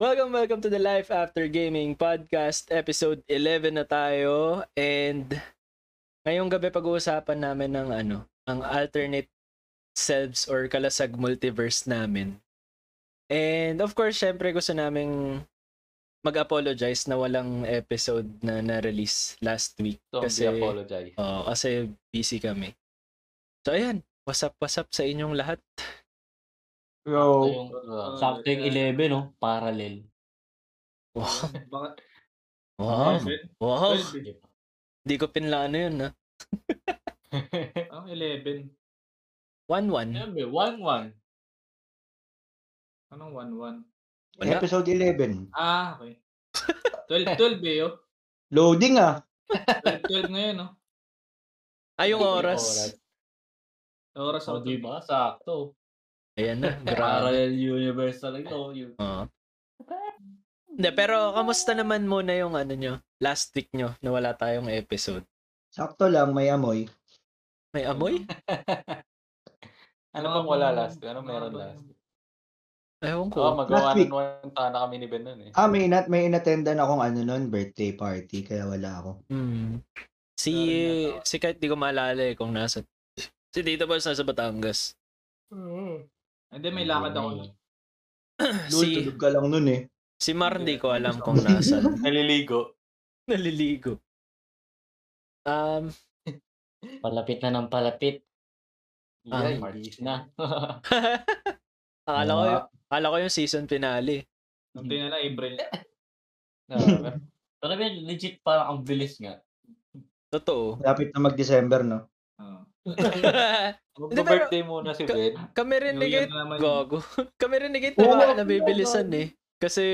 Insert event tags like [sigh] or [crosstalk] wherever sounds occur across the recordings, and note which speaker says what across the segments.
Speaker 1: Welcome, welcome to the Life After Gaming Podcast, episode 11 na tayo. And ngayong gabi pag-uusapan namin ng ano, ang alternate selves or kalasag multiverse namin. And of course, syempre gusto naming mag-apologize na walang episode na na-release last week.
Speaker 2: Don't
Speaker 1: Kasi-
Speaker 2: be apologize.
Speaker 1: Oo, kasi busy kami. So ayan, what's up, what's up sa inyong lahat?
Speaker 2: Ito
Speaker 3: [laughs]
Speaker 4: Yo.
Speaker 2: yung, uh,
Speaker 5: Something 11,
Speaker 2: oh,
Speaker 5: no? Parallel.
Speaker 1: Wow,
Speaker 4: Mga
Speaker 1: wow, wow.
Speaker 4: 12.
Speaker 2: di ba?
Speaker 1: Hindi ko pinlaan yun, ah. ha?
Speaker 4: Ang 11.
Speaker 1: 1-1.
Speaker 2: Siyempre, 1-1.
Speaker 4: Anong 1-1?
Speaker 1: Wala.
Speaker 4: Episode 11. Ah, okay.
Speaker 2: [laughs]
Speaker 4: 12-12 eh, oh.
Speaker 5: Loading ah.
Speaker 4: 12-12 ngayon, oh.
Speaker 1: Ay, Ah, yung
Speaker 2: Oras.
Speaker 1: oras.
Speaker 4: Oras
Speaker 2: So,
Speaker 4: ako.
Speaker 2: Oh, di ba? Sakto.
Speaker 1: Ayan na, grabe.
Speaker 2: Parallel universe talaga. Oh, yun.
Speaker 1: Oo. Hindi, pero kamusta naman muna yung ano nyo, last week nyo, na wala tayong episode.
Speaker 3: Sakto lang, may amoy.
Speaker 1: May amoy?
Speaker 2: [laughs] Ano
Speaker 4: Mga
Speaker 2: bang wala
Speaker 4: bang-
Speaker 2: last? Ano
Speaker 4: mga
Speaker 2: meron
Speaker 4: bang-
Speaker 2: last?
Speaker 1: Ewan
Speaker 2: Oo,
Speaker 1: ko.
Speaker 2: magawa
Speaker 3: Last
Speaker 2: na
Speaker 3: week.
Speaker 2: naman tana kami ni Ben nun eh.
Speaker 3: Ah, may, nat may inattendan akong ano nun, birthday party, kaya wala ako.
Speaker 1: Hmm. Si, si kahit di ko maalala eh kung nasa, si Tita Boss nasa Batangas.
Speaker 4: Hindi, may lakad ako. nun.
Speaker 3: Lul,
Speaker 1: Ah, si,
Speaker 3: tulog ka lang nun eh.
Speaker 1: si Mar hindi ko alam kung nasa.
Speaker 2: Naliligo.
Speaker 1: Naliligo. Um, [laughs]
Speaker 5: Palapit na ng palapit.
Speaker 1: Ah,
Speaker 5: Ay, March
Speaker 2: March. [laughs]
Speaker 5: na.
Speaker 1: akala ko, yung- akala ko yung season finale.
Speaker 4: Hindi na lang, April.
Speaker 2: [laughs]
Speaker 4: [laughs]
Speaker 2: Ah, Pero Ben, legit parang ang bilis nga.
Speaker 1: Totoo.
Speaker 3: [laughs] Lapit na mag-December, no?
Speaker 2: [laughs]
Speaker 4: Oh.
Speaker 2: Magpa-birthday muna si
Speaker 1: Ka-
Speaker 2: Ben.
Speaker 1: Kami rin
Speaker 4: New
Speaker 1: ni
Speaker 4: Year
Speaker 1: Kate,
Speaker 4: na naman.
Speaker 1: gogo. [laughs] Kami rin ni Kate,
Speaker 3: Oo,
Speaker 1: na,
Speaker 3: oo,
Speaker 1: nabibilisan eh. Kasi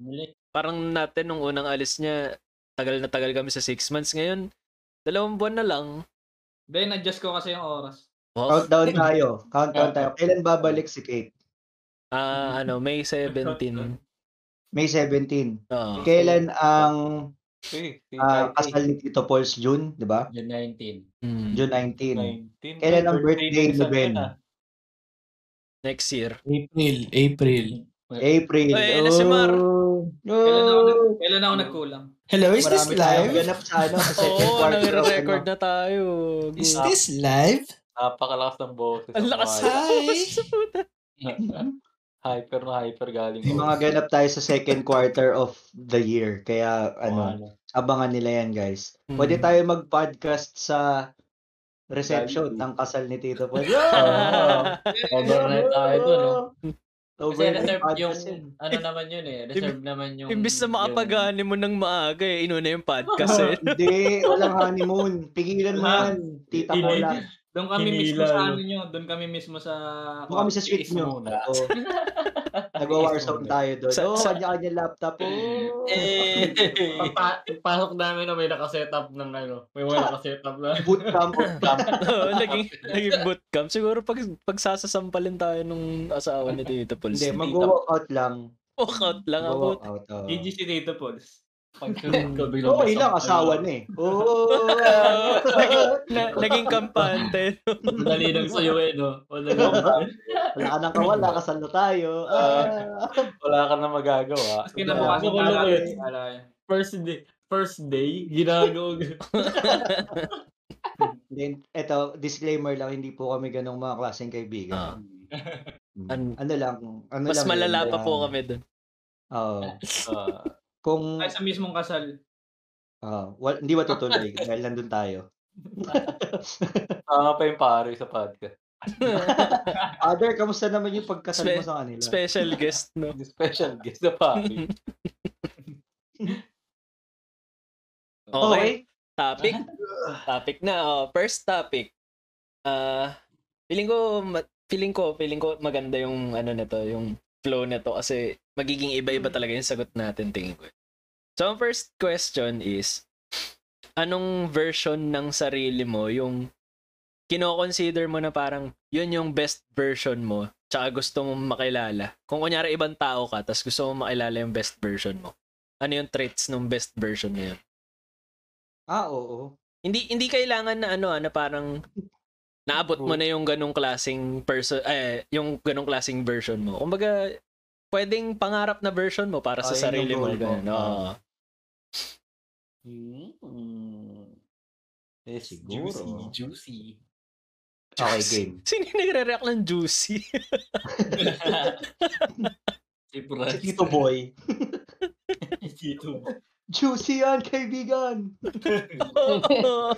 Speaker 5: Muli.
Speaker 1: parang natin nung unang alis niya, tagal na tagal kami sa 6 months. Ngayon, dalawang buwan na lang.
Speaker 4: Hindi, adjust ko kasi yung oras.
Speaker 1: Wow.
Speaker 3: Countdown tayo.
Speaker 1: [laughs]
Speaker 3: Countdown tayo. Kailan babalik si Kate?
Speaker 1: Ah, ano, May 17.
Speaker 3: May 17.
Speaker 1: Oo.
Speaker 3: Kailan ang
Speaker 2: Si, si
Speaker 3: ah,
Speaker 2: Kati.
Speaker 3: kasal ni Tito Paul's June, di ba?
Speaker 5: June 19.
Speaker 1: Mm.
Speaker 3: June 19.
Speaker 2: 19.
Speaker 3: Kailan ang birthday
Speaker 2: ni
Speaker 3: ni
Speaker 2: San
Speaker 3: Ben?
Speaker 2: Ben, ah.
Speaker 1: Next year.
Speaker 6: April, April.
Speaker 3: April.
Speaker 1: Ay, ayun na si Mar.
Speaker 3: Oh.
Speaker 4: Kailan ako, nag,
Speaker 3: Oh.
Speaker 4: kailan
Speaker 2: Ano?
Speaker 4: ako nagkulang?
Speaker 6: Hello, is this
Speaker 3: Marami tayong
Speaker 6: live?
Speaker 3: ganap sa ano, sa
Speaker 1: [laughs] Oo,
Speaker 3: second
Speaker 1: oh,
Speaker 3: quarter. of,
Speaker 1: nagre-record
Speaker 3: ano.
Speaker 1: na tayo.
Speaker 6: Is this live?
Speaker 2: Napakalakas ng boses.
Speaker 1: Ang lakas
Speaker 2: Mga-
Speaker 1: [laughs]
Speaker 6: Hi.
Speaker 2: [laughs] Hyper na hyper galing.
Speaker 3: May mga
Speaker 2: boses.
Speaker 3: ganap tayo sa second quarter of the year. Kaya, ano, abangan nila yan, guys.
Speaker 1: Mm.
Speaker 3: Pwede tayo mag-podcast sa reception
Speaker 2: Dahil-
Speaker 3: ng kasal ni Tito Paul.
Speaker 2: Ah. Overnight tayo dun, no?
Speaker 5: Kasi
Speaker 3: Overnight
Speaker 5: reserve yung,
Speaker 3: podcast yun.
Speaker 5: ano naman yun eh. Reserve naman yung...
Speaker 1: [laughs] Imbis na makapagani mo ng maaga eh, inuna yung podcast eh. [laughs]
Speaker 3: Hindi, walang honeymoon. Pigilan mo yan. Tita
Speaker 2: Hindi.
Speaker 3: ko lang.
Speaker 4: Doon kami
Speaker 2: Hinila,
Speaker 4: mismo sa
Speaker 2: no?
Speaker 4: ano nyo. Doon kami mismo sa...
Speaker 3: Ano kami sa suite
Speaker 2: Tiis
Speaker 3: nyo?
Speaker 2: muna.
Speaker 3: Oo. Nagwa-warzone tayo doon.
Speaker 1: Sa-
Speaker 3: Oo,
Speaker 1: sa-
Speaker 3: kanya-kanya laptop. Oo.
Speaker 2: Eh,
Speaker 5: Pagpa- Pagpasok namin na may nakasetup ng ano. May mga nakasetup na.
Speaker 3: Bootcamp of camp.
Speaker 1: Oo, naging, naging bootcamp. Siguro pag, pagsasasampalin tayo nung asawa ni Tito Paul.
Speaker 3: Hindi,
Speaker 1: Hindi,
Speaker 3: mag-walkout lang.
Speaker 1: Walkout lang ah, ako.
Speaker 3: Mag-walkout. oo.
Speaker 4: GG si Tito Pauls.
Speaker 2: pagsunod ko biglang
Speaker 3: Okay lang,
Speaker 2: nasampal.
Speaker 3: asawa na eh. Oo.
Speaker 1: Na- naging kampante.
Speaker 5: Madali
Speaker 3: [laughs]
Speaker 5: lang sa'yo eh, no? Madali
Speaker 3: Wala ka nang kawala, kasal na tayo. Ah.
Speaker 2: [laughs] Wala ka na magagawa. ano
Speaker 4: Tapos
Speaker 5: Wala,
Speaker 4: kinabukasan wala
Speaker 5: wala
Speaker 4: ko
Speaker 5: yun.
Speaker 4: yun.
Speaker 5: First day. First day, ginagawa ko.
Speaker 3: Then, eto, disclaimer lang, hindi po kami ganong mga klaseng kaibigan. Mm.
Speaker 1: An-
Speaker 3: ano lang, ano
Speaker 1: Ah. Mas
Speaker 3: lang yun,
Speaker 1: malala pa
Speaker 3: lang.
Speaker 1: po kami dun.
Speaker 3: Oo.
Speaker 2: Ah,
Speaker 3: kung
Speaker 4: Ay, sa mismong kasal.
Speaker 3: ah, wal- hindi
Speaker 1: [laughs]
Speaker 3: matutuloy dahil nandun tayo.
Speaker 2: tama pa yung pare sa podcast.
Speaker 3: Other, kamusta naman yung pagkasal mo
Speaker 1: Spe-
Speaker 3: sa kanila?
Speaker 1: Special guest,
Speaker 2: [laughs]
Speaker 1: no?
Speaker 2: Yung Special guest na
Speaker 1: [laughs]
Speaker 2: pare.
Speaker 1: Okay. Topic? Topic na. Oh. First topic. Ah, feeling ko, ma- feeling ko, feeling ko maganda yung ano nito, yung flow nito kasi magiging iba-iba talaga yung sagot natin tingin ko. So, ang first question is, anong version ng sarili mo yung kino-consider mo na parang yun yung best version mo tsaka gusto mong makilala. Kung kunyari ibang tao ka tapos gusto mong makilala yung best version mo. Ano yung traits ng best version na yun?
Speaker 3: Ah, oo.
Speaker 1: Hindi hindi kailangan na ano ah, na parang naabot mo na yung ganong klasing person eh yung ganong klasing version mo. Kumbaga pwedeng pangarap na version mo para sa
Speaker 3: Oh, yun
Speaker 1: sarili
Speaker 3: yung
Speaker 1: mo.
Speaker 3: goal mo. Ah.
Speaker 1: Ganun. Oo.
Speaker 7: Mm.
Speaker 2: Hmm.
Speaker 3: Eh,
Speaker 7: Juicy,
Speaker 3: siguro.
Speaker 7: juicy.
Speaker 3: Okay, game.
Speaker 1: Sino yung nagre-react ng juicy? [laughs]
Speaker 7: [laughs] Si Brad.
Speaker 3: Tito
Speaker 1: [laughs]
Speaker 3: Boy.
Speaker 7: Tito.
Speaker 3: Juicy yan,
Speaker 1: [laughs]
Speaker 3: kaibigan! [laughs]
Speaker 1: Oo.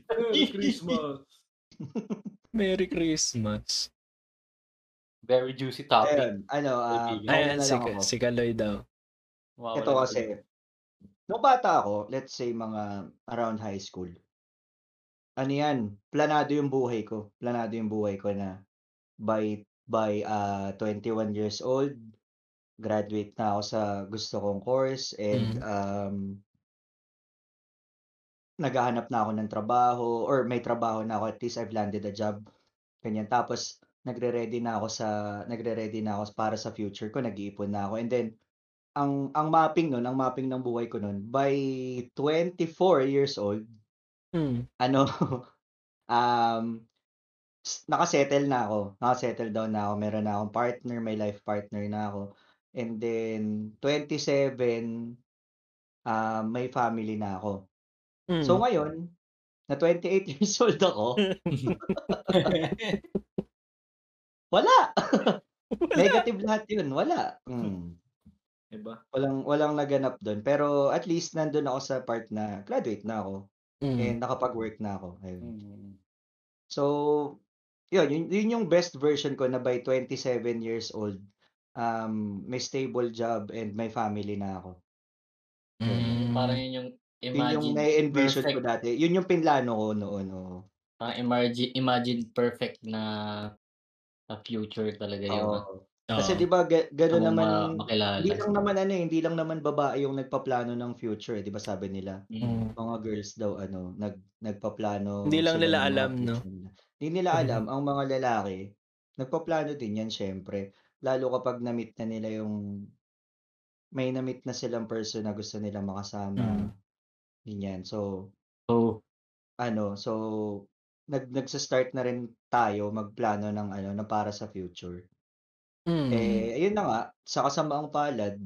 Speaker 2: Christmas.
Speaker 1: Merry Christmas.
Speaker 7: Very juicy topic.
Speaker 3: Ayan, ano, ah,
Speaker 7: Kaibigan.
Speaker 3: Ayan,
Speaker 1: Ayan,
Speaker 3: na
Speaker 1: si,
Speaker 3: lang ako.
Speaker 1: si Kaloy daw.
Speaker 7: Wow,
Speaker 3: Ito kasi, nung bata ako, let's say mga around high school, ano yan, planado yung buhay ko. Planado yung buhay ko na by by ah 21 years old, graduate na ako sa gusto kong course and
Speaker 1: Mhm.
Speaker 3: um, naghahanap na ako ng trabaho or may trabaho na ako at least I've landed a job. Ganyan. Tapos nagre-ready na ako sa nagre-ready na ako para sa future ko, nag-iipon na ako. And then ang ang mapping nun, ang mapping ng buhay ko nun, by 24 years old,
Speaker 1: Hmm.
Speaker 3: ano, [laughs] um, s- nakasettle na ako. Nakasettle down na ako. Meron na akong partner, may life partner na ako. And then, 27, ah, may family na ako.
Speaker 1: Hmm.
Speaker 3: So ngayon, na 28 [laughs] years old ako, wala! Negative lahat yun, wala. Mm.
Speaker 2: Diba?
Speaker 3: Walang, walang naganap doon. Pero at least nandun ako sa part na graduate na ako.
Speaker 1: Hmm.
Speaker 3: And nakapag-work na ako. Ayun.
Speaker 7: Mm.
Speaker 3: So, yun, yun, yun yung best version ko na by 27 years old, um, may stable job and may family na ako.
Speaker 1: Hmm.
Speaker 7: Parang yun yung
Speaker 3: Yun yung
Speaker 7: imagine
Speaker 3: na-envision ko
Speaker 7: perfect,
Speaker 3: dati. Yun yung pinlano ko noon. oo.
Speaker 7: parang imagine, imagine perfect na na future talaga yun.
Speaker 3: Oo.
Speaker 7: ah.
Speaker 3: Kasi
Speaker 1: Oo.
Speaker 3: di ba ga- gano'n
Speaker 7: Gusto mong
Speaker 3: naman,
Speaker 7: ma- makilala.
Speaker 3: hindi lang naman ano eh, hindi lang naman babae yung nagpaplano ng future, eh, di ba sabi nila?
Speaker 7: Mm.
Speaker 1: Hmm.
Speaker 3: Mga girls daw ano, nag nagpaplano.
Speaker 1: Hindi lang
Speaker 3: sila
Speaker 1: nila
Speaker 3: ng mga
Speaker 1: alam, no?
Speaker 3: future nila. Hindi nila alam ang mga lalaki, nagpaplano din yan syempre. Lalo kapag na-meet na nila yung may na-meet na silang person na gusto nila
Speaker 1: Mm.
Speaker 3: makasama. Ganyan. So,
Speaker 7: Oh,
Speaker 3: ano, so nag nagsa-start na rin tayo magplano ng ano na para sa future.
Speaker 1: Hmm.
Speaker 3: Eh, ayun na nga, sa kasamaang palad,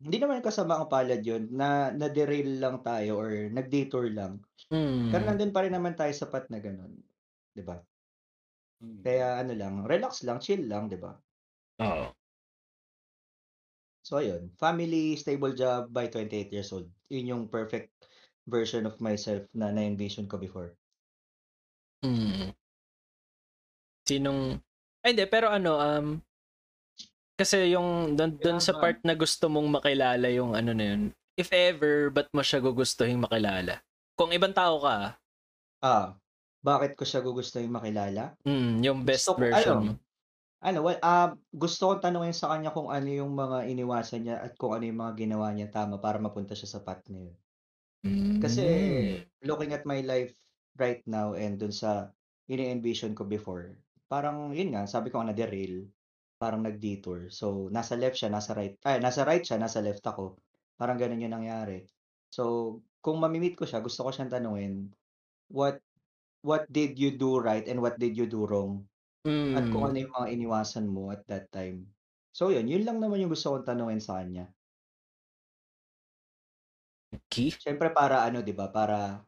Speaker 3: hindi naman kasamaang palad yun, na na-derail lang tayo or nag-detour lang.
Speaker 1: Hmm.
Speaker 3: Pero nandun pa rin naman tayo sapat na ganun. 'di ba? Kaya ano lang, relax lang, chill lang, 'di ba?
Speaker 1: Oo.
Speaker 3: So ayun, family, stable job by 28 years old. Yun yung perfect version of myself na na-envision ko before.
Speaker 1: Mm. Sinong Ay, hindi, pero ano, um, kasi yung doon doon sa
Speaker 2: Kailangan.
Speaker 1: part na gusto mong makilala yung ano na yun, if ever, ba't mo siya gugustuhin makilala? Kung ibang tao ka,
Speaker 3: Ah, bakit ko siya gugustuhin makilala?
Speaker 1: mm, yung best
Speaker 3: Gusto ko-
Speaker 1: version
Speaker 3: ano?
Speaker 1: mo.
Speaker 3: Ano, well, ah, gusto kong tanungin sa kanya kung ano yung mga iniwasan niya at kung ano yung mga ginawa niya tama para mapunta siya sa path na yun.
Speaker 1: Mm.
Speaker 3: Kasi looking at my life right now and dun sa ini-envision ko before, parang yun nga, sabi ko nga na-derail, parang nag-detour. So, nasa left siya, nasa right, ay, nasa right siya, nasa left ako. Parang ganun yung nangyari. So, kung mamimit ko siya, gusto ko siyang tanungin, what what did you do right and what did you do wrong?
Speaker 1: Mm.
Speaker 3: At kung ano yung mga iniwasan mo at that time. So, yun, yun lang naman yung gusto kong tanungin sa kanya.
Speaker 1: Key?
Speaker 3: Siyempre para ano, 'di ba? Para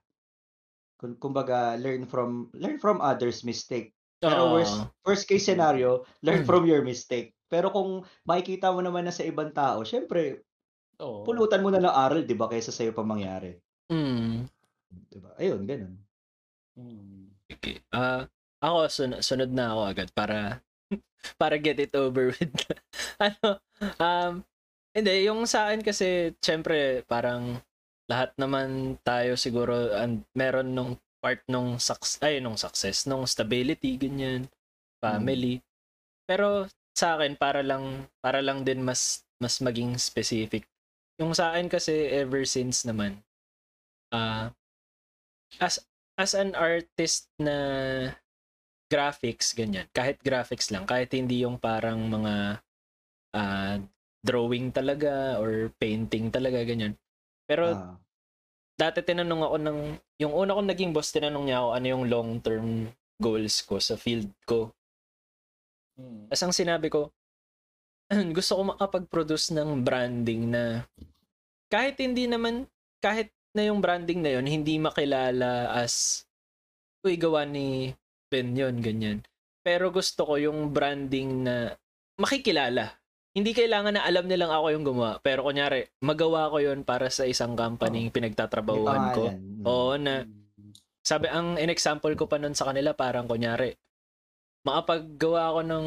Speaker 3: kung kumbaga learn from learn from others mistake. Pero
Speaker 1: Oo.
Speaker 3: worst worst case scenario, learn
Speaker 1: Mm.
Speaker 3: from your mistake. Pero kung makikita mo naman na sa ibang tao, siyempre
Speaker 7: oh.
Speaker 3: pulutan mo na ng aral, 'di ba? Kaysa sa'yo pa mangyari.
Speaker 1: Mm.
Speaker 3: 'Di ba? Ayun, ganun.
Speaker 7: Mm.
Speaker 1: Okay. Ah, ako sun- sunod na ako agad para [laughs] para get it over with. [laughs] ano, um hindi yung sa akin kasi syempre parang lahat naman tayo siguro and meron nung part nung success ay nung success nung stability ganyan family pero sa akin para lang para lang din mas mas maging specific yung sa akin kasi ever since naman ah as as an artist na graphics ganyan kahit graphics lang kahit hindi yung parang mga ah, drawing talaga or painting talaga ganyan pero
Speaker 3: Ah,
Speaker 1: dati tinanong ako ng yung una kong naging boss tinanong niya ako ano yung long term goals ko sa field ko Tapos ang sinabi ko, [clears throat] gusto ko makapag-produce ng branding na kahit hindi naman, kahit na yung branding na yun, hindi makilala as, uy, gawa ni Ben yun, ganyan. Pero gusto ko yung branding na makikilala. Hindi kailangan na alam nilang ako yung gumawa. Pero kunyari, magawa ko yun para sa isang company pinagtatrabahuhan ko.
Speaker 3: Mm.
Speaker 1: Oo, na sabi ang in-example ko pa nun sa kanila parang kunyari makapaggawa ako ng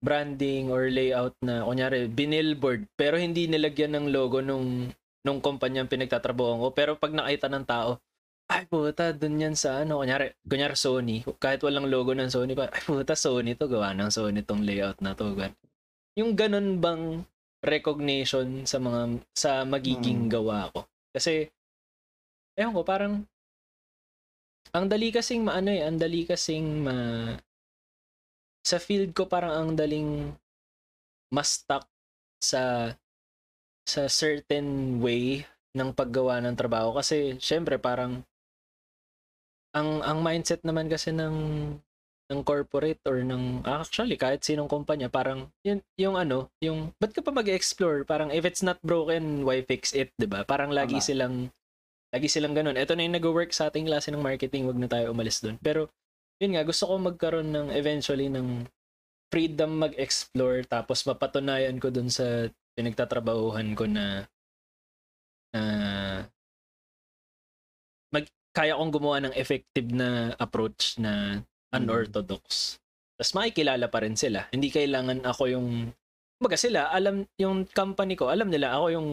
Speaker 1: branding or layout na kunyari binillboard pero hindi nilagyan ng logo nung nung kumpanyang pinagtatrabuhan ko pero pag nakita ng tao ay puta dun yan sa ano kunyari kunyari Sony kahit walang logo ng Sony pa ay puta Sony to gawa ng Sony tong layout na to gan yung ganun bang recognition sa mga sa magiging gawa ko kasi ewan ko parang ang dali kasing maano eh, ang dali kasing ma sa field ko parang ang daling mas stuck sa sa certain way ng paggawa ng trabaho kasi syempre parang ang ang mindset naman kasi ng ng corporate or ng ah, actually kahit sinong kumpanya parang yun, yung ano yung ba't ka pa mag-explore parang if it's not broken why fix it 'di ba parang lagi
Speaker 3: Tama.
Speaker 1: silang lagi silang ganun eto na yung nag-work sa ating klase ng marketing wag na tayo umalis doon pero yun nga gusto ko magkaroon ng eventually ng freedom mag-explore tapos mapatunayan ko doon sa pinagtatrabahuhan ko na na mag kaya kong gumawa ng effective na approach na unorthodox. Tapos makikilala pa rin sila. Hindi kailangan ako yung... Kumbaga sila, alam yung company ko, alam nila ako yung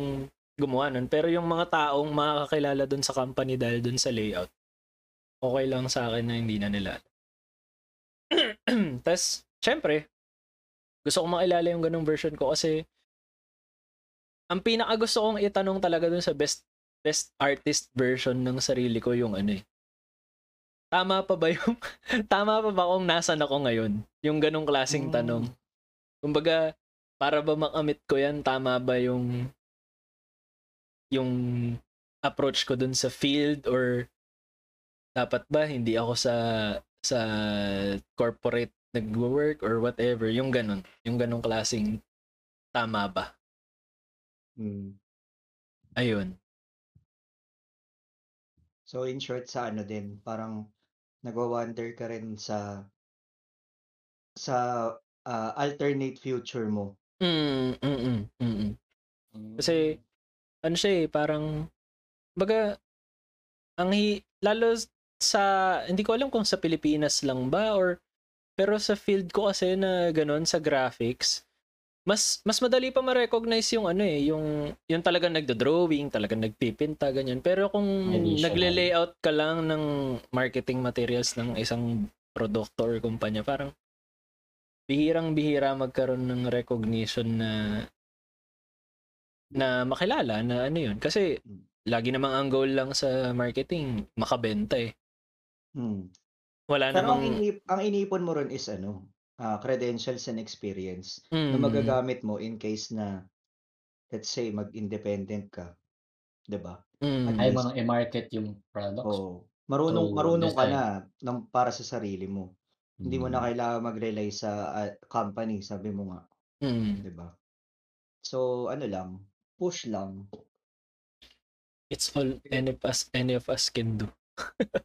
Speaker 1: gumawa nun. Pero yung mga taong makakakilala dun sa company dahil dun sa layout, okay lang sa akin na hindi na nila. [clears throat] Tapos, syempre, gusto kong makilala yung ganung version ko kasi ang pinaka gusto kong itanong talaga dun sa best best artist version ng sarili ko yung ano eh. Tama pa ba yung [laughs] tama pa ba kung nasan ako ngayon? Yung ganong klasing
Speaker 6: Mm.
Speaker 1: tanong. Kumbaga, para ba makamit ko yan, tama ba yung yung approach ko dun sa field or dapat ba hindi ako sa sa corporate nagwo-work or whatever, yung ganun, yung ganung klasing tama ba?
Speaker 3: Mm.
Speaker 1: Ayun.
Speaker 3: So in short sa ano din, parang nagwa-wonder ka rin sa sa ah, alternate future mo.
Speaker 1: Mm, mm, mm, mm, mm. Kasi, ano siya eh, parang, baga, ang hi, lalo sa, hindi ko alam kung sa Pilipinas lang ba or, pero sa field ko kasi na ganun, sa graphics, mas mas madali pa ma-recognize yung ano eh, yung yung talagang nagdo-drawing, talagang nagpipinta ganyan. Pero kung
Speaker 7: Traditional.
Speaker 1: nagle-layout ka lang ng marketing materials ng isang produkto or kumpanya, parang bihirang-bihira magkaroon ng recognition na na makilala na ano yun. Kasi lagi namang ang goal lang sa marketing, makabenta eh.
Speaker 3: Hmm.
Speaker 2: Ano
Speaker 1: Wala
Speaker 3: Pero ang,
Speaker 1: namang...
Speaker 3: inip, ang iniipon mo ron is ano, ah, credentials and experience na
Speaker 1: Mm,
Speaker 3: magagamit mo in case na let's say mag-independent ka, 'di ba?
Speaker 1: mm,
Speaker 3: At
Speaker 7: Ay,
Speaker 3: least-
Speaker 7: mga i-market yung products.
Speaker 3: Oo. Marunong
Speaker 7: So,
Speaker 3: marunong ka
Speaker 7: design.
Speaker 3: na ng para sa sarili mo. Hindi mo
Speaker 2: Mm.
Speaker 3: na kailangan mag-rely sa ah, company, sabi mo nga,
Speaker 1: mm.
Speaker 3: 'di ba? So ano lang, push lang.
Speaker 1: It's all any of us, any of us can
Speaker 3: [laughs]
Speaker 1: do.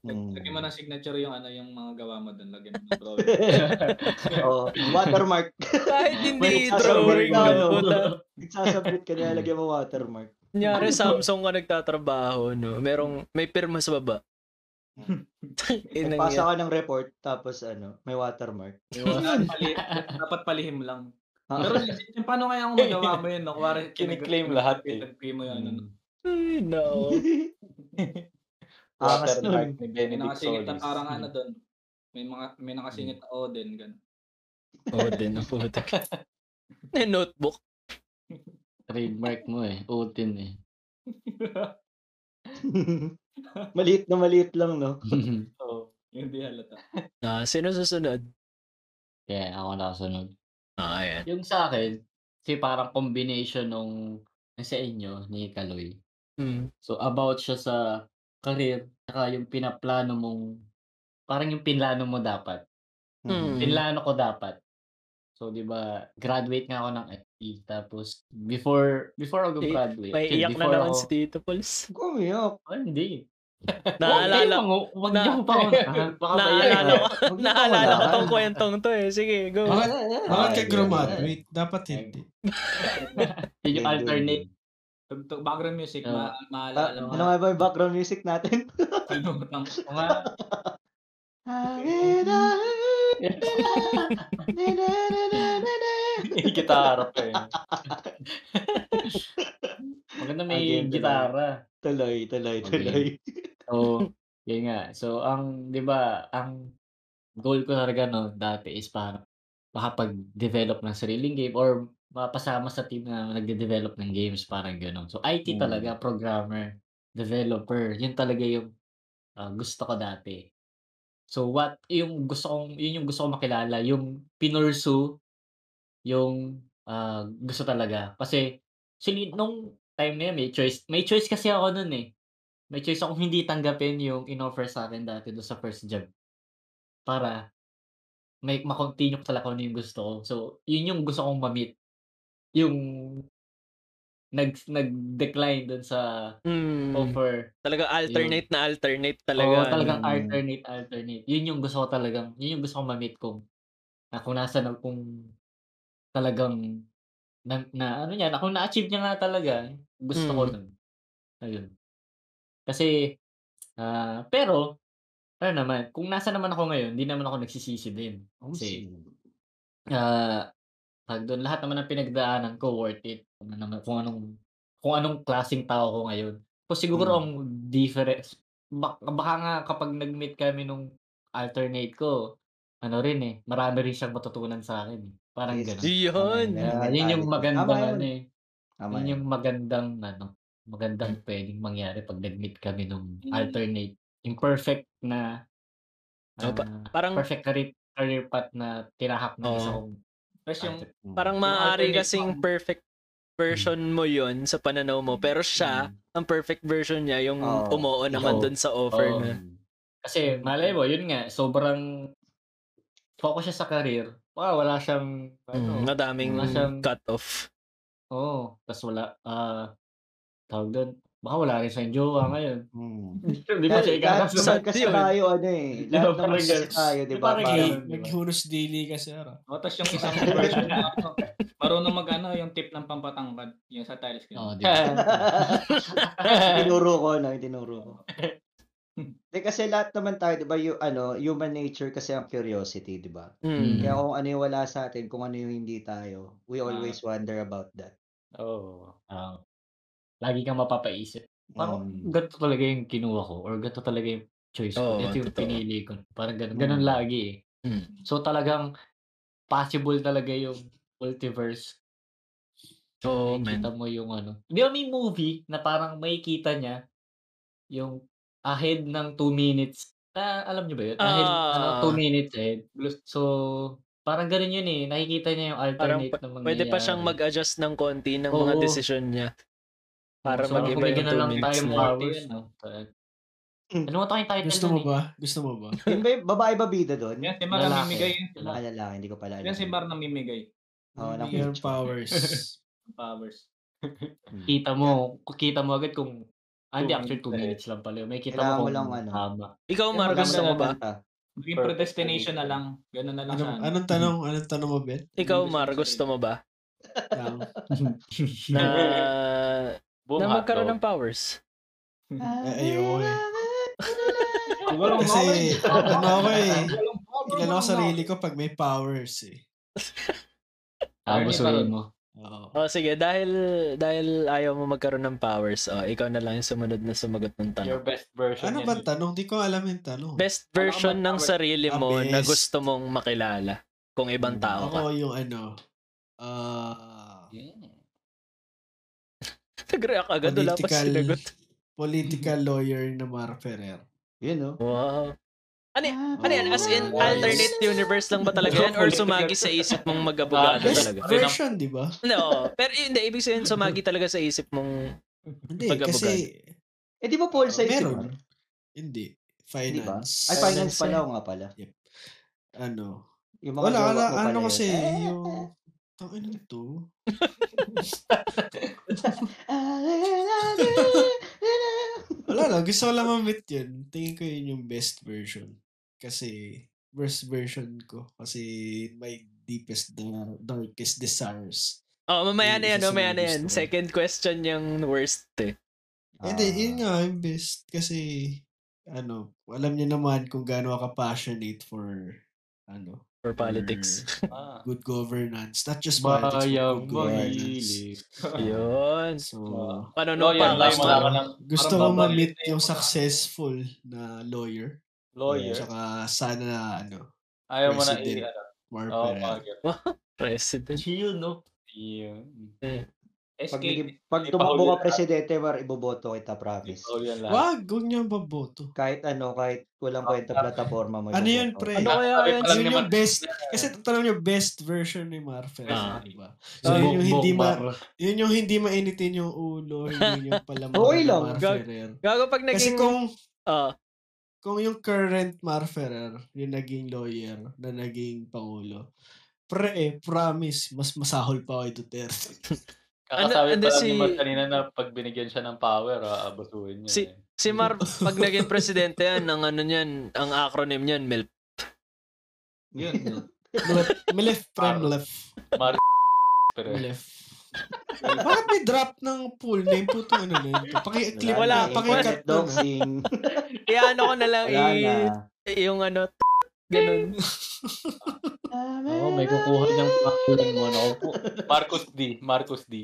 Speaker 3: Mm.
Speaker 2: Lagyan
Speaker 3: [laughs]
Speaker 2: mo ng signature yung ano yung mga gawa mo doon. Lagyan mo ng drawing.
Speaker 7: Mm.
Speaker 3: Oh,
Speaker 2: [laughs]
Speaker 3: watermark. [laughs]
Speaker 1: Kahit hindi
Speaker 3: Wait, ah,
Speaker 1: drawing
Speaker 3: sorry,
Speaker 1: ka
Speaker 3: no.
Speaker 1: puta.
Speaker 3: [laughs] Nagsasubmit ka
Speaker 2: Mm.
Speaker 3: na lagyan mo watermark.
Speaker 1: Kunyari, Samsung ka nagtatrabaho, no? Merong, may pirma sa baba.
Speaker 3: [laughs]
Speaker 1: Inang
Speaker 3: Pasa ka ng report tapos ano, may watermark.
Speaker 2: dapat, pali, dapat palihim lang.
Speaker 3: Ah,
Speaker 2: Pero yung paano kaya kung magawa mo yun? No? Kuwari,
Speaker 4: Kiniklaim lahat eh.
Speaker 2: Kiniklaim mo yun. Ano,
Speaker 3: mm.
Speaker 1: Ay, no.
Speaker 3: Angas [laughs] nun.
Speaker 4: ni
Speaker 2: may
Speaker 4: Benedict
Speaker 2: nakasingit na
Speaker 4: Solis.
Speaker 2: parang ano doon. May mga may nakasingit na Odin [laughs] ganun.
Speaker 1: Oo din, ang puta.
Speaker 3: [laughs]
Speaker 1: May notebook.
Speaker 7: Trademark mo eh. Otin eh. [laughs]
Speaker 3: maliit na maliit lang, no?
Speaker 2: Oo. Hindi halata.
Speaker 1: Ah, sino susunod?
Speaker 7: Kaya ako nakasunod.
Speaker 1: Ah, ayan.
Speaker 7: Yung sa akin, si parang combination nung nung sa inyo ni Kaloy.
Speaker 1: Mm.
Speaker 7: So about siya sa career tsaka yung pinaplano mong parang yung pinlano mo dapat.
Speaker 1: Mm.
Speaker 2: Hmm.
Speaker 7: Pinlano ko dapat.
Speaker 2: So, di ba, graduate nga ako ng FP. Tapos, before, before
Speaker 1: Eh,
Speaker 2: ako graduate.
Speaker 1: May
Speaker 2: shit,
Speaker 1: iyak na
Speaker 2: before
Speaker 1: naman
Speaker 2: ako-
Speaker 1: si Tito
Speaker 2: [laughs]
Speaker 1: Pulse.
Speaker 3: Gumiyak.
Speaker 2: Ah, hindi.
Speaker 1: Naalala ko.
Speaker 2: Huwag
Speaker 1: na-
Speaker 2: niyo pa ako.
Speaker 1: [laughs]
Speaker 2: Baka
Speaker 1: Ah,
Speaker 2: maiyak
Speaker 1: Naalala
Speaker 2: [laughs]
Speaker 1: ko.
Speaker 3: Huwag niyo
Speaker 1: Naalala ko
Speaker 3: pawalaan.
Speaker 1: tong kwentong to eh. Sige, go.
Speaker 6: Bakit, Ah, bakit ka
Speaker 3: Ay,
Speaker 6: graduate? Dapat hindi.
Speaker 2: Yun yung alternate.
Speaker 4: Tugtog background music,
Speaker 2: Oo.
Speaker 3: Ah,
Speaker 4: ma maalala mo.
Speaker 2: [laughs]
Speaker 3: ano nga ba yung background music natin? [laughs]
Speaker 4: Kalimutan ko.
Speaker 2: ko
Speaker 1: [laughs]
Speaker 2: nga.
Speaker 8: Gitara pa eh.
Speaker 2: Maganda
Speaker 3: Ang
Speaker 2: may
Speaker 3: ganda
Speaker 2: gitara.
Speaker 3: tuloy, tuloy,
Speaker 2: Okay.
Speaker 3: tuloy.
Speaker 2: So, yun nga. So, ang, di ba, ang goal ko talaga no, dati is para makapag-develop ng sariling game or mapasama sa team na nagde-develop ng games, parang gano'n. So, IT
Speaker 3: Hmm.
Speaker 2: talaga, programmer, developer, yun talaga yung ah, gusto ko dati. So, what, yung gusto kong, yun yung gusto kong makilala, yung pinursu, yung ah, gusto talaga. Kasi, actually, nung time na yun, may choice, may choice kasi ako nun eh. May choice akong hindi tanggapin yung in-offer sa akin dati doon sa first job. Para, may makontinue ko talaga kung ano yung gusto ko. So, yun yung gusto kong ma-meet. Yung nag, nag-decline doon sa
Speaker 1: Mm,
Speaker 2: offer.
Speaker 1: talaga alternate na alternate talaga.
Speaker 2: Hmm. Oo, talagang
Speaker 1: ano.
Speaker 2: alternate, alternate. Yun yung gusto ko talagang, yun yung gusto ko ma-meet kung, na kung nasa na, kung talagang, na, na ano niya, na kung na-achieve niya nga talaga, gusto ko
Speaker 1: Mm.
Speaker 2: nun. Ayun. Kasi, ah, pero, ano naman, kung nasa naman ako ngayon, hindi naman ako nagsisisi din.
Speaker 3: Oh,
Speaker 2: Kasi, ah, tag doon, lahat naman ng pinagdaanan ko, worth it. Kung, ano naman, kung anong, kung anong klaseng tao ko ngayon. Kung siguro
Speaker 3: Mm.
Speaker 2: ang difference, bak- baka nga kapag nag-meet kami nung alternate ko, ano rin eh, marami rin siyang matutunan sa akin. eh. Parang
Speaker 3: Yes.
Speaker 2: gano'n.
Speaker 1: Yun.
Speaker 2: Ah,
Speaker 3: Tama
Speaker 2: yun yung
Speaker 3: Mentality.
Speaker 2: magandang
Speaker 3: Tama yun.
Speaker 2: ano eh.
Speaker 3: Tama Mm.
Speaker 2: Yun
Speaker 3: yan.
Speaker 2: yung magandang ano, magandang pwedeng mangyari pag nag-meet kami nung
Speaker 4: Mm.
Speaker 2: alternate, imperfect na
Speaker 1: Oh, pa-
Speaker 2: ah,
Speaker 1: parang-
Speaker 2: perfect career, career path na tinahak ng
Speaker 1: Oo.
Speaker 2: isa kong
Speaker 4: Tapos
Speaker 2: [laughs]
Speaker 4: yung
Speaker 2: alternate.
Speaker 3: Hmm.
Speaker 1: Parang maaari
Speaker 4: alternate
Speaker 1: kasing
Speaker 4: one.
Speaker 1: perfect version mo yun sa pananaw mo. Pero siya,
Speaker 2: mm,
Speaker 1: ang perfect version niya, yung
Speaker 3: Oo.
Speaker 1: umoo naman
Speaker 2: Oo.
Speaker 1: dun sa offer
Speaker 2: Oo.
Speaker 1: na.
Speaker 2: Kasi malay mo, yun nga, sobrang focus siya sa career. Wow, wala siyang ano,
Speaker 1: Mm, madaming
Speaker 2: wala siyang
Speaker 1: cut-off.
Speaker 2: Oo, tas wala, ah, tawag doon, baka wala rin siyang jowa ngayon.
Speaker 3: Mm.
Speaker 2: Di ba
Speaker 3: Lahat,
Speaker 2: siya
Speaker 3: lahat
Speaker 2: ikakasal?
Speaker 3: naman kasi
Speaker 1: yun.
Speaker 3: tayo, ano eh.
Speaker 2: Di
Speaker 3: Lahat
Speaker 2: ba, parang
Speaker 3: naman kasi
Speaker 2: ganun.
Speaker 3: tayo, di
Speaker 2: Di
Speaker 3: ba?
Speaker 2: parang
Speaker 3: Parang,
Speaker 2: ganun.
Speaker 6: Nag- Naghunos dili ka, sir. ah.
Speaker 4: O, tapos Oh, yung isang version na ano, marunong mag ano, yung tip ng pampatangkad, yung sa tiles ko.
Speaker 2: Oo, di ba? [laughs]
Speaker 3: [laughs] tinuro ko, no? yung Tinuro ko. Di kasi lahat naman tayo, di ba, yung, ano, human nature kasi ang curiosity, di ba?
Speaker 1: Mm.
Speaker 3: Kaya kung ano yung wala sa atin, kung ano yung hindi tayo, we always wonder about that.
Speaker 2: Oo. Ah, lagi kang mapapaisip. Parang
Speaker 3: Mm.
Speaker 2: ganito talaga yung kinuha ko or ganito talaga yung choice ko.
Speaker 1: Oo,
Speaker 2: Ito yung
Speaker 1: totoo.
Speaker 2: pinili ko. Parang ganun,
Speaker 3: Mm.
Speaker 2: ganun lagi eh.
Speaker 1: Mm.
Speaker 2: So talagang possible talaga yung multiverse.
Speaker 1: Oo, man.
Speaker 2: Makikita mo yung ano. Di ba may movie na parang makikita niya yung ahead ng 2 minutes. Na, alam niyo ba yun? Ahead, ano,
Speaker 1: Ah.
Speaker 2: 2 minutes ahead. So, parang ganun yun eh. Nakikita niya yung
Speaker 1: Parang
Speaker 2: alternate
Speaker 1: pa-
Speaker 2: na mangyayari.
Speaker 1: pwede pa siyang mag-adjust ng konti ng mga
Speaker 2: Oo.
Speaker 1: desisyon niya. Para
Speaker 2: So,
Speaker 1: mag-iba
Speaker 2: kung may
Speaker 1: yung
Speaker 2: ganun
Speaker 1: two
Speaker 2: lang
Speaker 1: minutes
Speaker 2: tayo
Speaker 1: na.
Speaker 2: hours, no? Talaga. Ano mo tayong title
Speaker 6: Gusto
Speaker 2: nun
Speaker 6: mo
Speaker 2: eh?
Speaker 6: ba? Gusto mo [laughs] ba?
Speaker 3: Yung ba, babae ba bida doon?
Speaker 4: [laughs] Yan, si Mar
Speaker 2: Lalaki.
Speaker 4: namimigay. Yan si Mar,
Speaker 3: Ah, lalaki, hindi ko pala alam.
Speaker 4: yan si Mar namimigay.
Speaker 3: Oo, ng
Speaker 6: Your
Speaker 3: picture.
Speaker 6: powers.
Speaker 4: Powers.
Speaker 3: Hmm.
Speaker 2: Kita mo, kita mo agad kung ah, hindi,
Speaker 4: Two
Speaker 2: actually 2
Speaker 4: minutes.
Speaker 2: minutes lang pala. yun. May kita
Speaker 3: Kailangan mo
Speaker 2: mo kung
Speaker 3: lang ano.
Speaker 2: tama. [laughs]
Speaker 1: Ikaw,
Speaker 4: Yung
Speaker 1: Mar,
Speaker 4: maganda
Speaker 1: gusto mo ba?
Speaker 3: Kanta.
Speaker 4: Maging predestination na lang. Ganun na lang
Speaker 6: Ano,
Speaker 4: siya. ano.
Speaker 6: [laughs] anong tanong? Anong tanong mo, Ben?
Speaker 1: Ikaw,
Speaker 4: Gusto
Speaker 1: Mar,
Speaker 4: ko
Speaker 1: gusto mo ba?
Speaker 6: Tao.
Speaker 1: Na,
Speaker 8: Boom,
Speaker 1: na
Speaker 8: hotdog.
Speaker 1: magkaroon ng powers.
Speaker 6: Eh, Ayoko eh.
Speaker 4: Walang
Speaker 6: Kasi,
Speaker 4: powers.
Speaker 6: ano ako eh.
Speaker 4: Walang powers,
Speaker 6: Kilala ko
Speaker 4: walang
Speaker 6: sarili
Speaker 4: powers.
Speaker 6: ko pag may powers eh.
Speaker 2: Tama
Speaker 4: Ernie
Speaker 2: suhin
Speaker 4: Parod.
Speaker 2: mo.
Speaker 6: Oo.
Speaker 1: O, Oh, sige, dahil, dahil ayaw mo magkaroon ng powers, o, ikaw na lang yung sumunod na sumagot ng tanong.
Speaker 8: Your best version.
Speaker 6: Ano
Speaker 8: yan.
Speaker 6: ba tanong? Di ko alam yung tanong.
Speaker 1: Best version ng
Speaker 4: powers?
Speaker 1: sarili mo
Speaker 6: Ah,
Speaker 1: na
Speaker 6: best. Mm.
Speaker 1: gusto mong makilala kung ibang tao ka.
Speaker 6: Ako yung ano, ah,
Speaker 1: Nag-react agad, wala pa
Speaker 6: political,
Speaker 1: sinagot.
Speaker 6: political lawyer na Mar Ferrer.
Speaker 3: Yun, no?
Speaker 1: Wow. Ano yan? As in,
Speaker 6: Oh,
Speaker 1: alternate universe lang ba talaga yan? Or sumagi sa isip mong mag-abogado
Speaker 6: Best
Speaker 1: talaga?
Speaker 6: version, di ba?
Speaker 1: No. Pero hindi, ibig sabihin, sumagi talaga sa isip mong...
Speaker 6: Hindi,
Speaker 1: Pag-abogado.
Speaker 6: kasi
Speaker 3: Eh, di ba Paul Size si Mar?
Speaker 6: meron. Hindi.
Speaker 3: Di ba?
Speaker 6: Finance.
Speaker 3: Ay, finance
Speaker 1: Finance
Speaker 3: pala
Speaker 1: eh.
Speaker 3: oo nga pala.
Speaker 6: Ano?
Speaker 3: Yung mga
Speaker 6: Wala,
Speaker 3: jowa
Speaker 6: wala.
Speaker 3: mo pala
Speaker 6: Ano
Speaker 3: yun.
Speaker 6: kasi,
Speaker 3: Eh,
Speaker 6: yung... Tangin na to.
Speaker 3: ah, ah, ah, ah.
Speaker 6: Wala lang. Gusto ko lang ma-meet yun. Tingin ko yun yung best version. Kasi, worst version ko. Kasi, my deepest, da- darkest desires.
Speaker 1: Oh, mamaya na yan,
Speaker 6: Isa sa
Speaker 1: mamaya
Speaker 6: mga
Speaker 1: na yan.
Speaker 6: gusto ko.
Speaker 1: Second question yung worst eh.
Speaker 6: Hindi, yun nga,
Speaker 3: Ah.
Speaker 6: yung best. Kasi, ano, alam niyo naman kung gaano ako passionate for, ano,
Speaker 1: For politics.
Speaker 2: Ah.
Speaker 6: good governance. Not just politics, but
Speaker 4: Bayang
Speaker 6: good
Speaker 1: eh.
Speaker 6: governance.
Speaker 4: mahilig.
Speaker 6: Mm.
Speaker 1: [laughs] Yun.
Speaker 6: So,
Speaker 1: Paano
Speaker 4: Oh,
Speaker 2: Lawyer,
Speaker 1: pa?
Speaker 2: lawyer,
Speaker 1: Gusto,
Speaker 2: wala ka ng
Speaker 6: gusto ko
Speaker 2: Parang babalik
Speaker 6: ma-meet
Speaker 2: na
Speaker 6: yung
Speaker 2: yung mga-
Speaker 6: successful na lawyer.
Speaker 4: [laughs]
Speaker 1: Oh,
Speaker 4: Lawyer.
Speaker 6: Saka Ah, sana, ano,
Speaker 2: Ayaw mo na
Speaker 6: President.
Speaker 4: ano.
Speaker 2: i-ano.
Speaker 6: more
Speaker 4: Oh,
Speaker 2: Oo,
Speaker 6: parang.
Speaker 2: Mario.
Speaker 1: president.
Speaker 7: Chill, no?
Speaker 4: Yun.
Speaker 3: Pag,
Speaker 2: SK,
Speaker 3: naging- pag
Speaker 2: Hindi pa
Speaker 3: tumakbo
Speaker 2: huli
Speaker 3: ka
Speaker 2: lahat.
Speaker 3: presidente, Mar, iboboto kita, promise.
Speaker 4: Ikaw yan lahat.
Speaker 6: Wag, huwag niyo maboto.
Speaker 3: Kahit ano, kahit walang
Speaker 2: Ah,
Speaker 3: kwenta
Speaker 2: ah.
Speaker 3: plataforma mo.
Speaker 6: Ano yun,
Speaker 3: iboboto.
Speaker 6: pre?
Speaker 1: Ano kaya
Speaker 2: Sabi
Speaker 1: yan?
Speaker 2: pa lang
Speaker 6: Yun
Speaker 2: naman.
Speaker 6: yung best. Kasi tatanong niyo, best version ni Marfer.
Speaker 1: Ah.
Speaker 6: di ba? So,
Speaker 7: Bong-
Speaker 6: yun yung hindi
Speaker 7: bong
Speaker 6: ma-
Speaker 7: bar.
Speaker 6: Yun yung hindi mainitin yung ulo, hindi yung pala
Speaker 3: Okay lang.
Speaker 6: Marfer.
Speaker 1: Gago pag
Speaker 6: Kasi
Speaker 1: naging...
Speaker 6: kung
Speaker 1: Ah,
Speaker 6: kung yung current Marferer, yung naging lawyer na naging pangulo, pre, eh, promise, mas masahol pa kay Duterte. [laughs]
Speaker 4: Kakasabi
Speaker 1: ano
Speaker 4: pa lang
Speaker 1: si-
Speaker 4: ni Mar kanina na pag binigyan siya ng power, aabasuhin niya.
Speaker 1: Si-
Speaker 4: eh.
Speaker 1: si Mar, pag naging presidente yan, ang ano niyan, ang acronym niyan, MILP.
Speaker 2: Yun.
Speaker 6: Malef- Malef, prem, lef.
Speaker 4: Pero,
Speaker 6: Malef. Bakit may drop ng pool name po itong ano na yun? Paki-clip
Speaker 1: Wala,
Speaker 6: na, paki-cut na.
Speaker 3: Dog sing.
Speaker 1: Iano ano ko na lang
Speaker 3: eh. Wala
Speaker 1: i...
Speaker 3: na.
Speaker 1: yung ano, ganun.
Speaker 7: Oo, may kukuha
Speaker 3: Ah.
Speaker 7: niyang pakulan mo.
Speaker 4: ano.
Speaker 7: Ako po.
Speaker 4: Marcos D. Marcos D.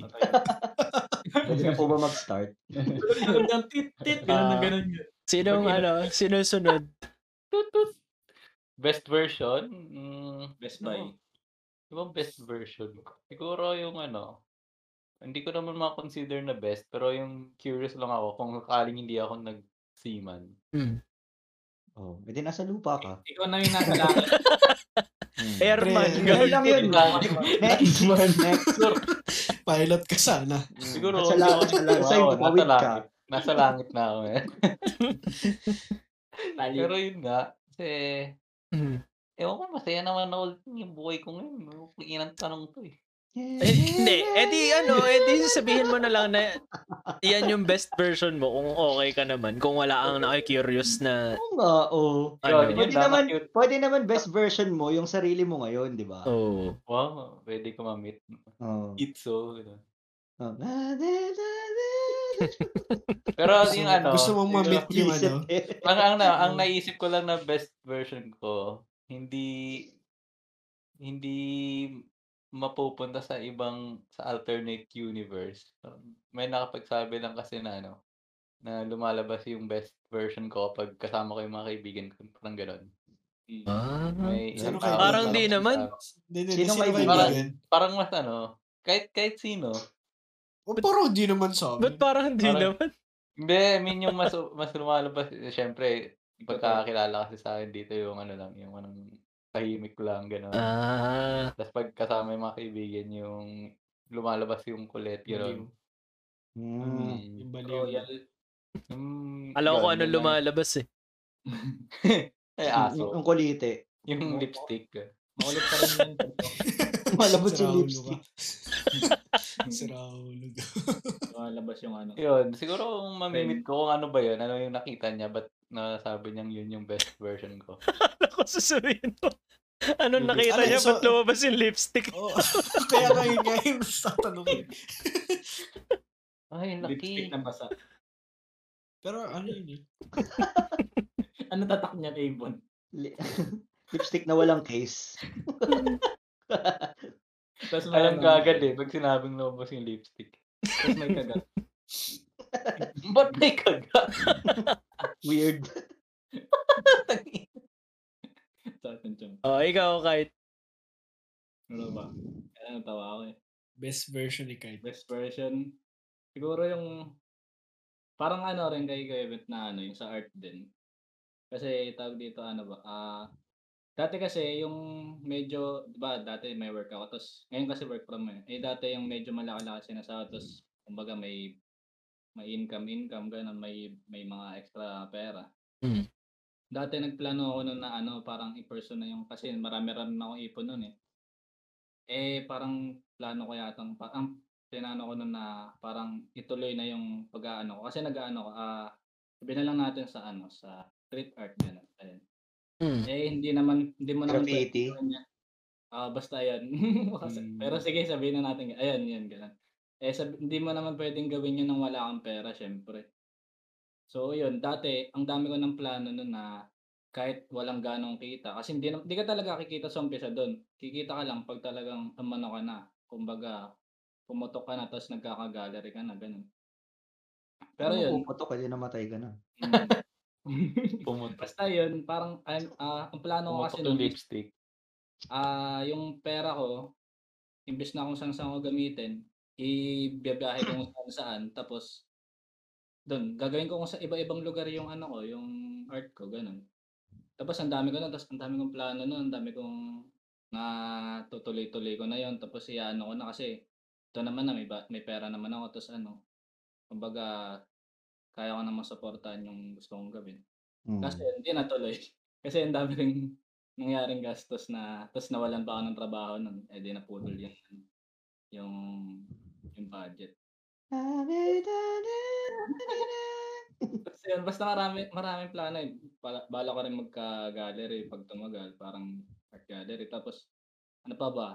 Speaker 3: Pwede na po ba mag-start?
Speaker 2: Tulog ng tit, tit. Ganun na ganun yun.
Speaker 1: Sinong
Speaker 2: Pag-
Speaker 1: ano, sinong sunod?
Speaker 4: Best version? Mm,
Speaker 2: Best
Speaker 4: ano?
Speaker 2: Buy.
Speaker 4: Di ba best version? Siguro yung ano, hindi ko naman ma-consider na best, pero yung curious lang ako kung sakaling hindi ako nag-seaman.
Speaker 3: Oh, edi nasa lupa ka.
Speaker 2: Ikaw na yung nasa langit.
Speaker 3: Hmm.
Speaker 1: Airman.
Speaker 6: Pre,
Speaker 3: Ganun lang yun. Next. Next.
Speaker 6: Pilot ka sana.
Speaker 2: Mm.
Speaker 4: Siguro,
Speaker 3: Nasa langit ka lang. Sa
Speaker 4: Oo,
Speaker 3: ibawit
Speaker 4: nasa
Speaker 3: ka.
Speaker 4: langit. Nasa langit na ako eh.
Speaker 7: Tali.
Speaker 4: Pero yun nga, kasi,
Speaker 1: Mm.
Speaker 4: ewan ko, masaya naman ako yung buhay ko ngayon. Kung ang tanong to eh.
Speaker 1: Eh, Hindi. Eh di ano, eh di sabihin mo na lang na yan yung best version mo kung okay ka naman. Kung wala ang nakikurious na
Speaker 3: Oo nga, oh. oo.
Speaker 4: Yun,
Speaker 1: ano.
Speaker 3: Pwede
Speaker 4: tama,
Speaker 3: naman,
Speaker 4: cute.
Speaker 3: pwede naman best version mo yung sarili mo ngayon, di ba?
Speaker 1: Oh.
Speaker 4: Wow, pwede ko ma-meet.
Speaker 3: Oo.
Speaker 4: Itso. Gano'n.
Speaker 3: Oo. Oh. Na, na, na, na.
Speaker 1: [laughs]
Speaker 4: Pero
Speaker 6: Gusto-
Speaker 4: yung ano,
Speaker 6: gusto mong
Speaker 4: siguro-
Speaker 6: ma-meet yung
Speaker 3: Isip
Speaker 6: ano,
Speaker 3: eh.
Speaker 4: ang, ang, na-
Speaker 1: Mm.
Speaker 4: ang naisip ko lang na best version ko, hindi hindi mapupunta sa ibang sa alternate universe. Um, May nakapagsabi lang kasi na ano, na lumalabas yung best version ko kapag kasama ko yung mga kaibigan ko, parang gano'n.
Speaker 1: ah.
Speaker 4: May
Speaker 6: Sino
Speaker 4: isang tao
Speaker 1: Hmm.
Speaker 6: kaibigan?
Speaker 1: Parang di
Speaker 4: nakapagsabi.
Speaker 1: naman.
Speaker 6: Hindi, hindi,
Speaker 3: Sinong
Speaker 6: sino
Speaker 3: kaibigan?
Speaker 6: kaibigan?
Speaker 4: Parang mas ano, kahit kahit sino.
Speaker 6: O, Oh, puro di naman sa
Speaker 1: But
Speaker 6: amin.
Speaker 1: parang di
Speaker 4: Parang-
Speaker 1: naman.
Speaker 4: Hindi, I mean yung mas mas lumalabas, eh, syempre, pagkakakilala kasi sa akin dito yung ano lang, yung anong tahimik lang, gano'n.
Speaker 1: Ah.
Speaker 4: Tapos pag kasama yung mga kaibigan, yung lumalabas yung kulit, gano'n.
Speaker 3: Hmm.
Speaker 6: Yung
Speaker 4: Mm.
Speaker 6: baliw.
Speaker 2: Royal.
Speaker 4: Mm,
Speaker 1: Alam ko
Speaker 4: yun,
Speaker 1: ano
Speaker 4: yun lang.
Speaker 1: lumalabas eh.
Speaker 4: [laughs] Ay,
Speaker 3: Yung,
Speaker 4: aso.
Speaker 3: yung kulite. [laughs]
Speaker 4: Yung lipstick.
Speaker 2: Makulit ka rin yan.
Speaker 3: Malabot
Speaker 6: Si
Speaker 3: yung
Speaker 6: Raulo
Speaker 3: lipstick.
Speaker 6: [laughs] ka. Si Raulo ka.
Speaker 2: Lumalabas yung ano.
Speaker 4: [laughs] Yun, siguro kung mamimit ko kung ano ba yun, ano yung nakita niya, ba't nasabi niyang yun yung best version ko.
Speaker 1: Ako susubihin mo. [laughs] Anong nakita
Speaker 6: Ano,
Speaker 1: niya?
Speaker 6: so-
Speaker 1: Ba't lumabas yung lipstick?
Speaker 6: Oo. [laughs] Kaya nga yun nga yung tatanong.
Speaker 4: Ay,
Speaker 2: Lipstick
Speaker 4: laki.
Speaker 2: na basa.
Speaker 6: Pero ano yun yun?
Speaker 2: Ano tatak niya kay Ibon?
Speaker 3: Li- [laughs] lipstick na walang case. [laughs]
Speaker 2: Tapos may
Speaker 4: Alam
Speaker 2: ano,
Speaker 4: ka agad eh, pag sinabing lumabas yung lipstick.
Speaker 2: Tapos may kagat.
Speaker 4: [laughs] Ba't may kagat?
Speaker 3: Weird.
Speaker 2: Sa atin siyang.
Speaker 1: Oh, ikaw kahit.
Speaker 2: Ano ba? Kaya natawa ako eh.
Speaker 6: Best version ni Kite.
Speaker 2: Best version. Siguro yung... Parang ano rin kay Kuwebet na ano, yung sa art din. Kasi tawag dito ano ba? Ah... dati kasi yung medyo, di ba dati may work ako, tapos ngayon kasi work from home. Eh dati yung medyo malaki-laki sinasahod, tapos kumbaga may may income income ganun may may mga extra pera.
Speaker 1: Mm.
Speaker 2: Dati nagplano ako nun na ano, parang i-person na yung kasi marami-rami na akong ipon nun eh. Eh, parang plano ko yatang, pa- ang pinano ko nun na parang ituloy na yung pag-aano ko. Kasi nag-aano ko, ah, sabihin na lang natin sa ano, sa street art ganun. Ayun.
Speaker 3: Hmm,
Speaker 1: Mm.
Speaker 2: Eh, hindi naman, hindi mo naman pwede
Speaker 3: Graffiti.
Speaker 2: gawin yan. Ah, basta [laughs] yan.
Speaker 4: Mm.
Speaker 2: Pero sige, sabihin na natin. Ayan, yan, ganun. Eh, sabi, hindi mo naman pwedeng gawin yun nang wala kang pera, syempre. So, yun, dati, ang dami ko ng plano nun na kahit walang ganong kita. Kasi hindi, na- hindi ka talaga kikita sa umpisa doon. Kikita ka lang pag talagang umano ka na. Kumbaga, pumotok ka na, tapos nagkakagallery ka na, ganun. Pero yun.
Speaker 3: Puputok ka, di namatay ka na.
Speaker 2: mm.
Speaker 4: Pumunta.
Speaker 2: [laughs] Basta yun, parang I'm, ah, ang plano ko kasi
Speaker 4: Pumunta yung
Speaker 2: nun,
Speaker 4: lipstick.
Speaker 2: ah yung pera ko, imbes na kung saan saan ko gamitin, ibibiyahe ko kung saan saan, tapos doon, gagawin ko kung sa iba-ibang lugar yung ano ko, yung art ko, ganun. Tapos ang dami ko na, tapos ang dami kong plano nun, ang dami kong na tutuloy-tuloy ko na yon tapos iyaano ko na kasi ito naman na may, ba- may pera naman ako tapos ano kumbaga kaya ko na masuportahan yung gusto kong gawin
Speaker 3: Mm.
Speaker 2: kasi hindi natuloy. [laughs] Kasi ang dami rin nangyaring gastos na tapos nawalan pa ako ng trabaho nun. Eh di naputol
Speaker 1: Mm.
Speaker 2: yung yung yung budget. Kasi yun, basta marami maraming plano eh. Bala, bala ko rin magka-gallery pag tumagal, parang art gallery tapos ano pa ba?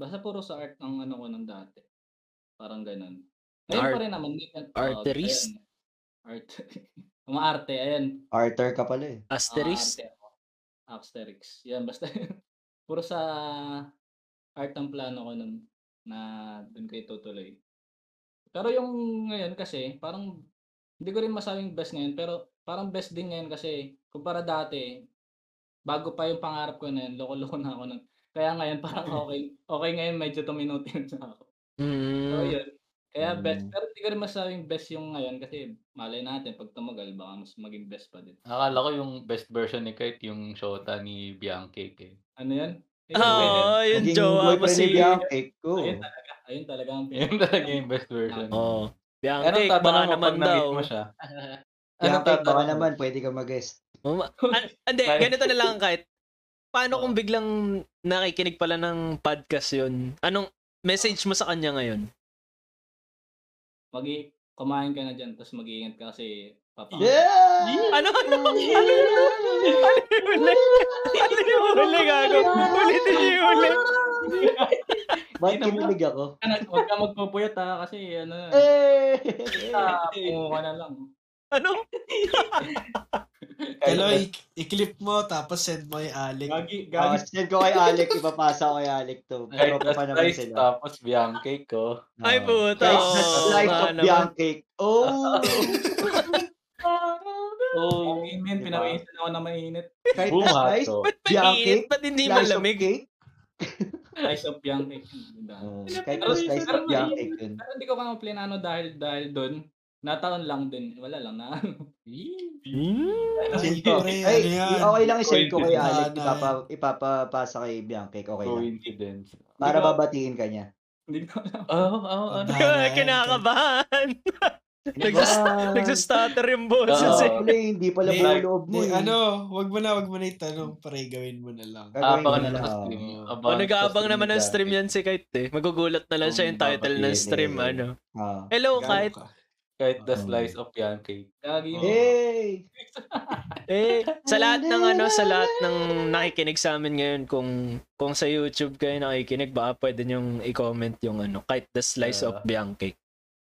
Speaker 2: Basta puro sa art ang ano ko nung dati. Parang ganun. Ngayon pa
Speaker 1: Art-
Speaker 2: rin naman. ngayon- oh,
Speaker 1: arterist?
Speaker 2: ayan. Art. [laughs] Umaarte, ayan.
Speaker 3: Arthur ka pala eh.
Speaker 1: Asterisk.
Speaker 2: Ah, arte ako. Asterix. Yan, basta [laughs] yun. Puro sa art ang plano ko nun na dun kayo tutuloy. Pero yung ngayon kasi, parang hindi ko rin masabing best ngayon, pero parang best din ngayon kasi kumpara dati, bago pa yung pangarap ko na yun, loko-loko na ako nun. Kaya ngayon parang okay, okay ngayon medyo tuminutin na ako.
Speaker 3: Hmm.
Speaker 2: So,
Speaker 1: Mm.
Speaker 2: yun. Kaya best,
Speaker 3: Mm.
Speaker 2: pero hindi ko rin masabing best yung ngayon kasi malay natin pag tumagal baka mas maging best pa din.
Speaker 4: Akala ko yung best version ni Kurt yung shota ni Bianca. Eh. [laughs]
Speaker 2: Ano yan? Ayun, pwede.
Speaker 1: Oo, yung
Speaker 3: Naging
Speaker 1: jowa mo
Speaker 3: boyfriend ni
Speaker 1: si...
Speaker 3: Bianca ko.
Speaker 2: Ayun talaga. Ayun talaga ang pinaka.
Speaker 4: Yun talaga yung best version.
Speaker 1: Oo.
Speaker 4: Anong
Speaker 1: Oh, Bianca, eh, baka
Speaker 4: tatanong mo pag
Speaker 1: naman
Speaker 4: na-meet
Speaker 1: daw.
Speaker 4: mo [laughs] siya?
Speaker 3: Bianca, baka
Speaker 4: mo?
Speaker 3: naman, pwede ka mag-guest. [laughs]
Speaker 1: Um, an- Hindi,
Speaker 4: Bakit?
Speaker 1: ganito na lang kahit. Paano
Speaker 2: Oo.
Speaker 3: Oh.
Speaker 1: kung biglang nakikinig pala ng podcast yun? Anong message mo sa kanya ngayon?
Speaker 2: Mag kumain ka na dyan, tapos mag-iingat ka kasi papa.
Speaker 3: Yeah!
Speaker 1: [laughs] Ano? Ano?
Speaker 2: [laughs]
Speaker 1: Ano? yun? Ano yun? Ano yung huli gago? Ulitin niyo yung huli.
Speaker 3: Ba't kinilig
Speaker 1: [laughs]
Speaker 3: ako?
Speaker 2: Huwag ka- Huwag ka magpupuyat ha, kasi ano,
Speaker 3: Eh!
Speaker 2: ah, pungo ka na lang.
Speaker 1: Ano?
Speaker 6: Hello, i- i-clip mo, tapos send mo kay Alec.
Speaker 2: Gagi, gagi.
Speaker 3: Ah, send ko kay Alec, ipapasa ko kay Alec to. Pero pa
Speaker 4: Kahit last
Speaker 3: pa naman
Speaker 4: price,
Speaker 3: sila.
Speaker 4: tapos Bianca ko.
Speaker 1: Ay, puta.
Speaker 3: Kahit
Speaker 1: Oo,
Speaker 3: Ah. that's life
Speaker 1: baka
Speaker 3: of
Speaker 1: naman.
Speaker 3: Bianca.
Speaker 1: [laughs]
Speaker 3: Oh!
Speaker 4: Oh,
Speaker 2: Ang init,
Speaker 3: Diba?
Speaker 2: pinawisan ako na mainit.
Speaker 3: Kahit that's life,
Speaker 4: bumato.
Speaker 1: Ba't
Speaker 3: Bianca?
Speaker 1: mainit? Ba't hindi
Speaker 3: slice of
Speaker 1: malamig?
Speaker 3: cake.
Speaker 2: Ice of young cake. Ganda.
Speaker 3: Oh, kahit
Speaker 2: Pero
Speaker 3: that's
Speaker 2: isa
Speaker 3: life
Speaker 2: lang
Speaker 3: of Bianca
Speaker 2: mainit.
Speaker 3: yun.
Speaker 2: Pero hindi ko kama plinano dahil dahil doon. Nataon lang din. Wala lang na. ano.
Speaker 6: Hmm.
Speaker 3: Send
Speaker 6: Hindi,
Speaker 3: ko.
Speaker 6: pre,
Speaker 3: Ay,
Speaker 6: ano yan?
Speaker 3: okay lang i-send ko kay
Speaker 6: Coincidence.
Speaker 3: Alec.
Speaker 6: Sana.
Speaker 3: Ipapa, ipapapasa kay Bianca. Okay lang.
Speaker 4: Coincidence.
Speaker 3: Para
Speaker 2: Hindi ko-
Speaker 3: babatiin ka niya.
Speaker 2: Hindi ko alam.
Speaker 4: Oo, oh, oh, ano?
Speaker 6: Tandaan.
Speaker 1: [laughs] Kinakabahan. Nagsas- Nagsastutter yung boses eh.
Speaker 3: Kasi hindi pala
Speaker 6: Hindi,
Speaker 3: buong loob mo
Speaker 6: Hindi,
Speaker 3: eh.
Speaker 6: ano, wag mo na, wag mo na itanong, pre, gawin mo na lang.
Speaker 3: Gagawin ko
Speaker 4: Abangan
Speaker 3: na
Speaker 4: na sa
Speaker 3: lang.
Speaker 1: eh.
Speaker 4: stream.
Speaker 6: Oo.
Speaker 1: O,
Speaker 4: Abangan
Speaker 1: nag-aabang naman ng
Speaker 4: ng
Speaker 1: stream yan si Kite eh. Magugulat na lang siya yung title ng stream. Ano?
Speaker 3: Ah.
Speaker 1: Hello,
Speaker 6: Gawin
Speaker 1: Kite.
Speaker 6: ka.
Speaker 4: Kahit the
Speaker 3: Oo.
Speaker 4: slice of Bianca.
Speaker 2: Gagi.
Speaker 3: Oh.
Speaker 4: Oo.
Speaker 3: Hey!
Speaker 1: Eh, sa lahat ng ano, sa lahat ng nakikinig sa amin ngayon, kung kung sa YouTube kayo nakikinig, baka pwede niyong i-comment yung ano, kahit the slice of
Speaker 4: Ah.
Speaker 1: Bianca.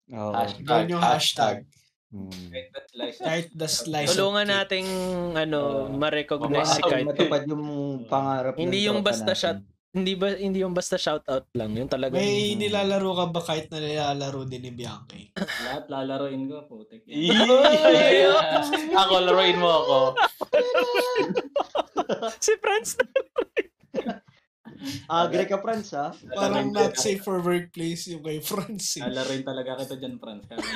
Speaker 3: Oo.
Speaker 6: Gawin yung hashtag.
Speaker 3: Hmm.
Speaker 2: Kahit that
Speaker 6: [laughs]
Speaker 2: slice.
Speaker 6: Kahit the slice of
Speaker 1: Tulungan
Speaker 6: cake.
Speaker 1: nating ano,
Speaker 4: Ah.
Speaker 1: ma-recognize si
Speaker 4: Wow.
Speaker 3: Kaya
Speaker 1: Kite.
Speaker 3: matupad yung pangarap ng
Speaker 1: Hindi yung
Speaker 3: tropa
Speaker 1: basta
Speaker 3: natin.
Speaker 1: shot. Hindi ba hindi yung basta shoutout lang, yung talaga.
Speaker 6: May
Speaker 3: Mhm.
Speaker 6: nilalaro ka ba kahit na nilalaro din ni Bianca?
Speaker 2: Lahat lalaroin ko. Putik.
Speaker 4: Eee! [laughs] ako, laruin mo ako.
Speaker 1: [laughs] si Franz na.
Speaker 3: Agre ka, Franz, ha?
Speaker 6: Parang not safe for workplace yung kay Francis.
Speaker 2: Lalaroin talaga kita dyan, Franz. Kaya-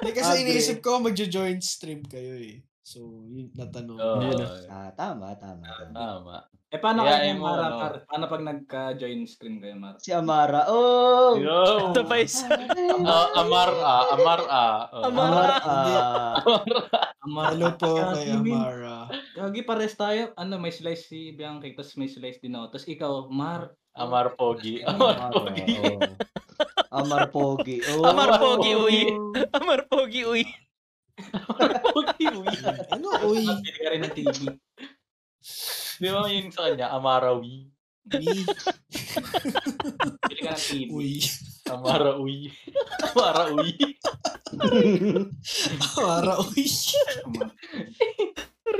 Speaker 6: Hindi, kasi
Speaker 3: Agree.
Speaker 6: iniisip ko magjo-join stream kayo eh. So, yun natanong.
Speaker 4: Oo.
Speaker 1: Yun na.
Speaker 3: Ah, tama, tama. tama.
Speaker 4: Oh, Tama.
Speaker 2: Eh, paano
Speaker 4: Kaya
Speaker 2: kayo
Speaker 4: mo,
Speaker 2: Mara,
Speaker 4: ano?
Speaker 2: Mar? Paano pag nagka-join screen kayo, Mar?
Speaker 3: Si Amara. Oh!
Speaker 4: Yo!
Speaker 1: Ito pa isa.
Speaker 4: Ah, Amara, Amara. Oo.
Speaker 1: Amara.
Speaker 3: Amara.
Speaker 6: Hello po kay Amara.
Speaker 2: Gagi, pares tayo. Ano, may slice si Bianca, tapos may slice din ako. Tapos ikaw, Mar.
Speaker 4: Amar Pogi. [laughs]
Speaker 2: Ay,
Speaker 4: Amar
Speaker 3: Oo,
Speaker 4: Pogi.
Speaker 3: oo. Amar Pogi. Oh.
Speaker 1: Amar Pogi, uy. [laughs] Amar pogi, uy.
Speaker 4: Pogi, uy.
Speaker 6: Ano, oy?
Speaker 2: Bili ka rin ng TV.
Speaker 4: Di ba yun sa kanya? Amarawi.
Speaker 6: Me,
Speaker 2: Bili ka ng TV.
Speaker 6: uy.
Speaker 4: Amarawi. [laughs] Amarawi.
Speaker 6: Para, uy.
Speaker 2: Ay,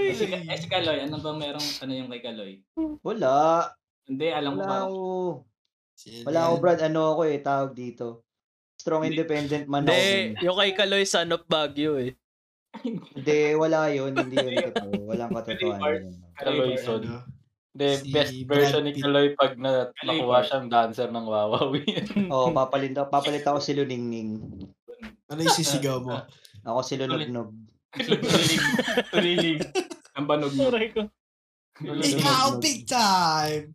Speaker 2: Eh, si, ay, si Kaloy, ano ba merong ano yung kay Kaloy?
Speaker 3: Wala.
Speaker 2: Hindi, alam ko
Speaker 3: Wala
Speaker 2: parang
Speaker 3: ako. Wala ako, Brad. Ano ako eh, tawag dito. Strong independent man ako.
Speaker 1: Hindi, yung kay Kaloy, son of Baguio eh.
Speaker 3: Hindi, wala yun. Hindi yun totoo. Walang katotohanan. yun.
Speaker 4: Kaloy Son.
Speaker 6: Ano?
Speaker 4: The
Speaker 6: Si
Speaker 4: best
Speaker 6: Brad
Speaker 4: version ni
Speaker 6: Pitt.
Speaker 4: Kaloy pag na,
Speaker 2: Kaloy
Speaker 4: nakuha
Speaker 2: Park.
Speaker 4: siyang dancer ng Wawawi.
Speaker 1: [laughs]
Speaker 3: Oo, oh, papalit, papalit ako si Luningning.
Speaker 6: Ano yung sisigaw mo?
Speaker 3: Ako si Lunugnog.
Speaker 4: Tulilig. Tulilig.
Speaker 2: ang banog niya.
Speaker 1: Aray ko.
Speaker 6: Ikaw, big time!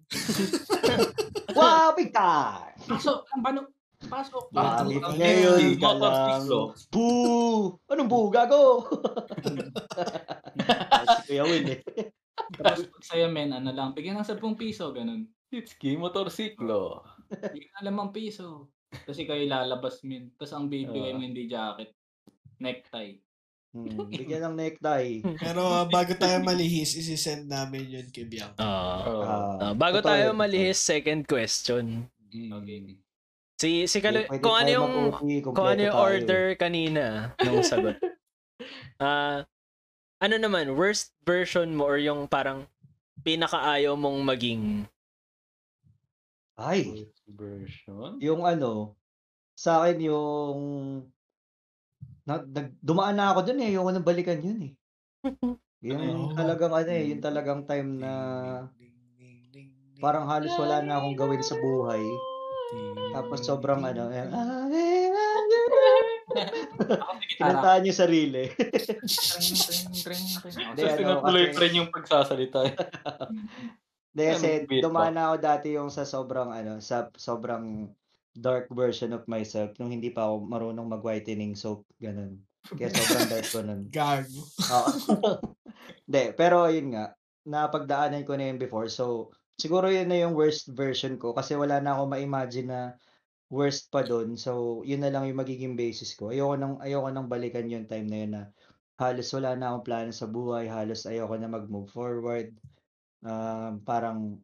Speaker 3: Wow, big time!
Speaker 2: Pasok, ang banog. Pasok.
Speaker 6: Ah,
Speaker 3: Bakit
Speaker 6: ang
Speaker 3: ngayon
Speaker 6: galing.
Speaker 3: ka lang? Boo! Anong boo, gago?
Speaker 1: [laughs]
Speaker 3: Ah, si Kuya Will eh.
Speaker 2: [laughs] Tapos pag sa'yo, men, ano lang, bigyan ng 10 piso, ganun.
Speaker 4: Sitski, motorsiklo.
Speaker 2: Bigyan ng 5 piso. Kasi kayo lalabas, men. Tapos ang bibigay mo hindi jacket, necktie.
Speaker 3: Hmm, bigyan ng necktie.
Speaker 1: Hmm.
Speaker 6: Pero ah, bago tayo malihis, isisend namin yun kay Bianca.
Speaker 1: Ah.
Speaker 4: Oh.
Speaker 3: Ah,
Speaker 1: Ah, bago
Speaker 3: totoo
Speaker 1: tayo
Speaker 3: yun,
Speaker 1: malihis, second question.
Speaker 4: Hmm.
Speaker 2: Okay.
Speaker 1: Si si Kaloy,
Speaker 3: Pwede
Speaker 1: kung ano
Speaker 3: tayo
Speaker 1: yung
Speaker 3: mag-OT,
Speaker 1: kung ano
Speaker 3: kompleto
Speaker 1: yung
Speaker 3: tayo eh.
Speaker 1: order kanina ng
Speaker 3: [laughs]
Speaker 1: sagot. Ah, ano naman worst version mo or yung parang pinakaayaw mong maging
Speaker 3: Ay,
Speaker 4: Worst Version?
Speaker 3: yung ano, sa akin yung na, nag, dumaan na ako dun eh, yung nang balikan
Speaker 1: [laughs]
Speaker 3: yun eh. Yung
Speaker 1: Oh.
Speaker 6: Ano?
Speaker 3: talagang ano eh,
Speaker 1: Hmm.
Speaker 3: yung talagang time na parang halos wala na akong gawin sa buhay. Tapos sobrang ano, eh,
Speaker 2: Ako, may gitara.
Speaker 3: kinantaan yung sarili. [laughs]
Speaker 2: Tring, tring, tring, tring. Ako,
Speaker 3: Hindi,
Speaker 4: Tapos
Speaker 3: ano,
Speaker 4: pinatuloy
Speaker 3: kasi-
Speaker 4: pa rin yung
Speaker 3: [laughs]
Speaker 4: pagsasalita.
Speaker 3: Hindi kasi
Speaker 4: Beat
Speaker 3: dumaan na ako dati yung sa sobrang ano, sa sobrang dark version of myself nung hindi pa ako marunong mag-whitening soap, ganun. Kaya sobrang dark ko nun.
Speaker 6: Gago.
Speaker 3: Oo. [laughs] Hindi, pero yun nga, napagdaanan ko na yun before. So, siguro yun na yung worst version ko kasi wala na ako ma-imagine na worst pa doon. So, yun na lang yung magiging basis ko. Ayoko nang, ayoko nang balikan yung time na yun na halos wala na akong plano sa buhay, halos ayoko na mag-move forward. Um, parang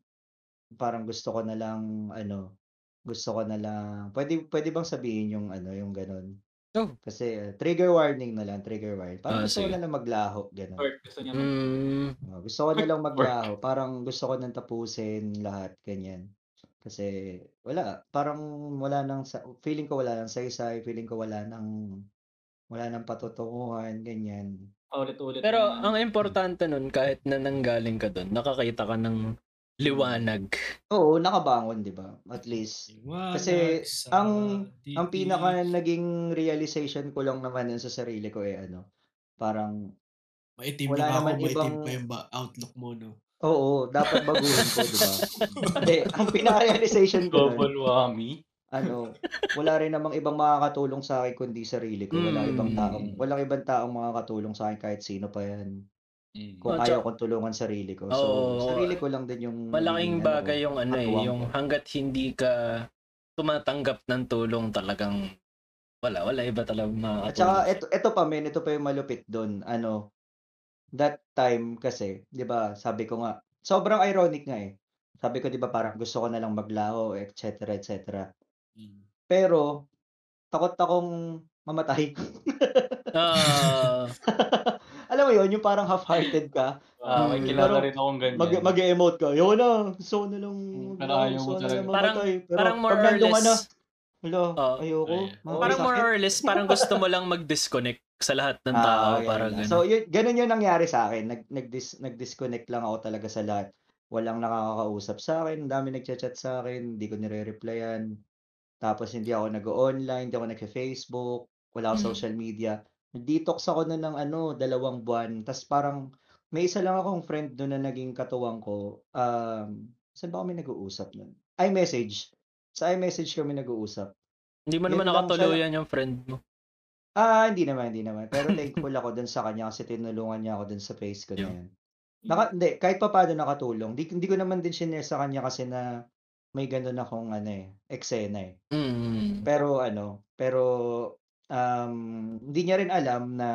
Speaker 3: parang gusto ko na lang ano, gusto ko na lang. Pwede pwede bang sabihin yung ano, yung ganun?
Speaker 1: Oh.
Speaker 3: Kasi uh, trigger warning na lang, trigger warning.
Speaker 1: Ah,
Speaker 3: Parang gusto ko
Speaker 1: sige.
Speaker 3: na lang maglaho, ganun.
Speaker 2: Kurt, gusto niya mag-
Speaker 1: mm,
Speaker 3: Oh, gusto ko na lang maglaho. Parang gusto ko nang tapusin lahat, ganyan. Kasi wala, parang wala nang sa- feeling ko wala nang saysay, feeling ko wala nang wala nang patutunguhan, ganyan.
Speaker 2: paulit-ulit.
Speaker 1: pero
Speaker 2: ng, ano,
Speaker 1: ang importante nun kahit na nanggaling ka doon, nakakita ka ng liwanag.
Speaker 3: Oo, nakabangon, 'di ba? At least Kasi ang- ang pinaka naging realization ko lang naman yun sa sarili ko eh ano, parang
Speaker 6: Maitim
Speaker 3: wala
Speaker 6: na ba ako,
Speaker 3: naman
Speaker 6: maitim
Speaker 3: ibang-
Speaker 6: pa yung ba- outlook mo, no?
Speaker 3: oo, dapat baguhin ko, 'di ba? Hindi, ang pinaka-realization ko nun,
Speaker 4: Global Wami.
Speaker 3: ano, wala rin namang ibang makakatulong sa akin kundi sarili ko. Wala
Speaker 1: Mm.
Speaker 3: ibang taong, walang ibang taong makakatulong sa akin kahit sino pa yan. Kung
Speaker 1: Oh,
Speaker 3: ayaw
Speaker 1: tsaka-
Speaker 3: kong tulungan sarili ko. So,
Speaker 1: Oo.
Speaker 3: sarili ko lang din yung
Speaker 1: Malaking
Speaker 3: ano ko,
Speaker 1: bagay yung ano eh,
Speaker 3: katuwang ko.
Speaker 1: yung hanggat hindi ka tumatanggap ng tulong talagang wala, wala iba talaga
Speaker 3: At saka,
Speaker 1: makakatulong.
Speaker 3: eto, eto pa men, ito pa yung malupit doon. Ano, that time kasi, di ba, sabi ko nga, sobrang ironic nga eh. Sabi ko, di ba, parang gusto ko na lang maglaho, et cetera, et cetera.
Speaker 6: Hmm.
Speaker 3: Pero, takot akong mamatay. [laughs]
Speaker 1: Ah,
Speaker 3: Alam mo yun, yung parang half-hearted ka,
Speaker 4: Ah, may
Speaker 3: Mm.
Speaker 4: kilala
Speaker 3: Pero
Speaker 4: rin akong ganyan.
Speaker 3: mag, mag-emote ka, yun na, gusto ko na lang,
Speaker 4: Mm, pero
Speaker 3: maglaho,
Speaker 4: ayaw
Speaker 3: gusto ko
Speaker 4: mo
Speaker 3: na lang
Speaker 4: talaga.
Speaker 1: Parang-
Speaker 3: mamatay. [laughs] Pero,
Speaker 1: parang more
Speaker 3: pag
Speaker 1: or
Speaker 3: nandun ka
Speaker 1: less.
Speaker 3: na, wala,
Speaker 1: Oo.
Speaker 3: ayoko.
Speaker 4: Ay,
Speaker 3: mga
Speaker 1: Parang
Speaker 3: sakit."
Speaker 1: more or less, parang gusto mo lang mag-disconnect sa lahat ng
Speaker 3: Ah,
Speaker 1: tao.
Speaker 3: okay,
Speaker 1: parang
Speaker 3: okay.
Speaker 1: ganun.
Speaker 3: So, yun, ganun yung nangyari sa akin. Nag, nag-dis, nag-disconnect lang ako talaga sa lahat. Walang nakakausap sa akin. Ang dami nagchat-chat sa akin. Hindi ko nire-replyan. Tapos, hindi ako nag-online. Hindi ako nag-Facebook. Wala ako
Speaker 1: Mm.
Speaker 3: social media. Detox ako na ng ano, dalawang buwan. Tapos parang, may isa lang akong friend doon na naging katuwang ko. Um, saan ba kami nag-uusap nun? iMessage. Sa iMessage kami nag-uusap.
Speaker 1: Hindi mo
Speaker 3: Yun
Speaker 1: naman
Speaker 3: lang siya.
Speaker 1: nakatuluyan yung friend mo.
Speaker 3: Ah, hindi naman, hindi naman. Pero thankful ako dun sa kanya kasi tinulungan niya ako dun sa face ko na
Speaker 1: Yeah.
Speaker 3: yun. Naka, hindi, kahit pa paano nakatulong. Di, hindi ko naman din shinare sa kanya kasi na may ganun akong ano eh, eksena eh.
Speaker 1: Mm.
Speaker 3: Pero ano, pero um, hindi niya rin alam na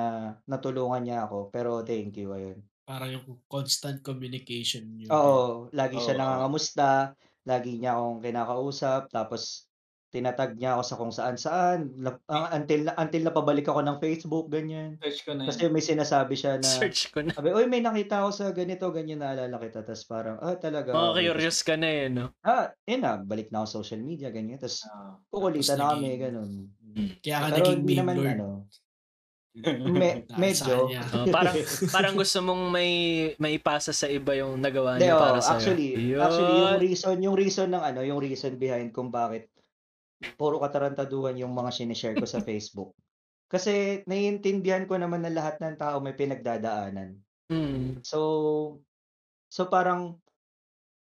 Speaker 3: natulungan niya ako. Pero thank you, ayun.
Speaker 6: Parang yung constant communication niyo.
Speaker 3: Oo, lagi siya
Speaker 4: Oo.
Speaker 3: nangangamusta, lagi niya akong kinakausap, tapos tinatag niya ako sa kung saan saan, la- ah, until, na- until napabalik ako ng Facebook, ganyan.
Speaker 2: Search ko na yun.
Speaker 3: Kasi may sinasabi siya na,
Speaker 1: Search
Speaker 3: [laughs]
Speaker 1: ko na.
Speaker 3: sabi, uy, may nakita ako sa ganito, ganyan, naalala kita. Tapos parang, ah, talaga.
Speaker 1: Mga
Speaker 3: okay."
Speaker 1: curious ka na eh, no?
Speaker 3: Ah, yun na, balik na ako sa social media, ganyan. Tapos,
Speaker 2: Ah.
Speaker 3: kukulitan
Speaker 6: Tapos
Speaker 3: na kami,
Speaker 6: naging-
Speaker 3: ganun.
Speaker 6: ano. Kaya ka
Speaker 3: Pero
Speaker 6: naging
Speaker 3: hindi
Speaker 6: meme
Speaker 3: naman,
Speaker 6: lord.
Speaker 3: ano, me-
Speaker 6: Dahil sa
Speaker 3: medyo.
Speaker 6: kanya.
Speaker 1: [laughs] Oh,
Speaker 6: [laughs]
Speaker 1: parang parang gusto mong may maipasa sa iba yung nagawa
Speaker 3: Hindi,
Speaker 1: niya
Speaker 3: oo,
Speaker 1: Ano para sa
Speaker 3: actually, actually, yung reason, yung reason ng ano, yung reason behind kung bakit puro katarantaduhan yung mga sinishare ko sa Facebook. Kasi naiintindihan ko naman na lahat ng tao may pinagdadaanan.
Speaker 1: Mm.
Speaker 3: So, so parang,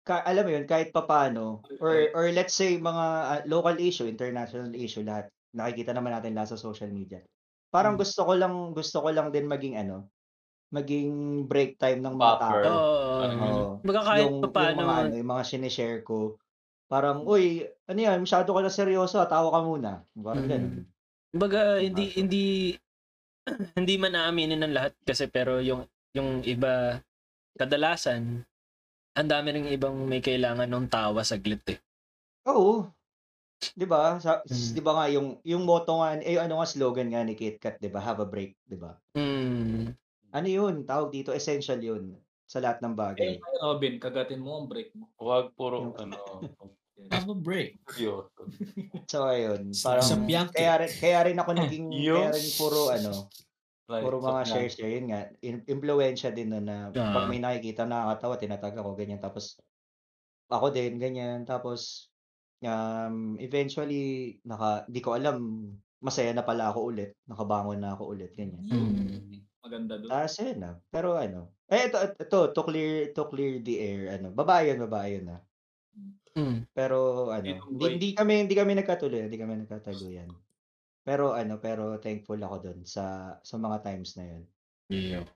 Speaker 3: ka, alam mo yun, kahit papaano, or, or let's say mga ah, local issue, international issue, lahat, nakikita naman natin lahat sa social media. Parang gusto ko lang, gusto ko lang din maging ano, maging break time ng mga
Speaker 4: Buffer.
Speaker 3: tao.
Speaker 1: Oo.
Speaker 3: Oo.
Speaker 1: Baga kahit
Speaker 3: yung,
Speaker 1: pa paano.
Speaker 3: yung mga, ano, yung mga sinishare ko, parang, uy, ano yan, masyado ka na seryoso, ah, tawa ka muna. Parang
Speaker 1: Mm.
Speaker 3: ganun.
Speaker 1: Baga hindi
Speaker 3: Buffer.
Speaker 1: hindi [clears throat] hindi man naaminin ng lahat kasi pero yung yung iba kadalasan ang dami ring ibang may kailangan ng tawa saglit eh.
Speaker 3: Oo. 'Di ba? Sa,
Speaker 1: Mm.
Speaker 3: 'Di ba nga yung yung motto nga eh ano nga slogan nga ni KitKat, 'di ba? Have a break, 'di ba?
Speaker 1: Mm.
Speaker 3: Ano 'yun? Tawag dito essential 'yun sa lahat ng bagay.
Speaker 6: Eh,
Speaker 2: Ayun kay Robin, kagatin mo ang break mo.
Speaker 4: Huwag puro,
Speaker 3: Yung-
Speaker 4: ano,
Speaker 6: Have a break.
Speaker 4: seryoso.
Speaker 3: So ayun,
Speaker 6: Sa-
Speaker 3: parang
Speaker 6: sa Bianchi.
Speaker 3: kaya rin, kaya rin
Speaker 6: [laughs]
Speaker 3: ako naging kaya
Speaker 4: Yung-
Speaker 3: rin puro ano,
Speaker 4: Like,
Speaker 3: puro mga
Speaker 4: sobrang-
Speaker 3: shares share yun nga. In, impluwensya din nun na
Speaker 1: Ah.
Speaker 3: pag may nakikita nakakatawa, tinatag ako ganyan tapos ako din ganyan tapos um, eventually naka di ko alam masaya na pala ako ulit, nakabangon na ako ulit ganyan.
Speaker 1: Mm.
Speaker 2: Maganda doon.
Speaker 3: Ah, sa'yo na. Pero ano. Eh, ito, ito, to clear, to clear the air, ano. Babae yun, babae yun, ah.
Speaker 1: Mm.
Speaker 3: Pero, ano,
Speaker 2: Inong
Speaker 3: hindi,
Speaker 2: boy.
Speaker 3: hindi kami, hindi kami nagkatuloy, hindi kami nagkataguyán. Pero, ano, pero thankful ako dun sa, sa mga times na yun.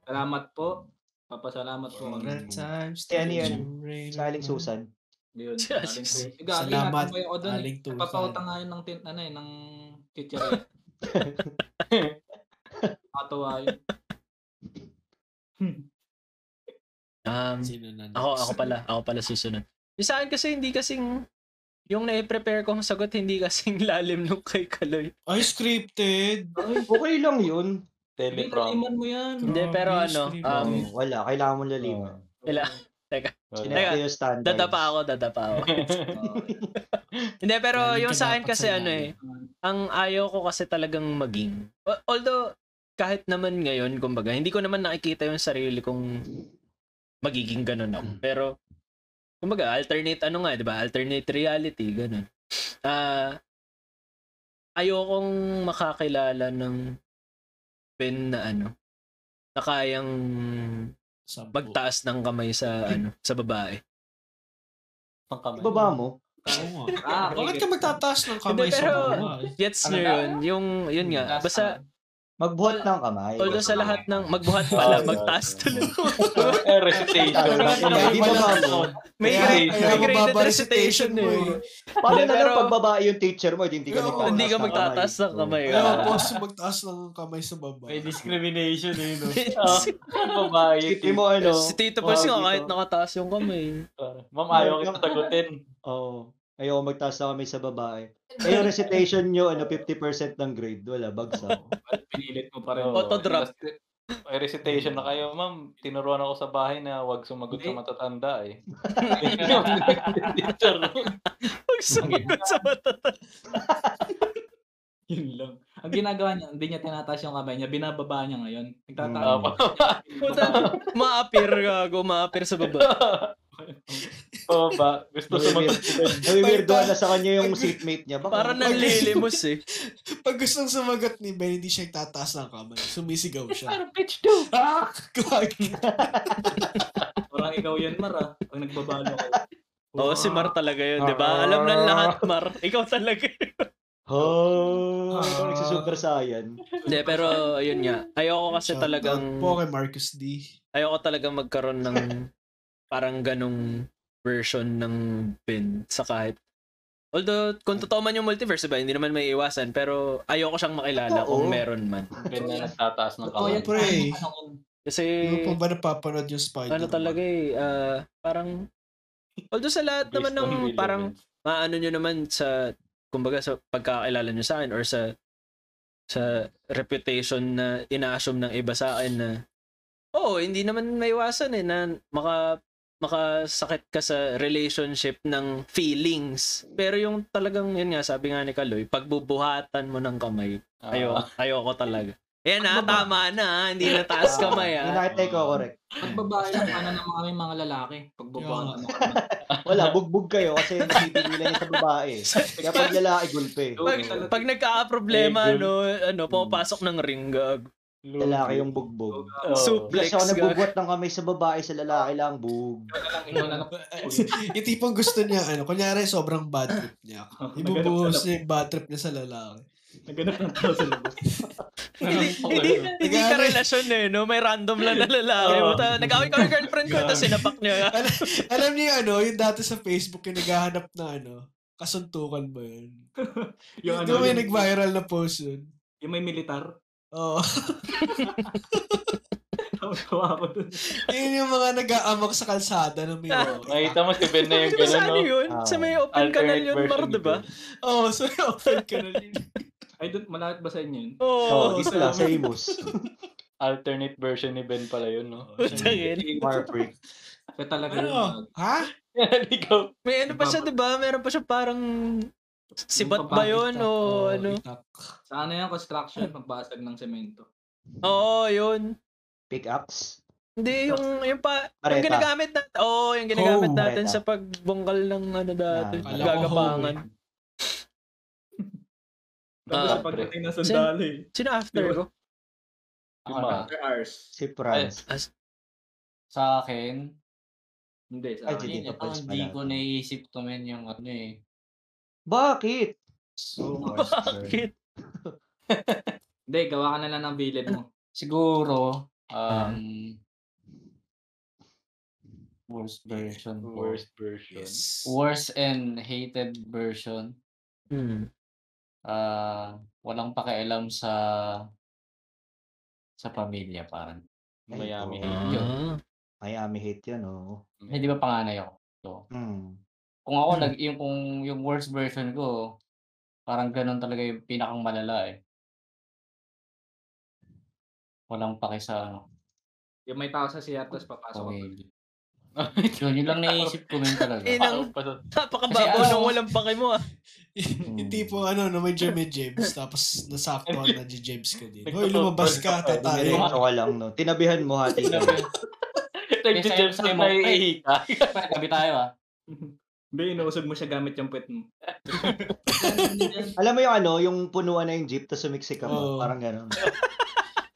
Speaker 2: Salamat po. Papasalamat po
Speaker 6: All the
Speaker 1: Mm.
Speaker 2: kami.
Speaker 6: times.
Speaker 3: Kaya ano
Speaker 6: times
Speaker 3: yun?
Speaker 6: you rain
Speaker 3: Sa Aling
Speaker 6: upon-
Speaker 1: [laughs]
Speaker 3: Susan. [laughs]
Speaker 2: Yun.
Speaker 1: Yes.
Speaker 2: Aling Tusan. Sige,
Speaker 6: Salamat,
Speaker 2: Salamat. ako doon.
Speaker 6: Aling
Speaker 2: Eh.
Speaker 6: Tusan.
Speaker 2: Napapauta nga yun ng, tin, ano eh, ng teacher. eh. Nakatawa yun.
Speaker 1: Um,
Speaker 6: Sino na
Speaker 1: ako
Speaker 6: next?
Speaker 1: ako pala, ako pala susunod. Yung sa akin kasi hindi kasing yung na-prepare kong sagot hindi kasing [laughs] lalim nung kay Kaloy.
Speaker 6: Ay, scripted.
Speaker 3: Okay lang yun.
Speaker 1: Um,
Speaker 2: Hindi,
Speaker 4: Teleprompter.
Speaker 2: naliman mo yan.
Speaker 1: Oh, Hindi,
Speaker 6: Grabe,
Speaker 1: pero ano,
Speaker 6: scripted.
Speaker 1: um,
Speaker 3: Oo, wala. Kailangan mo laliman.
Speaker 1: Wala.
Speaker 3: Sinet ko yung standards.
Speaker 1: oh. Dadapa ako, dadapa ako.
Speaker 2: Okay.
Speaker 1: Hindi, pero
Speaker 6: Galing
Speaker 1: yung
Speaker 6: ka
Speaker 1: sa akin
Speaker 6: dapat
Speaker 1: kasi
Speaker 6: sa
Speaker 1: ano eh,
Speaker 6: lalim.
Speaker 1: ang ayaw ko kasi talagang maging. Al- Although, kahit naman ngayon, kumbaga, hindi ko naman nakikita yung sarili kong magiging ganun ako. Pero, kumbaga, alternate ano nga, di ba? Alternate reality, ganun. Ah, ayokong makakilala ng Ben na ano, na kayang
Speaker 6: Sampo.
Speaker 1: magtaas ng kamay sa ano sa babae.
Speaker 3: Ibaba mo.
Speaker 6: Oo nga.
Speaker 2: Ah,
Speaker 6: Bakit ka magtataas ng
Speaker 1: Hindi,
Speaker 6: kamay sa
Speaker 1: pero-
Speaker 6: mga?
Speaker 1: Gets
Speaker 3: Ano
Speaker 1: niyo
Speaker 3: ba?
Speaker 1: yun? Yung, yun nga.
Speaker 2: Taas
Speaker 1: Basta,
Speaker 2: ang-
Speaker 3: Magbuhat ng kamay.
Speaker 1: although sa lahat ng, magbuhat pala,
Speaker 4: Oh,
Speaker 1: magtaas
Speaker 4: yeah.
Speaker 1: tuloy.
Speaker 4: Eh, recitation.
Speaker 3: Tama, tama.
Speaker 6: Hindi ba
Speaker 3: ba
Speaker 4: Ano?
Speaker 1: May
Speaker 4: Kaya-
Speaker 1: grade,
Speaker 4: kaya
Speaker 1: may graded
Speaker 6: mababa
Speaker 1: recitation
Speaker 6: recitation mo
Speaker 1: eh. [laughs]
Speaker 3: Parang
Speaker 1: Hindi,
Speaker 3: ano,
Speaker 1: pero-
Speaker 3: pag babae yung teacher mo, hindi ka
Speaker 6: Oo,
Speaker 3: magtataas
Speaker 1: hindi ka
Speaker 3: ng Hmm.
Speaker 1: magtataas ng kamay.
Speaker 6: Ayaw ko kasi magtaas lang ang kamay sa baba.
Speaker 7: May discrimination eh,
Speaker 1: [laughs]
Speaker 7: no?
Speaker 4: Oh, babae,
Speaker 3: Isipin mo ano,
Speaker 1: ah. Si Tito Pulse
Speaker 3: Wow,
Speaker 1: nga kahit
Speaker 3: Tito.
Speaker 1: nakataas yung kamay.
Speaker 4: Ma'am, ayaw kita sagutin.
Speaker 3: Oo. Ayoko magtaas na kami sa babae.
Speaker 1: [laughs]
Speaker 3: Eh, yung recitation nyo, ano, 50% ng grade. Wala, bagsak.
Speaker 2: Well, Pinilit mo pa rin.
Speaker 4: Oo.
Speaker 1: Autodrop.
Speaker 4: Tapos, May recitation na kayo, ma'am. Tinuruan ako sa bahay na huwag sumagot sa matatanda eh. Teacher.
Speaker 1: Pag sumagot sa mata.
Speaker 2: [laughs] Yun lang. Ang ginagawa niya, hindi niya tinataas yung kamay niya, binababa niya ngayon. Nagtataas.
Speaker 6: Hmm.
Speaker 3: Mm.
Speaker 1: [laughs] Puta, ma-appear gago, ma-appear sa baba.
Speaker 4: Oo ba? Gusto sumagot.
Speaker 3: Nawiwirdoan na sa kanya yung seatmate niya. Baka,
Speaker 1: Para nanlilimos eh.
Speaker 6: [laughs] Pag gustong sumagot ni Ben, hindi siya tataas ng kamay. Sumisigaw siya.
Speaker 4: Bitch, do!
Speaker 6: ah! [laughs] Gagi.
Speaker 2: Parang ikaw yun, Mar, ah. Pag nagbabalo ka.
Speaker 1: Oo, si Mar talaga yun, di ba? Alam na lahat, Mar. Ikaw talaga.
Speaker 3: Oh,
Speaker 6: Ah.
Speaker 3: ikaw nagsusuper saiyan.
Speaker 1: Hindi, pero yun nga. Ayoko kasi
Speaker 6: Shoutout
Speaker 1: talagang,
Speaker 6: po kay Marcus D.
Speaker 1: ayoko talagang magkaroon ng [laughs] parang ganong version ng pin sa kahit. Although, kung totoo man yung multiverse, diba, hindi naman may iwasan, pero ayoko siyang makilala kung
Speaker 3: Totoo.
Speaker 1: meron man.
Speaker 4: Ben na nagtataas ng
Speaker 6: Totoo Oh, yan,
Speaker 2: Ano,
Speaker 4: kamay.
Speaker 6: pre.
Speaker 1: Kasi,
Speaker 6: Hindi mo Ano pa ba napapanood yung Spider-Man?
Speaker 1: ano talaga eh, ah, parang, although sa lahat
Speaker 4: Based
Speaker 1: naman
Speaker 4: on
Speaker 1: ng
Speaker 4: real
Speaker 1: parang
Speaker 4: events.
Speaker 1: maano nyo naman sa kumbaga sa pagkakilala nyo sa akin or sa sa reputation na ina-assume ng iba sa akin na oo, hindi naman maiwasan eh na maka makasakit ka sa relationship ng feelings. Pero yung talagang yun nga sabi nga ni Kaloy, pagbubuhatan mo ng kamay.
Speaker 4: Ah.
Speaker 1: Ayo, ayoko talaga. Ayan na, tama na. ah. Hindi na
Speaker 3: [laughs]
Speaker 1: taas kamay
Speaker 3: Yung
Speaker 1: ah.
Speaker 3: nakita ko, correct.
Speaker 2: Pag babae lang, ano naman kami mga lalaki? Pag babae
Speaker 6: Yeah.
Speaker 2: ano
Speaker 3: Wala, bugbog kayo kasi napipigilan niya sa babae. Kaya pag lalaki, gulpe.
Speaker 1: Pag, pag nagka-problema,
Speaker 4: Eh, girl.
Speaker 1: ano, ano, pumapasok ng ring gag.
Speaker 3: Lalaki yung bugbog.
Speaker 4: Oo. [laughs]
Speaker 1: Soup.
Speaker 3: Bless
Speaker 1: Flex,
Speaker 3: ako nagbubuhat ng kamay sa babae, sa lalaki lang, bug.
Speaker 2: ikaw na lang.
Speaker 6: [laughs] yung tipong gusto niya, ano, kunyari sobrang bad trip niya. [laughs] Ibubuhos niya yung bad trip niya sa lalaki.
Speaker 2: Naganap ng tao sa labas.
Speaker 1: hindi, hindi, hindi ka relasyon eh, no? May random lang na lalaki.
Speaker 4: Oo.
Speaker 1: Buta, nag-away kami girlfriend ko, tapos sinapak niya.
Speaker 6: Alam, alam niyo yung ano, yung dati sa Facebook yung naghahanap na ano, kasuntukan ba yun?
Speaker 2: Yung
Speaker 6: Yung,
Speaker 2: ano,
Speaker 6: may
Speaker 2: yung-
Speaker 6: nag-viral na post yun.
Speaker 2: Yung may militar.
Speaker 6: Oo. [laughs]
Speaker 2: Tawa ko dun.
Speaker 6: yun yung mga nag-aamok sa kalsada na may
Speaker 1: Ah.
Speaker 6: okay.
Speaker 4: Nakita mo si Ben na yung
Speaker 1: Diba
Speaker 4: gano'n,
Speaker 1: saan
Speaker 4: no?
Speaker 1: yun? Sa may open canal
Speaker 4: Alternate
Speaker 1: yun,
Speaker 4: version
Speaker 1: Mar,
Speaker 4: ni
Speaker 1: diba?
Speaker 4: Ben.
Speaker 6: Oo, oh, so [laughs] yung open ka na yun.
Speaker 2: Ay, dun, malapit ba sa inyo yun?
Speaker 1: Oo.
Speaker 3: Oh, dito lang, sa Imus.
Speaker 4: Alternate version ni Ben pala yun, no? [laughs]
Speaker 1: Putangin.
Speaker 3: Marfreak.
Speaker 2: Kaya talaga
Speaker 6: Ano?
Speaker 2: yun.
Speaker 6: Ha?
Speaker 4: Ikaw.
Speaker 1: May ano pa siya, diba? Meron pa siya parang sibat
Speaker 2: Yung
Speaker 1: ba yun?
Speaker 6: Itak,
Speaker 1: O
Speaker 6: oo,
Speaker 1: ano?
Speaker 6: Oh, itak.
Speaker 2: Sa ano yung construction, pagbasag ng semento.
Speaker 1: Oo, yun.
Speaker 3: Pickaxe.
Speaker 1: Hindi, yung, yung pa, yung
Speaker 3: Pareta.
Speaker 1: ginagamit natin, oo, yung ginagamit
Speaker 6: Oh,
Speaker 1: natin
Speaker 3: pareta.
Speaker 1: sa pagbungkal ng ano dati,
Speaker 3: Ah,
Speaker 6: Kala ko
Speaker 1: gagapangan.
Speaker 2: Tapos
Speaker 1: Ah,
Speaker 2: sa pagdating ng
Speaker 1: pre.
Speaker 2: sundalo eh.
Speaker 1: Sino after ko?
Speaker 4: Yung mga-
Speaker 2: After hours.
Speaker 3: Si Franz.
Speaker 7: Sa akin,
Speaker 2: Hindi, sa
Speaker 3: Ay,
Speaker 2: akin.
Speaker 3: Hindi
Speaker 7: yun,
Speaker 3: pa
Speaker 7: ito,
Speaker 3: pals
Speaker 7: hindi
Speaker 3: pala
Speaker 7: ko
Speaker 3: to.
Speaker 7: naiisip to men yung ano eh.
Speaker 3: Bakit?
Speaker 7: So,
Speaker 1: Bakit?
Speaker 2: Hindi, gawa ka na lang ng bilid mo.
Speaker 7: siguro, um, worst version ko.
Speaker 4: Worst version.
Speaker 6: Yes.
Speaker 7: Worst and hated version.
Speaker 1: Hmm.
Speaker 7: Ah, walang pakialam sa sa pamilya parang.
Speaker 4: Miami
Speaker 3: Ay,
Speaker 4: Heat.
Speaker 1: Ah.
Speaker 3: Miami hate yan, oo.
Speaker 7: Hindi Eh, ba panganay ako? So,
Speaker 3: Hmm.
Speaker 7: kung ako nag yung kung yung worst version ko, parang ganun talaga yung pinakang malala eh. Walang paki sa ano,
Speaker 2: Yung may tao sa siya, tapos papasok ka.
Speaker 3: [laughs]
Speaker 7: pamilya. yun, yun lang naisip ko men talaga.
Speaker 1: Eh, nang-
Speaker 4: Tao pa [laughs] sa-
Speaker 1: Napakababaw
Speaker 7: Kasi,
Speaker 1: ng
Speaker 7: ah,
Speaker 1: walang pake mo ah.
Speaker 6: [laughs]
Speaker 3: Mm.
Speaker 6: yung tipo ano, no,
Speaker 3: [laughs]
Speaker 6: may jam may jams, tapos nasaktuhan na jams ka din. Hoy, lumabas ka,
Speaker 3: Ay,
Speaker 6: tatayo.
Speaker 3: so ka lang, no? Tinabihan mo, hati. ka.
Speaker 4: Nag-jump
Speaker 7: sa'yo
Speaker 4: sa
Speaker 7: mo.
Speaker 4: may hika.
Speaker 7: Tabi tayo ah.
Speaker 2: Hindi, inuusog mo siya gamit yung puwet mo.
Speaker 3: Alam mo yung ano, yung punuan na yung jeep, tapos sumiksik ka mo.
Speaker 6: Oo.
Speaker 3: Parang ganun.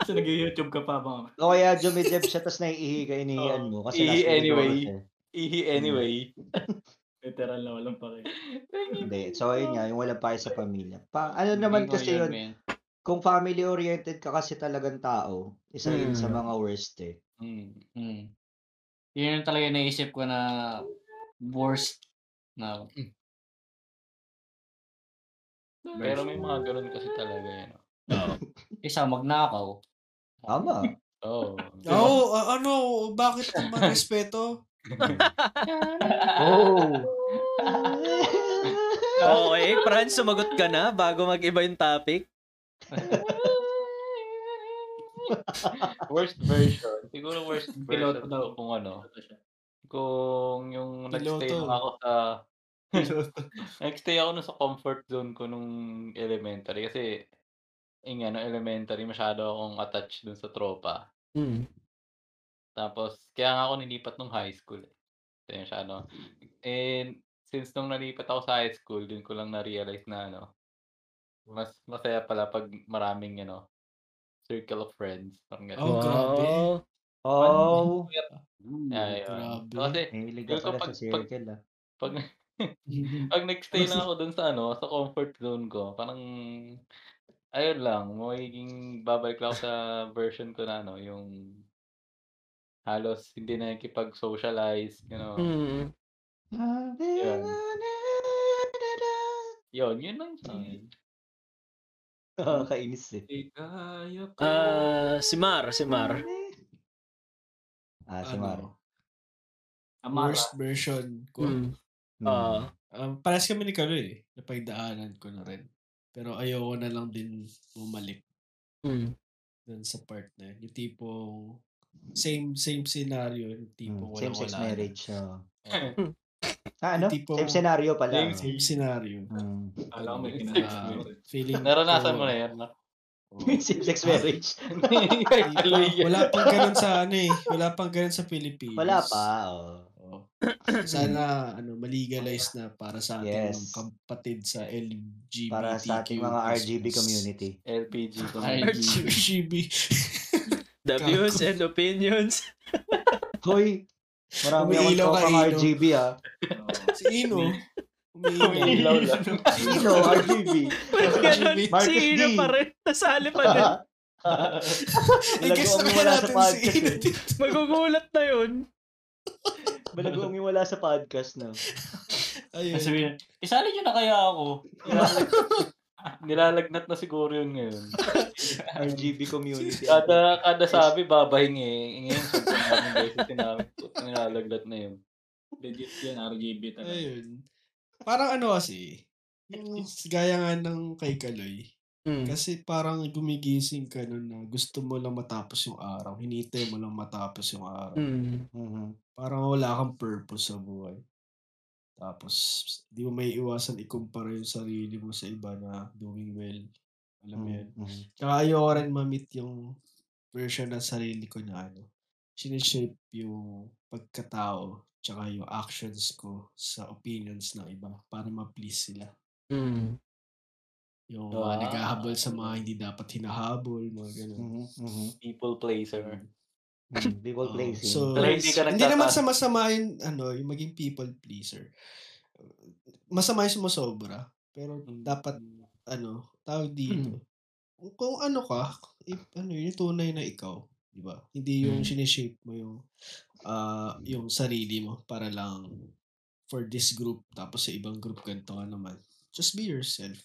Speaker 2: Kasi nag-YouTube ka pa mga.
Speaker 3: O kaya jumidjeb siya, tapos naiihi ka, inihian mo. Kasi
Speaker 4: Ihi
Speaker 3: last minute
Speaker 4: anyway.
Speaker 3: oras eh.
Speaker 4: Ihi anyway.
Speaker 2: Literal na walang pake.
Speaker 3: Hindi. So, ayun nga, yung wala pa kayo sa pamilya. Pa, ano naman
Speaker 7: Hindi ko
Speaker 3: kasi yun,
Speaker 7: men.
Speaker 3: kung family-oriented ka kasi talagang tao, isa yun sa
Speaker 1: Hmm.
Speaker 3: mga worst eh.
Speaker 4: Mm.
Speaker 7: Mm. Yun yung talaga naisip ko na worst na
Speaker 2: Mm.
Speaker 4: Pero may mga ganun kasi talaga eh, yan.
Speaker 7: isa magnakaw.
Speaker 3: Tama.
Speaker 4: Oo.
Speaker 6: Oo, oh, ano, bakit naman
Speaker 3: [laughs]
Speaker 6: respeto?
Speaker 3: Oh.
Speaker 1: Okay, Fran, sumagot ka na bago mag-iba yung topic.
Speaker 4: Worst version. Siguro
Speaker 2: [laughs]
Speaker 4: worst
Speaker 2: Piloto
Speaker 4: version
Speaker 2: daw.
Speaker 4: ko kung ano. Kung yung
Speaker 6: Piloto.
Speaker 4: nagstay lang ako sa
Speaker 3: Ah,
Speaker 4: nagstay ako nun sa comfort zone ko nung elementary kasi yung ano, elementary masyado akong attached dun sa tropa.
Speaker 1: Hmm.
Speaker 4: Tapos kaya nga ako nilipat nung high school. Eh. Kasi masyado. And since nung nalipat ako sa high school, dun ko lang na-realize na ano, mas masaya pala pag maraming ano, circle of friends. Parang ganun.
Speaker 6: Oh, grabe.
Speaker 3: oh.
Speaker 4: Ayun.
Speaker 6: grabe.
Speaker 4: Kasi
Speaker 3: Mahilig
Speaker 4: Yung
Speaker 3: Oh. ka pala
Speaker 4: kapag-
Speaker 3: sa circle ah.
Speaker 4: pag Pag nagstay lang ako dun sa ano, sa comfort zone ko, parang ayun lang, magiging babalik lang ako sa version ko na ano, yung halos hindi na nakikipag-socialize, you know.
Speaker 6: Hmm.
Speaker 1: Mm.
Speaker 4: Yun. Yun, yun lang sa akin.
Speaker 3: [laughs] Nakakainis eh.
Speaker 4: Ikaya ko.
Speaker 1: Ah, si Mar, si Mar.
Speaker 3: Ah, si Mar.
Speaker 6: ano,
Speaker 2: Amara.
Speaker 6: worst version ko.
Speaker 1: Mm.
Speaker 3: Mm.
Speaker 1: Oo.
Speaker 6: Um, parehas kami ni Kalo eh. Napagdaanan ko na rin. Pero ayoko na lang din bumalik
Speaker 1: Mm.
Speaker 6: dun sa part na yun. Yung tipong same same scenario, yung tipong
Speaker 3: Mm,
Speaker 6: wala
Speaker 3: Same-sex
Speaker 6: wala.
Speaker 3: marriage. oo.
Speaker 4: Oo.
Speaker 3: Ah, ano?
Speaker 6: Yung tipong-
Speaker 3: Same scenario pala.
Speaker 6: Same, same scenario.
Speaker 3: [laughs] Mm.
Speaker 2: Alam ko may
Speaker 4: Six
Speaker 2: kinalaman.
Speaker 4: minutes.
Speaker 6: Feeling
Speaker 4: Naranasan
Speaker 6: ko-
Speaker 4: mo na yan. [laughs] no?
Speaker 3: Same-sex marriage.
Speaker 6: Hindi pa- wala pang ganun sa ano eh. Wala pang ganun sa Pilipinas.
Speaker 3: Wala pa. Oh.
Speaker 6: Oo. Sana ano maligalize na para sa ating
Speaker 3: Yes.
Speaker 6: mga kapatid sa LGBTQ.
Speaker 3: Para sa ating mga RGB community.
Speaker 4: LPG ko.
Speaker 6: RGB.
Speaker 1: The
Speaker 6: Kako.
Speaker 1: views and
Speaker 6: [laughs]
Speaker 1: opinions.
Speaker 3: Hoy, marami akong
Speaker 6: Umiilaw ka,
Speaker 3: tropang
Speaker 6: Ino.
Speaker 3: RGB ah.
Speaker 6: si
Speaker 3: [laughs]
Speaker 6: Ino. Umiilaw.
Speaker 4: Umiilaw lang.
Speaker 3: Sino [laughs] RGB?
Speaker 1: Ba't ganun?
Speaker 3: Marcus
Speaker 1: Si Ino
Speaker 3: D.
Speaker 1: pa rin. Nasali pa [laughs]
Speaker 6: [laughs]
Speaker 1: rin.
Speaker 6: I-guess
Speaker 3: Balagoong
Speaker 6: naman
Speaker 3: wala sa
Speaker 6: natin si
Speaker 3: podcast.
Speaker 6: Ino.
Speaker 3: eh.
Speaker 6: dito.
Speaker 1: Magugulat na yun.
Speaker 3: Balagoong yung wala sa podcast [laughs] na.
Speaker 6: Ayun.
Speaker 4: Sabi isali nyo na kaya ako. Nilalag- [laughs] Nilalagnat na siguro yun ngayon.
Speaker 3: RGB community.
Speaker 4: Kada kada sabi, babahingi. Ngayon, sobrang daming beses sinabi ko. Nilalagnat na yun.
Speaker 2: Legit yun, RGB talaga.
Speaker 6: Ayun. Parang ano kasi, yung gaya nga ng kay Kaloy,
Speaker 1: Mm.
Speaker 6: kasi parang gumigising ka nun na gusto mo lang matapos yung araw, hinintay mo lang matapos yung araw.
Speaker 1: Mm.
Speaker 3: Mhm.
Speaker 6: Parang wala kang purpose sa buhay. Tapos, di mo may iwasan ikumpara yung sarili mo sa iba na doing well. Alam mo yun?
Speaker 3: Mhm.
Speaker 6: Tsaka ayoko rin ma-meet yung version ng sarili ko na ano. Sineshape yung pagkatao tsaka yung actions ko sa opinions ng iba para ma-please sila.
Speaker 1: Mm.
Speaker 6: Yung
Speaker 4: Ah.
Speaker 6: mga naghahabol sa mga hindi dapat hinahabol, mga ganun.
Speaker 3: Mhm.
Speaker 4: Mm-hmm.
Speaker 3: Mhm.
Speaker 4: People placer.
Speaker 3: Mhm. People
Speaker 6: Oo,
Speaker 3: pleasing.
Speaker 6: Oh, so,
Speaker 4: Mm. Pero hindi ka
Speaker 6: hindi naman
Speaker 4: nagtataas.
Speaker 6: sa masama yun, ano, yung maging people pleaser. Masama yung sumusobra. Pero
Speaker 4: Hmm.
Speaker 6: dapat, ano, tawag dito.
Speaker 3: Hmm.
Speaker 6: Kung ano ka, i- ano, yun, yung tunay na ikaw. Di ba? Hindi
Speaker 3: Hmm.
Speaker 6: yung
Speaker 4: Mm.
Speaker 6: sineshape mo yung,
Speaker 4: Hmm.
Speaker 6: ah yung sarili mo para lang for this group. Tapos sa ibang group, ganito ka naman. Just be yourself.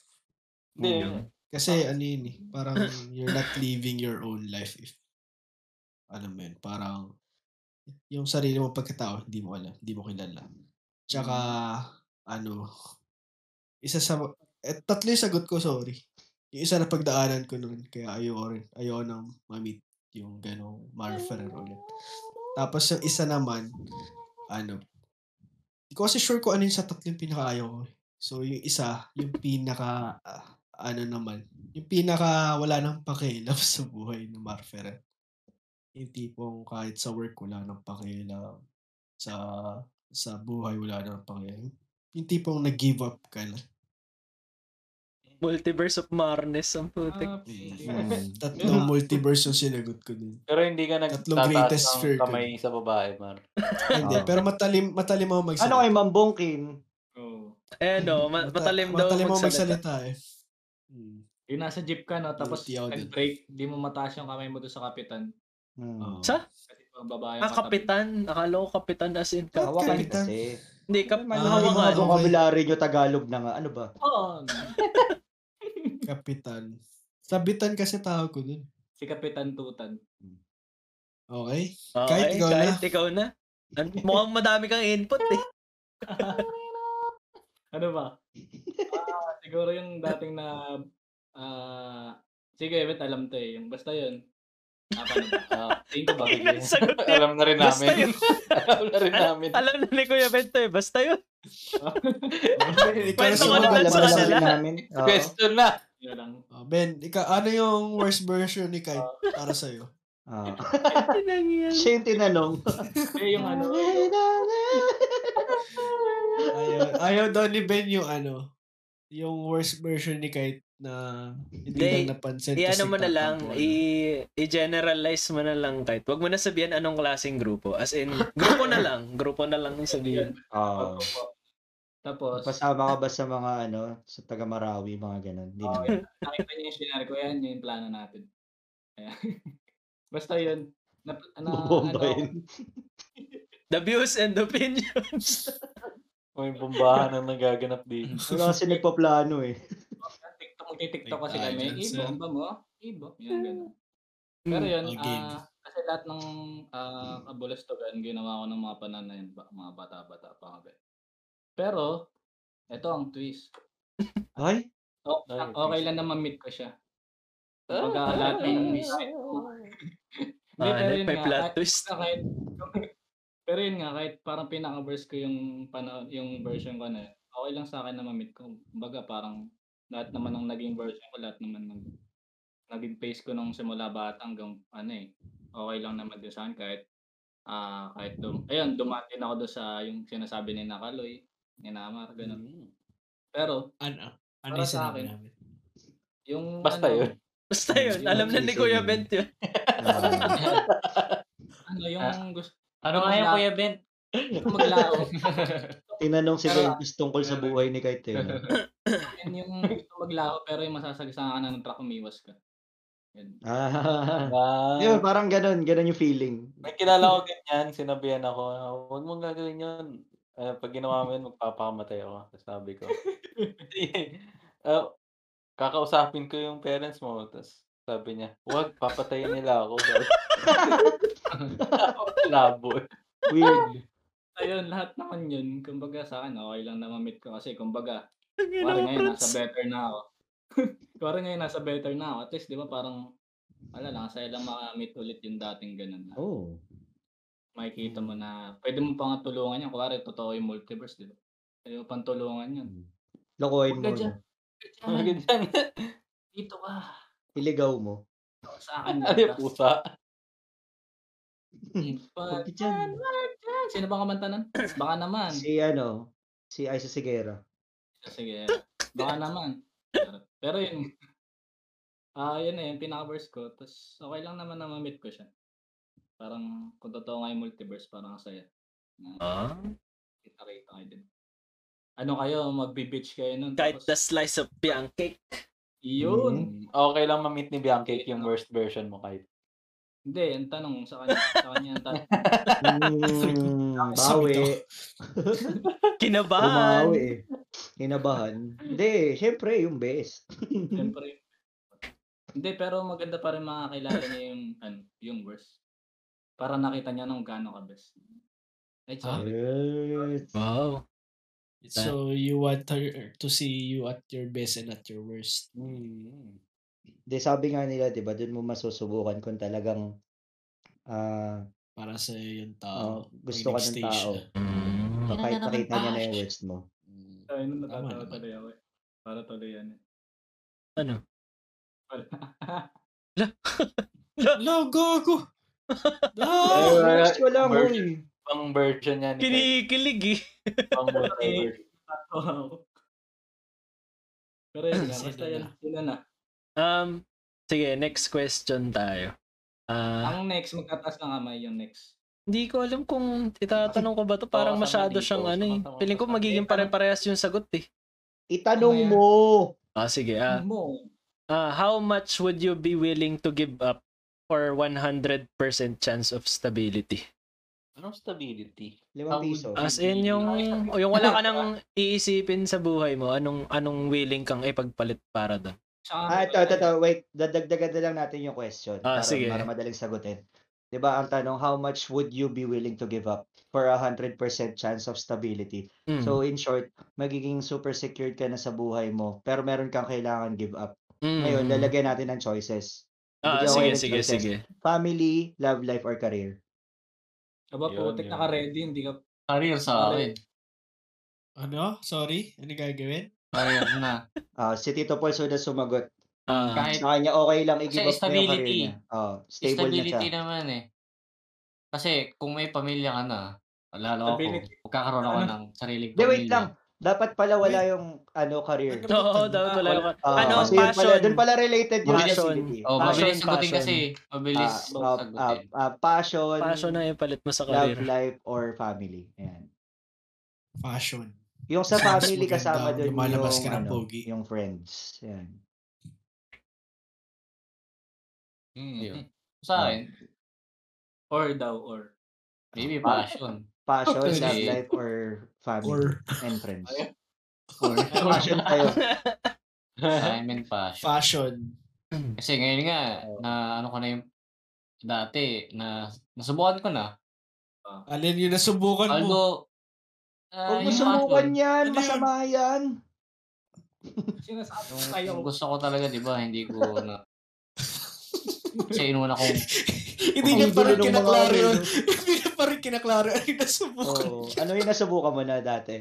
Speaker 4: Hindi.
Speaker 3: Mm-hmm.
Speaker 6: Kasi ano yun eh, parang you're not living your own life if alam mo yun, parang yung sarili mo pagkatao, hindi mo alam, hindi mo kilala. Tsaka, ano, isa sa, eh, tatlo yung sagot ko, sorry. Yung isa na pagdaanan ko nun, kaya ayoko rin, ayoko nang ma-meet yung ganong Mar Ferrer ulit. Tapos yung isa naman, ano, hindi ko kasi sure ko ano yung sa tatlong pinakaayaw ko. eh. So, yung isa, yung pinaka, ah, ano naman, yung pinaka wala nang pakialam [laughs] sa buhay ng Mar Ferrer. Yung tipong kahit sa work, wala nang pakialam. Sa, sa buhay, wala nang pakialam. Yung tipong nag-give up ka na.
Speaker 1: Multiverse of Marnes ang putik.
Speaker 2: Ah, pwede.
Speaker 3: [laughs] Mhm.
Speaker 6: [laughs] Tatlong multiverse yung sinagot ko din.
Speaker 4: Pero hindi ka
Speaker 6: Tatlong greatest
Speaker 4: nagtataas
Speaker 6: fear
Speaker 4: ng
Speaker 6: ko.
Speaker 4: kamay sa babae, Mar.
Speaker 6: Hindi,
Speaker 3: Oo.
Speaker 6: eh. Ah, pero matalim, matalim ako magsalita.
Speaker 3: Ano kay Ma'am Bongkin?
Speaker 2: Oo.
Speaker 1: Eh no, ma-
Speaker 6: Mata-
Speaker 1: matalim daw
Speaker 6: matalim ako
Speaker 1: magsalita.
Speaker 6: magsalita eh. Hmm.
Speaker 2: Yung nasa jeep ka, no? Tapos
Speaker 6: Guilty ako din.
Speaker 2: nag-break, di mo mataas yung kamay mo doon sa kapitan.
Speaker 3: Hmm.
Speaker 6: Oo.
Speaker 1: Sa-
Speaker 2: Kasi pang babae
Speaker 1: Ah, kapitan. Akala ko kapitan as in ka.
Speaker 3: Hawakan
Speaker 6: Kapitan.
Speaker 3: kasi.
Speaker 1: Hindi, kap
Speaker 3: Ano
Speaker 6: Ah,
Speaker 3: yung mga
Speaker 1: hawakan.
Speaker 6: hawakan.
Speaker 3: vocabulary nyo Tagalog na nga? Ano ba?
Speaker 2: Oo.
Speaker 6: Kapitan. Sabitan kasi tawag ko dun.
Speaker 2: Si Kapitan Tutan.
Speaker 1: [laughs]
Speaker 6: Okay?
Speaker 1: Okay,
Speaker 6: Kahit ikaw na.
Speaker 1: kahit ikaw na. An- Mukhang madami kang input eh.
Speaker 2: Ano ba? ah, siguro yung dating na... ah sige, Evet, alam to eh. Yung basta yun. Ah, paano ba?
Speaker 4: Ah,
Speaker 2: Tingin ko ba?
Speaker 1: [laughs] Ang ina, sagot niya.
Speaker 4: alam na rin
Speaker 1: Basta
Speaker 4: namin.
Speaker 1: yun.
Speaker 4: [laughs] alam na rin
Speaker 6: [laughs]
Speaker 4: namin.
Speaker 1: Alam na ni Kuya Bento eh. Basta yun.
Speaker 6: Ikaw na
Speaker 1: Kwento
Speaker 6: si
Speaker 1: ko
Speaker 6: Ma'am.
Speaker 1: na
Speaker 3: alam
Speaker 1: sa
Speaker 3: alam
Speaker 1: kanila.
Speaker 3: namin. Oo.
Speaker 4: Question na.
Speaker 2: Yun lang.
Speaker 6: Oh, ben, ikaw, ano yung worst version ni Kai
Speaker 1: Ah.
Speaker 6: para sa'yo?
Speaker 3: Oo.
Speaker 1: Inang yan.
Speaker 3: Ah. [laughs] Siya yung tinanong.
Speaker 2: Eh, yung
Speaker 3: [laughs] Ah.
Speaker 2: ano.
Speaker 6: Ayaw, ayaw daw ni Ben yung ano, yung worst version ni Kai na hindi
Speaker 1: Hindi.
Speaker 6: lang napansin.
Speaker 1: I
Speaker 6: tapos
Speaker 1: ano mo na lang,
Speaker 6: nagtatampo na.
Speaker 1: i- i-generalize mo na lang kahit. Huwag mo na sabihin
Speaker 3: Ah.
Speaker 1: anong klaseng grupo. As in, grupo na lang. Grupo na lang yung sabihin.
Speaker 2: ano
Speaker 3: Oo.
Speaker 2: Tapos,
Speaker 3: Pasama ka ba sa mga ano, sa taga Marawi, mga ganun?
Speaker 2: Oo,
Speaker 3: Hindi naman.
Speaker 2: yun. nakita niya yung scenario ko, yan yung plano natin. Ayan. [laughs] Basta yun. Na, na, ano,
Speaker 3: Bubomba yun.
Speaker 1: The views and opinions.
Speaker 4: May bombahan ang nagaganap dito.
Speaker 6: [laughs]
Speaker 3: Wala kasi nagpaplano eh.
Speaker 2: TikTok, magti-TikTok kasi
Speaker 6: Ay,
Speaker 2: kami.
Speaker 6: dyan,
Speaker 2: Ibo,
Speaker 6: sir.
Speaker 2: ang ba mo? Ibo. Yan, ganun. Pero yun,
Speaker 6: Mm, again.
Speaker 2: ah, kasi lahat ng uh, abolistogan, ginawa ko ng mga panahon na yun, ba- mga bata-bata pa kami. Pero, ito ang twist.
Speaker 3: Ay?
Speaker 2: O,
Speaker 4: Ay,
Speaker 2: ang okay
Speaker 4: twist.
Speaker 2: lang na ma-meet ko siya. Kapag ah, lahat ng miss [laughs] Hindi,
Speaker 1: Ah,
Speaker 2: pero
Speaker 1: ano,
Speaker 2: yun
Speaker 1: may
Speaker 2: nga,
Speaker 1: plot
Speaker 2: kahit-
Speaker 1: twist.
Speaker 2: na kahit, [laughs] pero yun nga, kahit parang pinaka-verse ko yung, panahon, yung version ko na, yun, okay lang sa akin na ma-meet ko. Kumbaga parang lahat naman ng naging version ko, lahat naman ng naging face ko nung simula bata hanggang ano eh, okay lang naman din sa akin kahit ah kahit dum ayun dumating ako doon sa yung sinasabi ni Nakaloy ni Namar ganun
Speaker 7: Hmm.
Speaker 2: pero
Speaker 6: Ano? Ano
Speaker 2: Para
Speaker 6: yung
Speaker 2: sa
Speaker 6: sinabi
Speaker 2: akin.
Speaker 6: namin?
Speaker 2: yung
Speaker 4: Basta
Speaker 2: ano,
Speaker 4: yun.
Speaker 1: Basta yun, alam na ni Kuya Bent yun.
Speaker 3: Ah,
Speaker 2: ano yung gusto
Speaker 7: Ano nga yung
Speaker 2: Wala.
Speaker 7: Kuya Ben? [laughs]
Speaker 2: maglao
Speaker 3: tinanong si
Speaker 2: Pero-
Speaker 3: Ventus tungkol sa buhay ni Kite. eh, no?
Speaker 2: yun yung gusto maglaho pero yung masasagsa ka na ng truck umiwas ka yun
Speaker 3: Ah.
Speaker 4: Ah,
Speaker 3: Yun, parang ganun. Ganun yung feeling.
Speaker 4: may kilala ko ganyan, sinabihan ako, huwag mong gagawin yun. Ah, pag ginawa mo yun, magpapakamatay ako. Tapos Sabi ko. Ah, kakausapin ko yung parents mo. Tapos sabi niya, huwag, papatayin nila ako. Sabi ko, Labo. eh.
Speaker 3: Weird.
Speaker 2: ayun lahat naman yun kumbaga sa akin okay lang na ma-meet ko kasi kumbaga
Speaker 1: Ang ina
Speaker 2: Kuwari
Speaker 1: mo,
Speaker 2: ngayon,
Speaker 1: Franz.
Speaker 2: nasa better na ako. [laughs] Kuwari ngayon, nasa better na ako. At least, di ba, parang, wala lang, sa'yo lang makamit ulit yung dating ganun. Na.
Speaker 3: Oh. mm.
Speaker 2: Makikita mo na, pwede mo pa nga tulungan yan. Kuwari, totoo yung multiverse, di ba? Pwede mo pang tulungan yan.
Speaker 3: Lokohin mo.
Speaker 2: Huwag ka
Speaker 3: no?
Speaker 4: Mga ganyan.
Speaker 2: Dito ka.
Speaker 3: Iligaw mo.
Speaker 2: Sa
Speaker 3: [laughs]
Speaker 2: akin.
Speaker 4: Ano yung pusa?
Speaker 3: Huwag
Speaker 2: But,
Speaker 3: ka dyan.
Speaker 2: sino ba kamanta nun? Baka naman.
Speaker 3: Si ano, si Isa Sigera.
Speaker 2: Sige. Baka naman. Pero- Pero yun. Ah, yun na yun. Pinaka-verse ko. Tapos, okay lang naman na ma-meet ko siya. Parang, kung totoo nga yung multiverse, parang ang saya. Na,
Speaker 1: Ah?
Speaker 2: kita-kita kayo din. Ano kayo? Magbe-bitch kayo nun.
Speaker 1: Kahit Hmm. the
Speaker 2: tapos,
Speaker 1: slice of young cake.
Speaker 2: Yun.
Speaker 4: Okay lang ma-meet ni Bianca yung worst version mo kahit.
Speaker 2: Hindi, ang tanong sa kanya. Sa kanya
Speaker 1: [laughs]
Speaker 2: ang tanong.
Speaker 3: Mm, bawi. Bumawi
Speaker 1: Kinabahan.
Speaker 3: eh. Kinabahan. Hindi, syempre yung best.
Speaker 2: Siyempre. Hindi, pero maganda pa rin makakilala niya yung, ano, yung worst. Para nakita niya nung gaano ka best. Ay,
Speaker 6: Ah.
Speaker 2: sorry.
Speaker 3: Yes.
Speaker 1: Wow.
Speaker 6: So, you want her to see you at your best and at your worst.
Speaker 3: Hindi, Hmm. sabi nga nila, di ba, dun mo masusubukan kung talagang ah
Speaker 6: Para sa yung
Speaker 3: ah,
Speaker 6: tao.
Speaker 3: gusto ka ng
Speaker 6: Pag-stage
Speaker 3: tao.
Speaker 6: na.
Speaker 1: Mm.
Speaker 3: Kahit nakita niya na yung worst mo.
Speaker 6: Mm.
Speaker 2: Ay, nun
Speaker 6: Tama
Speaker 2: natatawa
Speaker 6: naman.
Speaker 2: tuloy ako eh. Para tuloy yan eh.
Speaker 1: Ano?
Speaker 2: Wala.
Speaker 6: Ala,
Speaker 3: [laughs]
Speaker 6: gago! Ah!
Speaker 4: wala-
Speaker 3: Worst ko lang,
Speaker 4: worst.
Speaker 3: uy.
Speaker 4: Pang version niya ni Kate.
Speaker 1: Kinikilig eh.
Speaker 4: Pang multiverse.
Speaker 2: Tatawa ako. Pero yun nga,
Speaker 6: Sino
Speaker 2: basta
Speaker 6: na?
Speaker 2: yun. Sino na?
Speaker 1: Um, sige, next question tayo. Ah,
Speaker 2: Ang next, magtataas ng kamay yung next.
Speaker 1: hindi ko alam kung itatanong ko ba to. Parang
Speaker 4: Oo, sama
Speaker 1: masyado
Speaker 4: dito,
Speaker 1: siyang ano eh.
Speaker 4: sama-sama
Speaker 1: Feeling ko
Speaker 4: pa sa-
Speaker 1: magiging pare-parehas yung sagot eh.
Speaker 2: Ano
Speaker 3: Itanong
Speaker 2: yan?
Speaker 3: mo.
Speaker 1: Ah, sige. Ah,
Speaker 2: Ano
Speaker 7: Hmm.
Speaker 2: Mo.
Speaker 1: Ah, how much would you be willing to give up for 100% chance of stability?
Speaker 4: Anong stability?
Speaker 3: Limang
Speaker 4: Ang-
Speaker 3: piso.
Speaker 1: As in yung o yung
Speaker 7: [laughs]
Speaker 1: wala ka nang iisipin sa buhay mo, anong anong willing kang ipagpalit para doon?
Speaker 2: Tsaka,
Speaker 3: Ah, ito, ito, ito. Wait, dadagdagan na lang natin yung question
Speaker 1: Ah,
Speaker 3: para,
Speaker 1: sige.
Speaker 3: para madaling sagutin. 'Di ba ang tanong, how much would you be willing to give up for a 100% chance of stability?
Speaker 1: Mm.
Speaker 3: So in short, magiging super secured ka na sa buhay mo, pero meron kang kailangan give up.
Speaker 1: mm.
Speaker 3: Ngayon, lalagyan natin ng choices.
Speaker 1: Ah,
Speaker 3: bigyan ko
Speaker 1: sige,
Speaker 3: kayo ng
Speaker 1: sige,
Speaker 3: choices.
Speaker 1: sige.
Speaker 3: Family, love life, or career.
Speaker 2: Aba,
Speaker 4: Yun,
Speaker 2: putik
Speaker 4: yun.
Speaker 2: naka-ready, hindi ka
Speaker 7: Career sa akin.
Speaker 6: Ano? Sorry? Ano gagawin?
Speaker 7: Career na.
Speaker 3: Ah, si Tito Paul so na sumagot.
Speaker 1: Ah,
Speaker 7: Kahit
Speaker 3: Sa kanya, okay lang i-give up na yung
Speaker 7: Kasi
Speaker 3: career
Speaker 7: Eh, stability.
Speaker 3: niya. Oh, stable na siya.
Speaker 7: stability naman eh. Kasi kung may pamilya ka na, lalo ako,
Speaker 2: Stability.
Speaker 7: magkakaroon ako
Speaker 2: Ano?
Speaker 7: ng sariling
Speaker 3: Hindi,
Speaker 7: pamilya.
Speaker 3: wait lang. [laughs] Dapat pala wala
Speaker 6: Wait.
Speaker 3: yung ano career.
Speaker 1: [laughs] oo, oh, dapat wala ka.
Speaker 3: Ah,
Speaker 1: ano,
Speaker 3: kasi yun pala,
Speaker 1: passion?
Speaker 3: doon pala related yung
Speaker 1: Passion.
Speaker 3: stability.
Speaker 7: Oh,
Speaker 1: Passion,
Speaker 7: mabilis sagutin
Speaker 1: passion.
Speaker 7: kasi. Mabilis
Speaker 3: Ah, ah, ah,
Speaker 7: sagutin.
Speaker 3: ah, passion,
Speaker 1: [laughs] Passion na ipalit mo sa
Speaker 3: love
Speaker 1: career.
Speaker 3: life, or family. Ayan.
Speaker 6: Fashion.
Speaker 3: Yung sa
Speaker 6: Mas
Speaker 3: family
Speaker 6: maganda
Speaker 3: kasama
Speaker 6: ang
Speaker 3: doon
Speaker 6: lumalabas
Speaker 3: yung,
Speaker 6: ka ng
Speaker 3: ano,
Speaker 6: pogi.
Speaker 3: yung friends. Yan.
Speaker 4: Mm.
Speaker 3: Ah,
Speaker 2: Sa akin, or daw, or.
Speaker 7: Maybe
Speaker 3: Pa-
Speaker 7: passion.
Speaker 3: Passion,
Speaker 4: Actually.
Speaker 3: love life, or family
Speaker 6: Or-
Speaker 3: and friends.
Speaker 2: Ayun.
Speaker 3: or passion tayo.
Speaker 7: Sa amin, passion.
Speaker 6: Fashion.
Speaker 7: Kasi ngayon nga,
Speaker 3: Oh.
Speaker 7: na ano ko na yung dati, na nasubukan ko na.
Speaker 6: Alin yung nasubukan
Speaker 3: Ano?
Speaker 6: mo?
Speaker 7: Although, ah,
Speaker 3: Huwag mo
Speaker 7: yung
Speaker 3: subukan
Speaker 7: passion,
Speaker 3: yan,
Speaker 6: Ano yun?
Speaker 3: masama yan.
Speaker 2: Sinasabi ko
Speaker 7: yung-
Speaker 2: sa'yo,
Speaker 7: yung gusto ko talaga, di ba, hindi ko na... Kasi inuna kong
Speaker 6: [laughs] Hindi niya pa rin
Speaker 3: Gulo ng mga
Speaker 6: kinaklaro
Speaker 3: ulo.
Speaker 6: yun. Hindi niya pa rin kinaklaro. Ano yung nasubukan?
Speaker 3: Oo. Ano yung nasubukan mo na dati?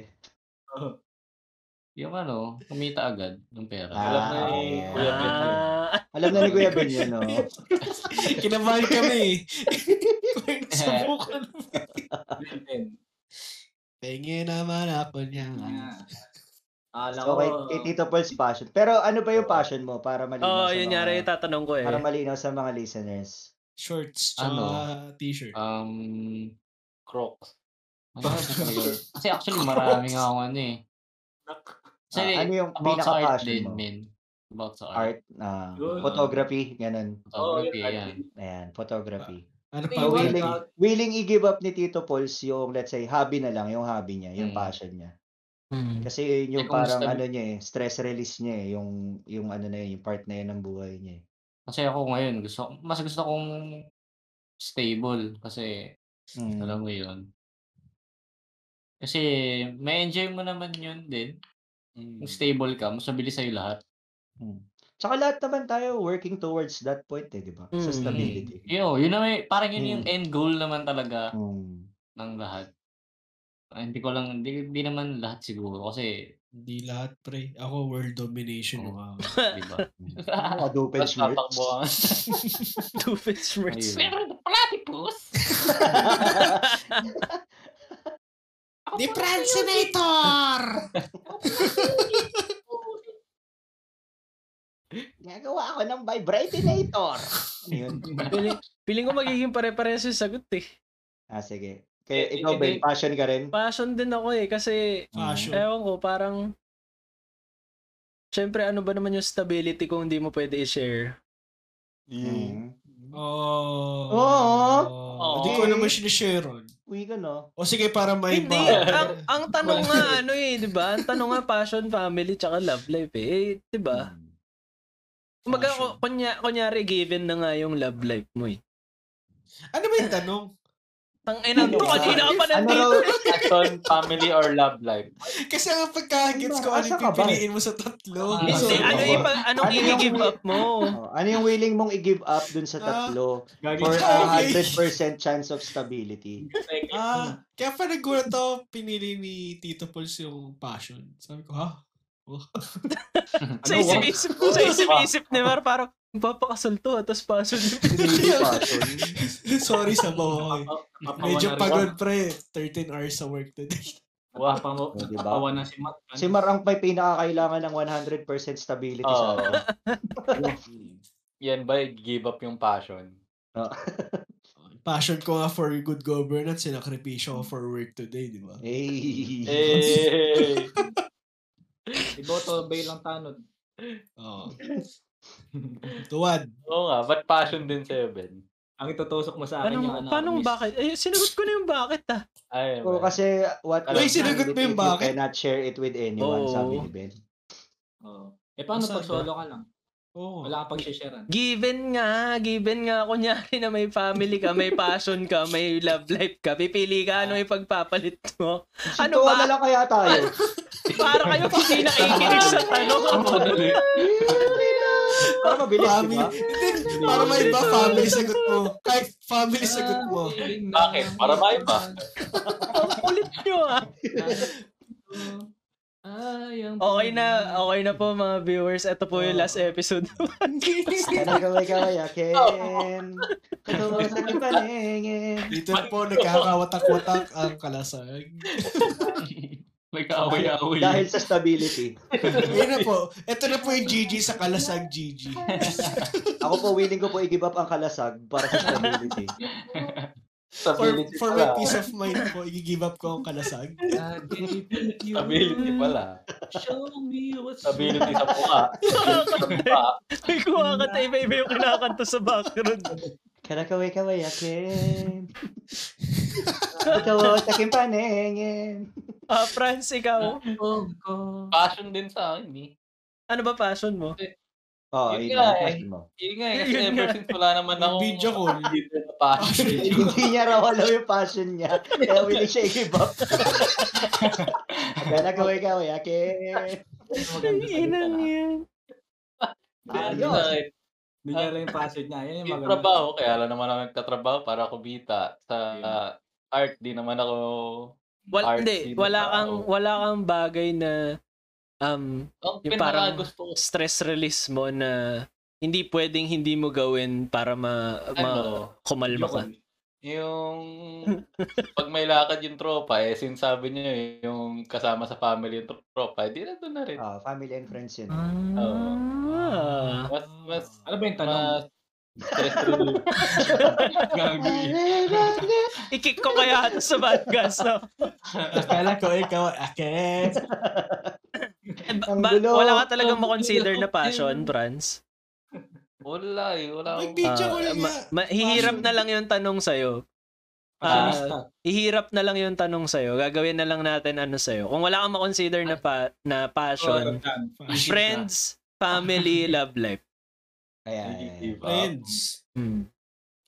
Speaker 7: Yung ano, kumita agad ng pera.
Speaker 4: Alam na ni
Speaker 3: Ah.
Speaker 4: Kuya Ben yun.
Speaker 3: Alam na ni Kuya Ben yun, no?
Speaker 6: [laughs] Kinabahan kami eh. May nasubukan.
Speaker 2: Linden.
Speaker 6: Pengi naman ako niya.
Speaker 2: Akala ko,
Speaker 3: So, kay, kay Tito Paul's passion. Pero ano ba yung passion mo para malinaw
Speaker 1: Oo, oh,
Speaker 3: sa
Speaker 1: yun
Speaker 3: mga,
Speaker 1: yara yung tatanong ko eh.
Speaker 3: para malinaw sa mga listeners?
Speaker 6: Shorts.
Speaker 7: Ano?
Speaker 6: Ano? T-shirt.
Speaker 7: Um,
Speaker 4: Crocs.
Speaker 7: ano ba talaga? Kasi actually marami nga akong ano eh. Kasi
Speaker 3: Ah, ano yung
Speaker 7: about sa art
Speaker 3: pinaka-passion
Speaker 7: din,
Speaker 3: mo?
Speaker 7: men. About sa art.
Speaker 3: Art, ah,
Speaker 2: Yun.
Speaker 3: photography, ganun.
Speaker 2: Oo, yun,
Speaker 7: Photography, yan.
Speaker 3: Ayan, photography.
Speaker 7: Ah.
Speaker 6: Ano
Speaker 2: Hindi,
Speaker 6: pa?
Speaker 2: yung
Speaker 6: Willing.
Speaker 3: Willing, willing i-give up ni Tito Pauls yung, let's say, hobby na lang, yung hobby niya, yung
Speaker 7: Mm.
Speaker 3: passion niya. Kasi yun yung
Speaker 7: Eh, kung
Speaker 3: parang
Speaker 7: gusto-
Speaker 3: ano niya eh, stress release niya eh, yung, yung ano na yun, yung part na yun ng buhay niya eh.
Speaker 7: Kasi ako ngayon, gusto, mas gusto kong stable. Kasi,
Speaker 3: Mm.
Speaker 7: alam mo yun. Kasi, may enjoy mo naman yun din.
Speaker 4: Mm.
Speaker 2: Hmm.
Speaker 7: Kung
Speaker 6: Hmm.
Speaker 7: stable ka, mas mabilis sa'yo lahat.
Speaker 3: Mm. Tsaka lahat naman tayo working towards that point eh, di ba? Sa
Speaker 1: Mm.
Speaker 3: stability.
Speaker 7: Yo, yun na may, parang yun yung
Speaker 6: Hmm.
Speaker 3: Mm.
Speaker 7: end goal naman talaga [laughs]
Speaker 3: Mm.
Speaker 7: ng lahat. Ah, hindi ko lang, hindi, hindi naman lahat siguro kasi,
Speaker 6: Hindi lahat, pre. Ako, world domination.
Speaker 7: Oo.
Speaker 6: Wow.
Speaker 7: di ba?
Speaker 3: Mga doped
Speaker 4: Tapos
Speaker 3: smirts.
Speaker 4: tatakbo ka.
Speaker 1: Two Face Merch.
Speaker 7: Ayun.
Speaker 9: Meron na pala, tipos. Ako
Speaker 6: Di eh!
Speaker 9: pala
Speaker 6: Francinator!
Speaker 3: [laughs] Gagawa ako ng vibratinator. ano yun?
Speaker 1: Piling, piling ko magiging pare-pares yung sagot eh.
Speaker 3: Ah, sige. Kaya
Speaker 4: Eh,
Speaker 3: ikaw ba,
Speaker 4: hindi-
Speaker 3: passion ka rin?
Speaker 1: Passion din ako eh kasi
Speaker 6: [laughs] Fashion.
Speaker 1: ewan ko parang Siyempre, ano ba naman yung stability kung hindi mo pwede i-share?
Speaker 3: Mm.
Speaker 4: Yeah.
Speaker 6: Oh.
Speaker 3: Oo.
Speaker 6: Hindi ko naman sinishare on.
Speaker 3: Uy, gano'n.
Speaker 6: O sige, para may
Speaker 1: Hindi! ang, ang tanong nga, ano eh, di ba? Ang tanong nga, passion, family, tsaka love life eh. Eh, di ba? Kumaga,
Speaker 6: Passion.
Speaker 1: kunya, kunyari, given na nga yung love life mo eh.
Speaker 6: Ano ba yung tanong?
Speaker 1: Ang inang to, kanina ka pa
Speaker 3: Ano
Speaker 1: nandito. eh.
Speaker 3: raw?
Speaker 4: Action, family, or love life.
Speaker 6: Kasi ang pagkagets ko, ano
Speaker 3: Asa
Speaker 6: yung
Speaker 3: ka ba?
Speaker 6: pipiliin mo sa tatlo?
Speaker 7: Hindi,
Speaker 1: Hindi,
Speaker 6: Sorry.
Speaker 1: ano
Speaker 3: Ano
Speaker 1: ipa, anong
Speaker 3: Ano yung-
Speaker 1: i-give up mo?
Speaker 3: Oh, ano yung willing mong i-give up dun sa
Speaker 6: Ah.
Speaker 3: tatlo
Speaker 2: gagi
Speaker 3: for
Speaker 6: Okay.
Speaker 3: a 100% chance of stability? Mm.
Speaker 6: Ah, kaya pa nagulat ako, pinili ni Tito Pauls yung passion. Sabi ko, ha?
Speaker 1: Sa
Speaker 3: Ano,
Speaker 1: isip-isip, sa isip-isip ni Mar, parang papakasal to, ah, tapos passion
Speaker 3: Hindi
Speaker 6: [laughs]
Speaker 3: passion.
Speaker 6: Sorry
Speaker 2: Ah,
Speaker 6: sa bawa ko eh. Medyo pagod pre. 13 hours sa work today. [laughs]
Speaker 2: Wah, pamo,
Speaker 3: Oh, diba?
Speaker 2: papawa na si Matt.
Speaker 3: Si Marang pa'y pinakakailangan ng 100% stability sa ano.
Speaker 4: Oo.
Speaker 3: atin.
Speaker 4: Yan ba, eh, give up yung passion?
Speaker 6: Passion ko nga for good governance, sinakripisyo ko for work today, di ba?
Speaker 3: Hey.
Speaker 4: Eh,
Speaker 2: Iboto, bay lang tanod.
Speaker 6: Oo. Tuwad.
Speaker 4: oo nga, but passion din sa'yo, Ben.
Speaker 2: Ang itutusok mo sa akin
Speaker 1: Anong,
Speaker 2: yung ano.
Speaker 1: paano
Speaker 2: miss.
Speaker 1: bakit? Eh, sinagot ko na yung bakit ah.
Speaker 4: Ay,
Speaker 3: Oo,
Speaker 1: [laughs]
Speaker 4: Ben.
Speaker 3: kasi what
Speaker 4: Wait,
Speaker 3: you
Speaker 6: sinagot
Speaker 3: find
Speaker 6: mo yung
Speaker 3: if You
Speaker 6: bakit?
Speaker 3: cannot share it with anyone,
Speaker 1: Oo.
Speaker 3: sabi ni Ben.
Speaker 2: Oo. Eh, paano
Speaker 6: Masarap.
Speaker 2: pag solo ka lang?
Speaker 6: Oo.
Speaker 2: Wala kang pag-sharean.
Speaker 1: Given nga, given nga, kunyari na may family ka, may passion ka, may love life ka, pipili ka ano ipagpapalit mo. Ano
Speaker 3: Ano
Speaker 1: ba?
Speaker 3: na lang kaya tayo?
Speaker 1: Para kayo hindi nakikinig sa tanong.
Speaker 3: Para mabilis, di
Speaker 6: Family.
Speaker 3: ba?
Speaker 6: Para may iba, family sagot mo. Kahit family sagot mo.
Speaker 2: Ah,
Speaker 4: Bakit? Para may iba.
Speaker 2: [laughs]
Speaker 1: Ang kulit nyo ah.
Speaker 2: Ay, ang
Speaker 1: Okay na, okay na po mga viewers. Ito po yung last episode. [laughs]
Speaker 3: Ah. Kanang kamay kamay akin. Totoo sa aking paningin.
Speaker 6: Dito na po, nagkakawatak-watak ang kalasag.
Speaker 7: May kaaway-away.
Speaker 3: Dahil sa stability.
Speaker 6: Ayun na po. Ito na po yung GG sa kalasag GG.
Speaker 3: Ako po, willing ko po i-give up ang kalasag para sa stability.
Speaker 6: For,
Speaker 4: Stability
Speaker 6: for my
Speaker 4: pala.
Speaker 6: peace of mind po, i-give up ko ang kalasag.
Speaker 4: Stability pala.
Speaker 2: Show me what's
Speaker 4: Stability sa
Speaker 1: [laughs]
Speaker 4: mukha. Ah, Stability sa mukha.
Speaker 1: May kumakanta, iba-iba yung kinakanta sa background.
Speaker 3: Karakaway kawayakin. Ikaw ang taking paningin.
Speaker 1: Ah, Franz, ikaw.
Speaker 4: Passion din sa akin eh.
Speaker 1: Ano ba passion mo?
Speaker 3: Oo,
Speaker 4: Yun
Speaker 3: yun
Speaker 4: nga
Speaker 3: ang
Speaker 4: eh.
Speaker 3: question mo.
Speaker 4: Yun nga eh, kasi
Speaker 1: Yun
Speaker 4: ever
Speaker 1: nga.
Speaker 4: since wala naman
Speaker 6: Yung
Speaker 4: akong
Speaker 6: video call.
Speaker 4: leader na passion. eh.
Speaker 3: Hindi niya raw alam yung passion niya. Kaya willing siya i-give up. [laughs] Karakaway kawayakin.
Speaker 6: [laughs]
Speaker 1: Inang yan.
Speaker 3: Ah,
Speaker 4: Ayun. eh.
Speaker 3: yun.
Speaker 2: Nangyari yung passage niya. Yan yung
Speaker 4: Yung
Speaker 2: maganda.
Speaker 4: trabaho, kaya lang naman ako nagtatrabaho para kumita. Sa
Speaker 2: Yun.
Speaker 4: ah, art, di naman ako...
Speaker 1: Wala, hindi,
Speaker 4: Artsy na
Speaker 1: wala
Speaker 4: tao.
Speaker 1: kang, wala kang bagay na um,
Speaker 4: Ang
Speaker 1: Yung
Speaker 4: pinaka
Speaker 1: parang-
Speaker 4: gusto ko
Speaker 1: stress release mo na hindi pwedeng hindi mo gawin para ma, ma
Speaker 4: Ano?
Speaker 1: kumalma ka.
Speaker 4: Yung pag may lakad yung tropa, eh sinasabi niya eh, yung kasama sa family yung tropa, eh, di na doon na rin.
Speaker 3: Ah, family and friends yun.
Speaker 1: Ah.
Speaker 4: Mas, mas,
Speaker 2: Ano ba yung tanong?
Speaker 4: mas stress relief. Gago eh.
Speaker 1: I-kick ko kaya ito sa podcast, no?
Speaker 6: Karakaway kawayakin.
Speaker 1: Eh, ba-
Speaker 3: Ang
Speaker 1: ba-
Speaker 3: gulo.
Speaker 1: wala ka talagang makonsider na passion, Franz?
Speaker 4: Wala eh, wala
Speaker 1: Ah,
Speaker 4: akong
Speaker 6: Mag-video call nga.
Speaker 1: ma- ma- hihirap na lang yung tanong sa'yo. Ah,
Speaker 2: Passionista.
Speaker 1: ihirap na lang yung tanong sa'yo. Gagawin na lang natin ano sa'yo. Kung wala kang makonsider na, pa- na
Speaker 2: Oh,
Speaker 1: passion, friends, family, love life.
Speaker 3: Ayan, ayan, ayan.
Speaker 4: give up.
Speaker 6: Friends.
Speaker 1: Hmm.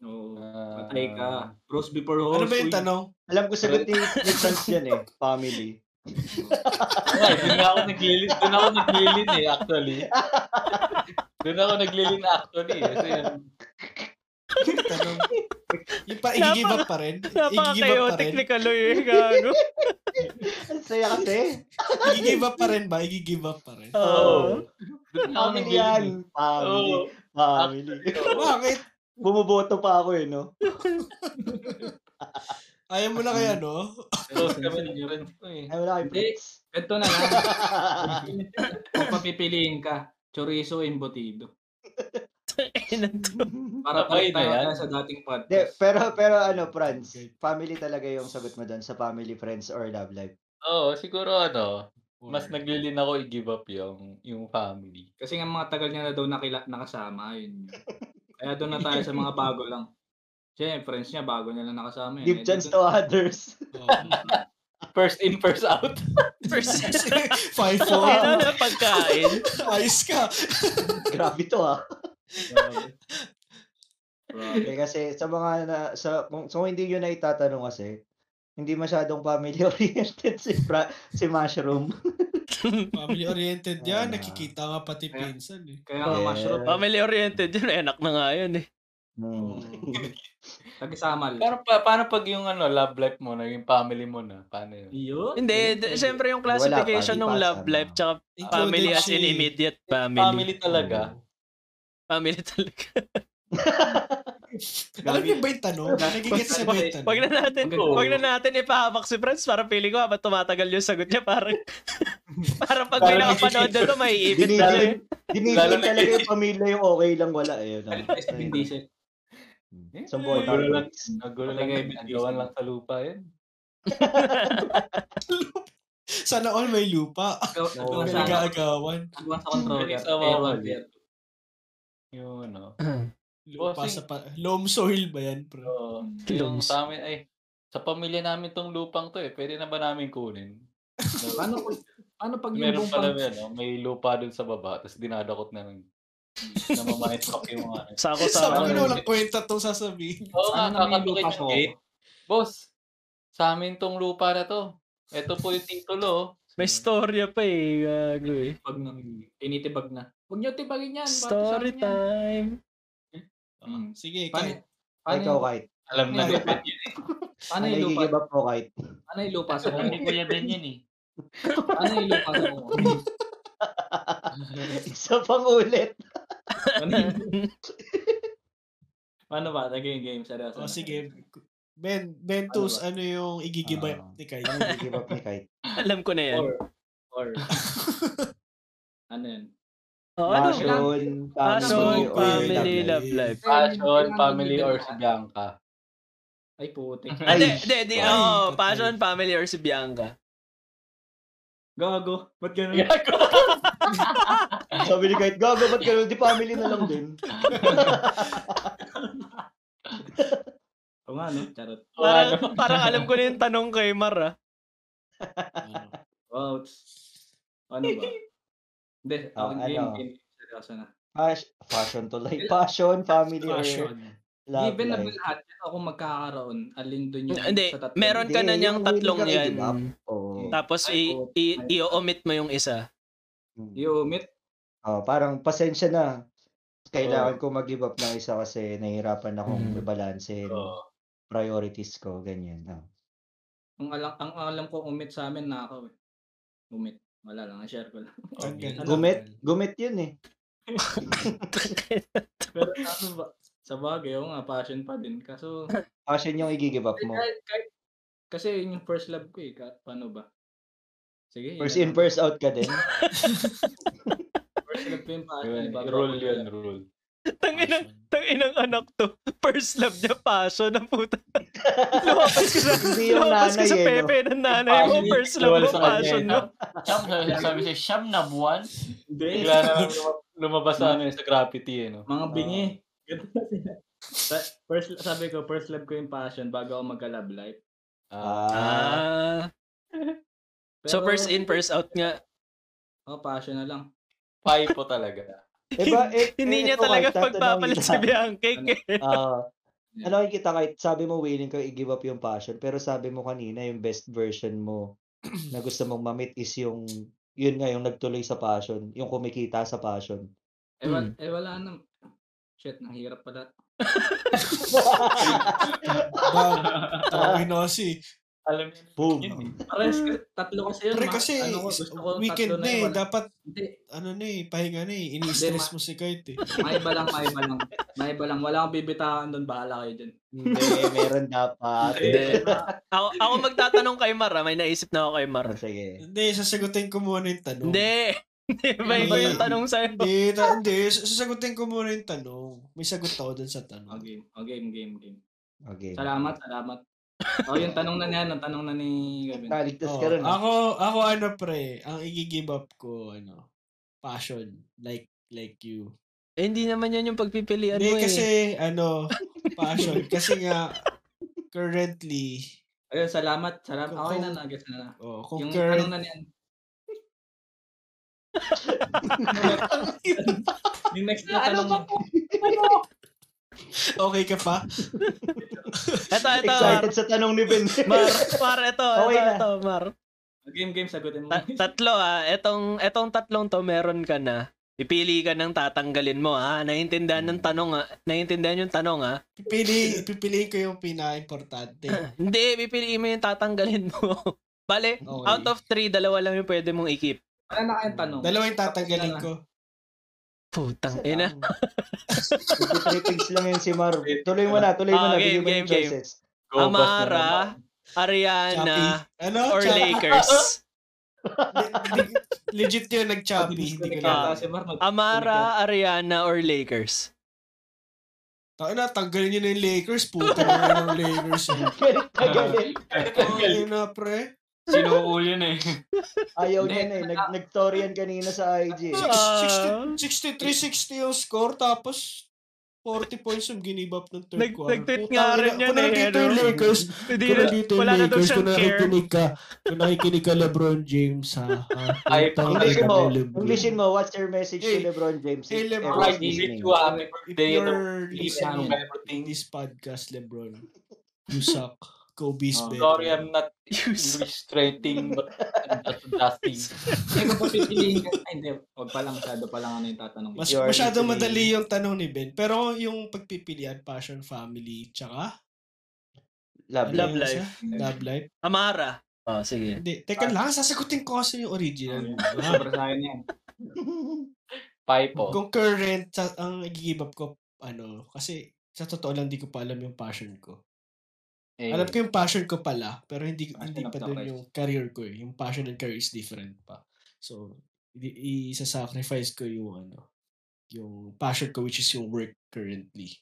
Speaker 2: Oo.
Speaker 4: Ah,
Speaker 2: Oh, Patay ka. Rose before horse.
Speaker 6: Ano ba yung
Speaker 2: Uy,
Speaker 6: tanong?
Speaker 3: Alam ko sagot ni ni Franz yan eh. Family.
Speaker 4: Ay, doon Ah, nga ako naglilin. Doon ako naglilin eh, actually. Doon ako naglilin actually. eh. So, yun.
Speaker 6: Tanong. Yung pa, i-give up pa rin. I-give up pa rin.
Speaker 1: Napaka-chaotic ni Kaloy eh, gago.
Speaker 3: Ang saya kasi.
Speaker 6: I-give up pa rin ba? I-give up pa rin.
Speaker 1: Oo.
Speaker 4: Doon ako
Speaker 3: Family
Speaker 4: naglilin.
Speaker 3: yan.
Speaker 4: eh.
Speaker 3: Family.
Speaker 4: Oo.
Speaker 3: Family.
Speaker 6: Bakit?
Speaker 3: Bumoboto pa ako eh, no?
Speaker 6: Ayaw mo na ano? kaya, no?
Speaker 4: Close kami ng friends ko eh.
Speaker 3: Ay, wala kayo,
Speaker 2: Hindi. [laughs]
Speaker 3: friends.
Speaker 2: Ganito na
Speaker 4: [laughs]
Speaker 2: lang. Kung papipiliin ka, chorizo embutido. Para
Speaker 4: Sabay
Speaker 2: balik
Speaker 4: na yan.
Speaker 2: tayo na sa dating
Speaker 3: De,
Speaker 2: podcast.
Speaker 3: pero, pero ano, Franz, family talaga yung sagot mo doon sa family, friends, or love life.
Speaker 4: Oo, siguro ano, mas naglilin ako i-give up yung yung family.
Speaker 2: Kasi nga mga tagal niya na daw nakila, nakasama. Yun. yun. Kaya doon na tayo sa mga bago lang. Siya, yung friends niya, bago niya lang nakasama. yun.
Speaker 3: Give
Speaker 2: Eh,
Speaker 3: chance to
Speaker 2: dito-
Speaker 3: others. [laughs]
Speaker 4: First in, first
Speaker 2: [laughs]
Speaker 4: out.
Speaker 1: First,
Speaker 6: [laughs] Five, four.
Speaker 1: okay na na pagkain.
Speaker 6: Ayos ka.
Speaker 3: Grabe to, ah.
Speaker 2: Grabe.
Speaker 3: Eh, kasi sa mga, na, sa, kung, so hindi yun na itatanong kasi, hindi masyadong [laughs] family-oriented si, Fra, si
Speaker 2: [laughs]
Speaker 3: Mushroom.
Speaker 6: Family-oriented yan.
Speaker 3: Wala.
Speaker 6: Nakikita nga pati pinsan eh.
Speaker 2: Kaya nga,
Speaker 3: Yeah.
Speaker 2: Ah, mushroom. Um,
Speaker 1: Family oriented yun, eh, anak na nga yun eh.
Speaker 2: [laughs]
Speaker 3: Hmm.
Speaker 2: Tagisamal.
Speaker 4: Pero pa, paano pag yung ano, love life mo na, yung family mo na, paano yun?
Speaker 2: Yun.
Speaker 1: Hindi, d- syempre yung
Speaker 3: Wala pa,
Speaker 1: classification
Speaker 3: di
Speaker 1: ng
Speaker 3: pa
Speaker 1: love
Speaker 3: sama.
Speaker 1: life tsaka
Speaker 6: Included
Speaker 1: family as in
Speaker 6: si-
Speaker 1: immediate family.
Speaker 4: Family talaga.
Speaker 1: Family talaga.
Speaker 6: [laughs] Alam niyo ba yung tanong? Nagigets niya ba yung tanong?
Speaker 1: [laughs]
Speaker 6: [laughs]
Speaker 1: Wag na natin,
Speaker 4: Oo.
Speaker 1: wag na natin ipahamak si Franz para pili ko habang tumatagal yung sagot niya parang para pag may
Speaker 4: Parang-
Speaker 1: nakapanood na to may ipit na rin.
Speaker 3: Dinidin, dinidin
Speaker 4: Lalo na-
Speaker 3: talaga yung pamilya yung okay lang wala. Ayun, ah.
Speaker 2: Kalit sa Vin Diesel.
Speaker 3: Isang buhay
Speaker 4: Nagulo lang,
Speaker 3: bago.
Speaker 4: nagulo Eh, lang,
Speaker 2: Patay ka,
Speaker 4: nagawan lang sa lupa yun.
Speaker 6: Sana all may lupa.
Speaker 2: Ikaw, ikaw
Speaker 3: Oo.
Speaker 2: ang sana.
Speaker 6: Nag-aagawan.
Speaker 2: Ikaw ang sa controller.
Speaker 4: Bilis
Speaker 2: Ikaw
Speaker 4: awa
Speaker 2: ang
Speaker 4: ko.
Speaker 2: beer.
Speaker 4: Yun, ano.
Speaker 1: eh.
Speaker 6: Lupa
Speaker 4: Bossing.
Speaker 6: sa pa... Loam soil ba yan, bro?
Speaker 4: Oo. Yung
Speaker 1: Kills.
Speaker 4: sa amin, ay, sa pamilya namin tong lupang to eh, pwede na ba namin kunin? So,
Speaker 2: Paano kung paano pag yung
Speaker 4: Meron
Speaker 2: buong
Speaker 4: pala
Speaker 2: pang-
Speaker 4: may, ano, may lupa dun sa baba, tapos dinadakot na ng namamayat ka yung mga ano.
Speaker 1: Sako
Speaker 6: Sabi ko
Speaker 1: sa
Speaker 6: na walang kwenta itong sasabihin.
Speaker 4: [laughs] Oo nga,
Speaker 2: Ano na may
Speaker 4: kakatukin
Speaker 2: lupa
Speaker 4: yung
Speaker 2: ko?
Speaker 4: gate. Boss, sa amin tong lupa na to. Ito po yung titulo. oh.
Speaker 1: may storya pa eh, gago eh.
Speaker 2: Pag na, tinitibag na. Huwag niyo tibagin yan. bata sa
Speaker 1: Story
Speaker 2: amin yan.
Speaker 1: time.
Speaker 2: Mm.
Speaker 6: Ah, Sige,
Speaker 2: Paano,
Speaker 6: kahit.
Speaker 2: paano,
Speaker 3: Ikaw,
Speaker 2: yung-
Speaker 3: Kite.
Speaker 4: Alam na
Speaker 6: Ano?
Speaker 4: dapat yun.
Speaker 2: [laughs] paano
Speaker 3: Ano
Speaker 2: yung
Speaker 3: yung
Speaker 2: lupa?
Speaker 3: give up mo, Kite? [laughs]
Speaker 2: Paano Ano yung lupa sa
Speaker 4: Alam ni
Speaker 2: kong?
Speaker 4: Kuya Ben yun eh.
Speaker 2: Paano yung lupa sa kong?
Speaker 3: Isa pang ulit.
Speaker 2: Paano yung... Ano Paano ba? Naging game. Seryoso.
Speaker 6: O
Speaker 2: na.
Speaker 6: Oh, sige. Ben, Bentos,
Speaker 2: Ano
Speaker 6: ano yung igigibay
Speaker 3: Ah.
Speaker 6: ni Kai?
Speaker 3: Ano yung give up ni Kite?
Speaker 1: Alam ko na yan.
Speaker 2: Or, or, [laughs] ano yan?
Speaker 1: Oh, ano?
Speaker 2: Passion.
Speaker 3: Passion,
Speaker 1: Passion,
Speaker 3: family, or
Speaker 1: family,
Speaker 3: love life.
Speaker 1: love life.
Speaker 4: Passion, family, or si Bianca.
Speaker 2: Ay, putik.
Speaker 1: Ah, Hindi,
Speaker 7: Ay,
Speaker 1: hindi, hindi.
Speaker 6: ay,
Speaker 1: Oo,
Speaker 6: patay.
Speaker 1: passion, family, or si Bianca.
Speaker 2: Gago. Ba't ganun?
Speaker 3: Sabi ni kahit gago, ba't ganun? Di family na lang din.
Speaker 2: Oo nga, no? Charot.
Speaker 1: Oh, Parang, parang alam ko na yung tanong kay Mar, ah.
Speaker 6: Ano?
Speaker 2: Wow. Ano ba? Hindi,
Speaker 3: Ah,
Speaker 2: ako game,
Speaker 3: ano?
Speaker 2: game. Seryoso na.
Speaker 3: Pas- Fashion to life. Passion, family, or
Speaker 6: Fashion.
Speaker 3: love
Speaker 2: Given na ba
Speaker 3: life.
Speaker 2: lahat yan o kung magkakaroon, alin dun yung
Speaker 1: Hindi,
Speaker 2: sa tatlo?
Speaker 1: meron ka na
Speaker 3: Hindi,
Speaker 1: niyang
Speaker 3: yung
Speaker 1: tatlong
Speaker 3: willing kang
Speaker 1: yan.
Speaker 3: i-give Oo.
Speaker 1: Tapos
Speaker 2: Ay,
Speaker 1: i-
Speaker 2: oo.
Speaker 1: i- i-omit mo yung isa. [laughs]
Speaker 2: You meet.
Speaker 3: Mm. Oh, parang pasensya na. Kailangan ko mag-give up ng isa kasi nahihirapan akong
Speaker 1: Mm.
Speaker 3: i-balance
Speaker 4: Oh.
Speaker 3: yung
Speaker 2: Oo.
Speaker 3: priorities ko, ganyan. Oh.
Speaker 2: Ang alam, ang alam ko umit sa amin na ako eh. Umit. Wala lang, share ko lang.
Speaker 6: Tanggal.
Speaker 2: Ano?
Speaker 3: Gumit, gumit yun eh.
Speaker 2: Pero ano ba? Sa bagay, oo nga, passion pa din.
Speaker 3: [laughs]
Speaker 2: Kaso,
Speaker 3: Passion yung i-give up mo.
Speaker 2: kahit, kahit, kasi yun yung first love ko eh. Ka, paano ba? Sige.
Speaker 3: First
Speaker 2: yun.
Speaker 3: in, first out ka din.
Speaker 2: [laughs] First love ko yung passion.
Speaker 4: Yun,
Speaker 2: bago
Speaker 4: rule
Speaker 2: ako-
Speaker 4: yun, rule.
Speaker 1: Tanginang, tanginang anak to. First love niya, passion na puta. Lumabas ka sa,
Speaker 3: Hindi yung
Speaker 1: lumabas ka sa
Speaker 3: nanay, eh, no?
Speaker 1: pepe ng nanay mo.
Speaker 4: Passion,
Speaker 1: First love
Speaker 4: wala
Speaker 1: mo,
Speaker 4: sa kanya,
Speaker 1: passion
Speaker 4: eh,
Speaker 1: mo.
Speaker 4: no?
Speaker 7: Siyam na, sabi siya, siyam na buwan.
Speaker 2: Hindi.
Speaker 4: Bigla na lang lumab- lumabas sa ano, eh, sa graffiti eh, no?
Speaker 2: [laughs] Mga bingi. Ganun kasi. Sa- first, sabi ko, first love ko yung passion bago ako magka-love life.
Speaker 4: Ah,
Speaker 3: Ah,
Speaker 1: Ah, so
Speaker 2: Pero-
Speaker 1: first in, first out nga.
Speaker 2: Oh, passion na lang.
Speaker 4: pie po talaga.
Speaker 3: iba, eh, eh,
Speaker 1: Hindi niya
Speaker 3: ito,
Speaker 1: talaga
Speaker 3: Mike, tatanungin
Speaker 1: pagpapalit si
Speaker 3: kita.
Speaker 1: Bianca.
Speaker 2: Ano?
Speaker 1: eh.
Speaker 3: Ah, ano kita kahit sabi mo willing ka i-give up yung passion pero sabi mo kanina yung best version mo na gusto mong mamit is yung yun nga yung nagtuloy sa passion, yung kumikita sa passion.
Speaker 2: Eh, wal-
Speaker 3: Hmm.
Speaker 2: eh wala na. Shit, ang hirap pala.
Speaker 6: Dog. Tawin na kasi.
Speaker 4: Alam niyo,
Speaker 3: Boom.
Speaker 4: yun, eh.
Speaker 2: Pares, kasi-
Speaker 3: Ah.
Speaker 2: tatlo kasi yun.
Speaker 6: Pre
Speaker 2: ma-
Speaker 6: kasi,
Speaker 2: ano ko,
Speaker 6: is-
Speaker 2: gusto ko
Speaker 6: weekend
Speaker 2: tatlo
Speaker 6: na eh.
Speaker 2: yun, wala-
Speaker 6: Dapat,
Speaker 2: Hindi,
Speaker 6: ano na eh, pahinga na eh. Ini-stress
Speaker 2: Hindi,
Speaker 6: mo si Kite eh.
Speaker 2: may iba lang, may iba lang. May iba lang. Wala akong bibitaan doon, bahala kayo dyan.
Speaker 3: Hindi, meron dapat.
Speaker 1: Hindi. [laughs] Ako, ako magtatanong kay Mar, ah. may naisip na ako kay Mar.
Speaker 3: Sige.
Speaker 6: Hindi, sasagutin ko muna yung tanong.
Speaker 1: Hindi. [laughs] Hindi, Ano ba iba yung tanong sa'yo?
Speaker 6: Hindi, ta- hindi. Sasagutin ko muna yung tanong. May sagot ako dun sa
Speaker 2: O,
Speaker 6: tanong.
Speaker 2: game. O, game, game, game.
Speaker 3: Okay.
Speaker 2: Salamat, salamat. O, yung tanong na niya, ang tanong na ni Gavin.
Speaker 3: Naligtas
Speaker 6: Oo,
Speaker 3: ka rin.
Speaker 6: Oh,
Speaker 3: ah.
Speaker 6: ako, ako ano pre, ang i-give up ko, ano, passion. Like, like you.
Speaker 1: Eh, hindi naman yan yung pagpipilian
Speaker 6: Hindi,
Speaker 1: mo eh.
Speaker 6: kasi, ano, passion. kasi nga, currently,
Speaker 2: Ayun, salamat, salamat.
Speaker 6: Kung-
Speaker 2: Okay na,
Speaker 6: kung-
Speaker 2: nag-guess na na.
Speaker 6: oh,
Speaker 2: Yung
Speaker 6: kung
Speaker 2: tanong
Speaker 6: current,
Speaker 2: na
Speaker 6: [laughs]
Speaker 2: niyan. yung next
Speaker 6: Ano
Speaker 2: na tanong niya.
Speaker 3: [laughs]
Speaker 6: okay ka pa?
Speaker 1: Ito, ito, Mar.
Speaker 3: Excited sa tanong ni Ben.
Speaker 1: Mar, Mar, ito,
Speaker 3: Okay
Speaker 1: ito,
Speaker 3: na.
Speaker 1: ito, Mar.
Speaker 2: Game, game, sagutin mo.
Speaker 1: Ta- tatlo ah, etong etong tatlong to meron ka na. Pipili ka ng tatanggalin mo ah. Naiintindihan ng tanong ah. Naiintindihan yung tanong ah.
Speaker 6: Pipili, pipiliin ko yung pinaka-importante.
Speaker 1: Hindi, pipiliin mo yung tatanggalin mo. [laughs] Bale,
Speaker 6: Okay.
Speaker 1: out of three, dalawa lang yung pwede mong i-keep.
Speaker 2: Ano na kayong tanong?
Speaker 6: Dalawa yung tatanggalin ko.
Speaker 1: Putang ina.
Speaker 3: Three things lang yun si Mar. Tuloy mo na, tuloy mo
Speaker 1: Ah,
Speaker 3: na.
Speaker 1: game,
Speaker 3: Bigyan mo
Speaker 1: game,
Speaker 3: yung
Speaker 1: game.
Speaker 3: choices. [laughs]
Speaker 4: Go, boss, na
Speaker 1: Amara,
Speaker 6: Choppy.
Speaker 1: Ariana,
Speaker 6: Ano?
Speaker 1: or [laughs]
Speaker 6: Choppy. [laughs]
Speaker 1: Lakers.
Speaker 6: Legit yun, nag-choppy. Hindi ko
Speaker 1: Ah.
Speaker 6: na.
Speaker 2: Kasi Mar, mag-
Speaker 1: Amara, Ariana, or Lakers.
Speaker 6: Tayo na, tanggalin nyo na yung Lakers. Puta na yung Lakers.
Speaker 3: Galing.
Speaker 6: Tanggalin na, pre.
Speaker 4: Sinuul yun eh.
Speaker 3: Ayaw
Speaker 2: Hindi,
Speaker 3: niya na eh. Nag- Nag-story yan kanina sa IG. eh.
Speaker 1: Ah.
Speaker 6: 63-60 yung score, tapos 40 points yung give up ng third
Speaker 1: Nag-
Speaker 6: quarter.
Speaker 1: nag-tweet
Speaker 6: Putang
Speaker 1: nga
Speaker 6: ina,
Speaker 1: rin yan
Speaker 6: Kung
Speaker 1: eh,
Speaker 6: nandito
Speaker 1: ano?
Speaker 6: yung Lakers,
Speaker 1: Hindi
Speaker 6: kung
Speaker 1: na,
Speaker 6: nandito yung
Speaker 1: wala na daw
Speaker 6: Lakers,
Speaker 1: siyang
Speaker 6: kung
Speaker 1: care. [laughs]
Speaker 6: nakikinig ka, kung nakikinig ka LeBron James, ha? ha?
Speaker 4: Ay,
Speaker 6: Putang
Speaker 4: pangit
Speaker 3: Englishin
Speaker 6: ina
Speaker 3: mo,
Speaker 6: ni LeBron.
Speaker 3: Englishin mo, what's your message
Speaker 6: Hey,
Speaker 3: to LeBron James?
Speaker 6: hey,
Speaker 3: if
Speaker 6: LeBron,
Speaker 3: everyone's
Speaker 4: Right,
Speaker 6: Right,
Speaker 4: give
Speaker 3: listening?
Speaker 4: it to happy
Speaker 6: If
Speaker 4: birthday to
Speaker 6: you're
Speaker 4: listening
Speaker 6: listening
Speaker 4: to
Speaker 6: to
Speaker 4: everything.
Speaker 6: this podcast, LeBron, you suck. Kobe's
Speaker 2: Oh,
Speaker 6: better.
Speaker 4: Sorry, I'm not
Speaker 1: Yus.
Speaker 4: English trending but I'm just dusting.
Speaker 2: Ay, kung papipiliin ka. Ay, hindi. Huwag pa lang, masyado pa lang ano yung tatanong.
Speaker 6: Mas,
Speaker 3: You are
Speaker 6: masyadong
Speaker 3: listening.
Speaker 6: madali yung tanong ni Ben. Pero yung pagpipilian, passion, family, tsaka
Speaker 3: Love
Speaker 6: ano
Speaker 1: Love
Speaker 6: yung
Speaker 1: life.
Speaker 6: isa? Love life.
Speaker 1: Amara. Oh, sige.
Speaker 6: Hindi, teka lang, sasagutin ko kasi yung original.
Speaker 1: Oh,
Speaker 2: Sobra sa akin yan.
Speaker 4: Pie
Speaker 1: Oh.
Speaker 4: po.
Speaker 6: Kung current, sa, ang i-give up ko, ano, kasi sa totoo lang, hindi ko pa alam yung passion ko.
Speaker 4: Eh,
Speaker 6: Alam ko yung passion ko pala, pero hindi
Speaker 2: Passion
Speaker 6: hindi
Speaker 2: of
Speaker 6: pa
Speaker 2: the
Speaker 6: doon
Speaker 2: Christ.
Speaker 6: yung career ko eh. Yung passion and career is different pa. So, i- i-sacrifice ko yung ano, yung passion ko which is yung work currently.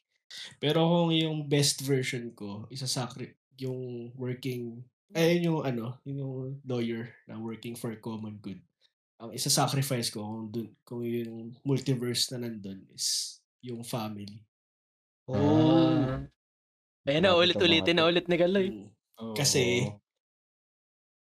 Speaker 6: Pero kung yung best version ko, isasakri yung working, ayun yung ano, yun yung lawyer na working for common good. Ang isasacrifice ko kung, dun, kung yung multiverse na nandun is yung family.
Speaker 1: Oh. Ayun na,
Speaker 10: Grabe
Speaker 1: ulit-ulitin
Speaker 10: to, mga
Speaker 1: na ulit ni Galoy.
Speaker 6: Mm. Kasi,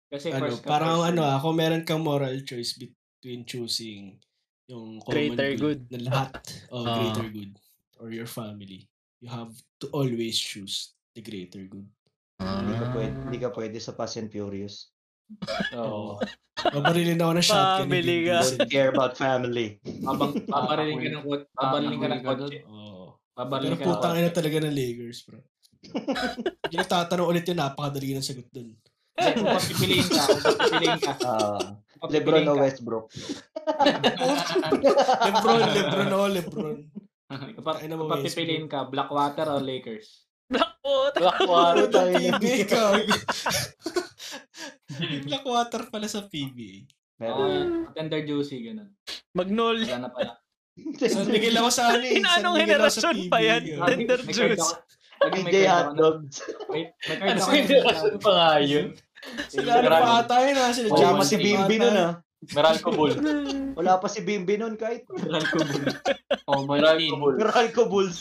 Speaker 2: Kasi
Speaker 6: ano,
Speaker 2: first come,
Speaker 6: parang
Speaker 2: first
Speaker 6: ano
Speaker 2: serve.
Speaker 6: ah, kung meron kang moral choice between choosing yung common
Speaker 1: Greater
Speaker 6: good,
Speaker 1: good.
Speaker 6: na lahat o
Speaker 1: Ah.
Speaker 6: greater good or your family, you have to always choose the greater good.
Speaker 1: Ah.
Speaker 3: Hindi ka pwede, hindi ka pwede sa Fast and Furious.
Speaker 4: Oo.
Speaker 6: Mabarilin ako ng shotgun. ni
Speaker 1: Family
Speaker 6: Vin
Speaker 1: ka.
Speaker 3: [laughs]
Speaker 6: Diesel. [laughs]
Speaker 3: Don't care about family.
Speaker 2: Habang papariling ka ng kot, papariling ka ng
Speaker 4: Nakahuli ka
Speaker 2: kotse.
Speaker 6: Oo. Pero
Speaker 2: Papariling ka ng
Speaker 6: putang
Speaker 2: kotse.
Speaker 6: ina talaga ng Lakers, bro. Hindi na tatanong ulit yun, napakadali ng sagot dun.
Speaker 2: Kasi kung papipiliin ka, kung papipiliin ka,
Speaker 3: [laughs] Ah,
Speaker 2: kung
Speaker 3: Lebron
Speaker 2: papipiliin
Speaker 3: o
Speaker 2: ka,
Speaker 3: Westbrook.
Speaker 6: Lebron, Lebron, oh, Lebron.
Speaker 2: [laughs] kung pa-
Speaker 6: Ay, na
Speaker 2: kung
Speaker 6: mo,
Speaker 2: papipiliin ka, Blackwater o Lakers?
Speaker 1: Blackwater!
Speaker 4: Blackwater.
Speaker 6: Putang
Speaker 3: tayo na.
Speaker 6: PBA [laughs] ka. Blackwater pala sa PBA.
Speaker 2: Oo,
Speaker 3: Meron.
Speaker 2: tender juicy, ganun.
Speaker 1: Magnolia.
Speaker 2: Wala na
Speaker 3: [laughs]
Speaker 2: pala.
Speaker 6: San Miguel ako sa ano eh. San
Speaker 1: Inanong
Speaker 6: Miguel ako sa eh.
Speaker 1: henerasyon pa
Speaker 6: PBA,
Speaker 1: yan?
Speaker 6: yun.
Speaker 1: Tag- Tender
Speaker 2: May card
Speaker 1: juice.
Speaker 2: ako- Lagi may
Speaker 3: DJ
Speaker 2: card ako na-
Speaker 3: Hotdog. Ano
Speaker 2: Wait, may card ako.
Speaker 4: Hindi kasi pa nga yun.
Speaker 6: Sila ano pa
Speaker 4: Grabe.
Speaker 6: ata yun ha? Sila
Speaker 4: Oo,
Speaker 3: Wala
Speaker 6: Jamal
Speaker 3: pa si
Speaker 6: pa
Speaker 3: Bimbi
Speaker 6: ata
Speaker 3: nun
Speaker 6: yun.
Speaker 3: ah.
Speaker 4: Meralco Bulls.
Speaker 3: Wala pa si Bimbi nun kahit
Speaker 10: Oh, my
Speaker 4: Meralco Bulls.
Speaker 3: Meralco Bulls.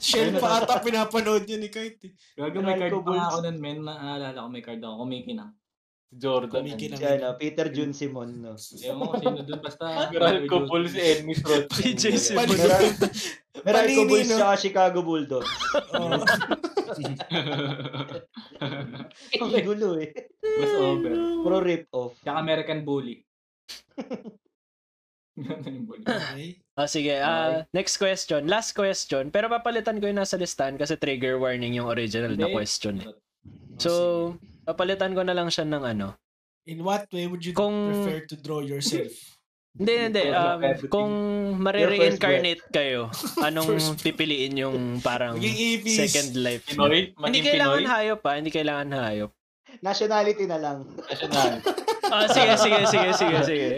Speaker 6: Shell pa ata pinapanood yun ni Kite eh.
Speaker 2: Gago, may card
Speaker 3: Meralco
Speaker 2: pa nga
Speaker 3: Bulls.
Speaker 2: ako nun, men. Naalala ko, may card ako. Kumikinang.
Speaker 4: Jordan.
Speaker 6: Kumikinang.
Speaker 3: Si ano, Peter Jun Simon. No?
Speaker 2: Ewan ko sino dun, basta...
Speaker 4: Meralco Bulls.
Speaker 2: [laughs]
Speaker 3: [laughs]
Speaker 4: Ennis Road.
Speaker 1: [laughs] PJ Simon.
Speaker 3: Meral- Meralco
Speaker 6: Panini,
Speaker 3: Bulls
Speaker 6: no?
Speaker 3: sa Chicago Bulldogs.
Speaker 6: Oo.
Speaker 3: Ang gulo eh.
Speaker 2: Mas
Speaker 6: Oh.
Speaker 2: over.
Speaker 3: Pro rip-off.
Speaker 2: Tsaka American
Speaker 6: [laughs]
Speaker 2: Bully. [laughs] Yun yung bully.
Speaker 6: Okay.
Speaker 1: Ah, sige. ah, next question. Last question. Pero papalitan ko yung nasa listahan kasi trigger warning yung original na
Speaker 2: Hindi.
Speaker 1: question. eh. So, papalitan ko na lang siya ng ano.
Speaker 6: In what way would you
Speaker 1: Kung-
Speaker 6: prefer to draw yourself?
Speaker 1: Hindi, hindi. Um, kung mare-reincarnate kayo, anong
Speaker 6: First-
Speaker 1: pipiliin yung parang
Speaker 6: Maging ibis. [laughs]
Speaker 1: second life?
Speaker 4: Pinoy.
Speaker 1: Hindi
Speaker 4: Maging
Speaker 1: kailangan
Speaker 4: Pinoy.
Speaker 1: hayop pa, hindi kailangan hayop.
Speaker 3: Nationality na lang.
Speaker 4: National.
Speaker 1: Ah, sige, sige, sige, sige, sige.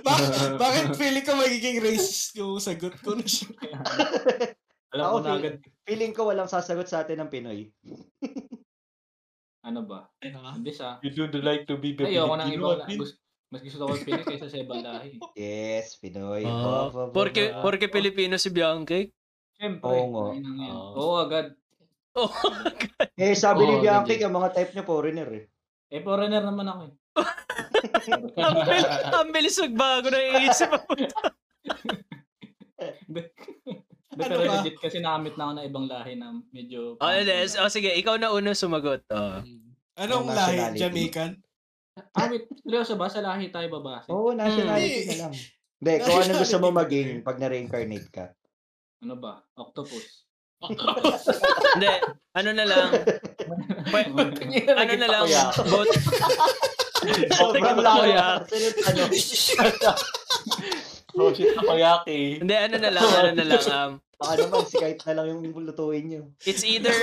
Speaker 6: Bak- bakit feeling ko magiging racist yung sagot ko na siya?
Speaker 2: Alam
Speaker 3: Ako,
Speaker 2: ko na
Speaker 3: feel-
Speaker 2: agad,
Speaker 3: Feeling ko walang sasagot sa atin ng Pinoy.
Speaker 2: [laughs] ano ba? Hindi sa...
Speaker 4: You do like to be the
Speaker 2: Ayoko nang
Speaker 4: Filipino,
Speaker 2: ibang...
Speaker 4: Pin.
Speaker 2: gusto- Mas gusto ko Pinoy kaysa sa ibang
Speaker 6: [laughs]
Speaker 2: lahi.
Speaker 3: Yes, Pinoy.
Speaker 1: Ah,
Speaker 3: Ba, ba, ba,
Speaker 1: porque,
Speaker 3: ba.
Speaker 1: porque Pilipino si Bianca. eh.
Speaker 2: Siyempre.
Speaker 3: Oo nga.
Speaker 2: ayun ang yun.
Speaker 4: Oo.
Speaker 2: Oo, agad.
Speaker 1: Oh,
Speaker 3: Eh, sabi ni
Speaker 7: Oo,
Speaker 3: Bianchi,
Speaker 7: legit.
Speaker 3: ang mga type niya foreigner eh.
Speaker 2: Eh, foreigner naman ako eh.
Speaker 4: [laughs]
Speaker 1: ang bilis, ang bilis magbago ng iisip mo.
Speaker 6: [laughs]
Speaker 2: Hindi,
Speaker 6: Eh. Ano
Speaker 2: pero
Speaker 6: ba?
Speaker 2: legit kasi nakamit na ako ng ibang lahi na medyo...
Speaker 1: Oh, yes. oh, sige, ikaw na una sumagot. Oh.
Speaker 6: Anong
Speaker 3: Anong
Speaker 6: lahi?
Speaker 3: nationality?
Speaker 6: Jamaican?
Speaker 2: Ah, wait. Seryoso ba? Sa lahi tayo babase?
Speaker 3: Oo, nationality
Speaker 6: Hmm.
Speaker 3: na lang. Hindi, kung ano gusto mo
Speaker 6: Nationality.
Speaker 3: maging pag na-reincarnate ka.
Speaker 2: Ano ba? Octopus.
Speaker 6: [laughs]
Speaker 1: Hindi, ano na
Speaker 4: [laughs]
Speaker 1: lang. ano na lang. Vote.
Speaker 3: Sobrang lalo.
Speaker 1: Kuya.
Speaker 3: Ano?
Speaker 4: Oh
Speaker 1: [laughs]
Speaker 4: shit, Takoyaki.
Speaker 1: Hindi, ano na lang, ano na lang. Um,
Speaker 3: Baka naman, si Kite na lang yung lutuin niyo.
Speaker 1: it's either,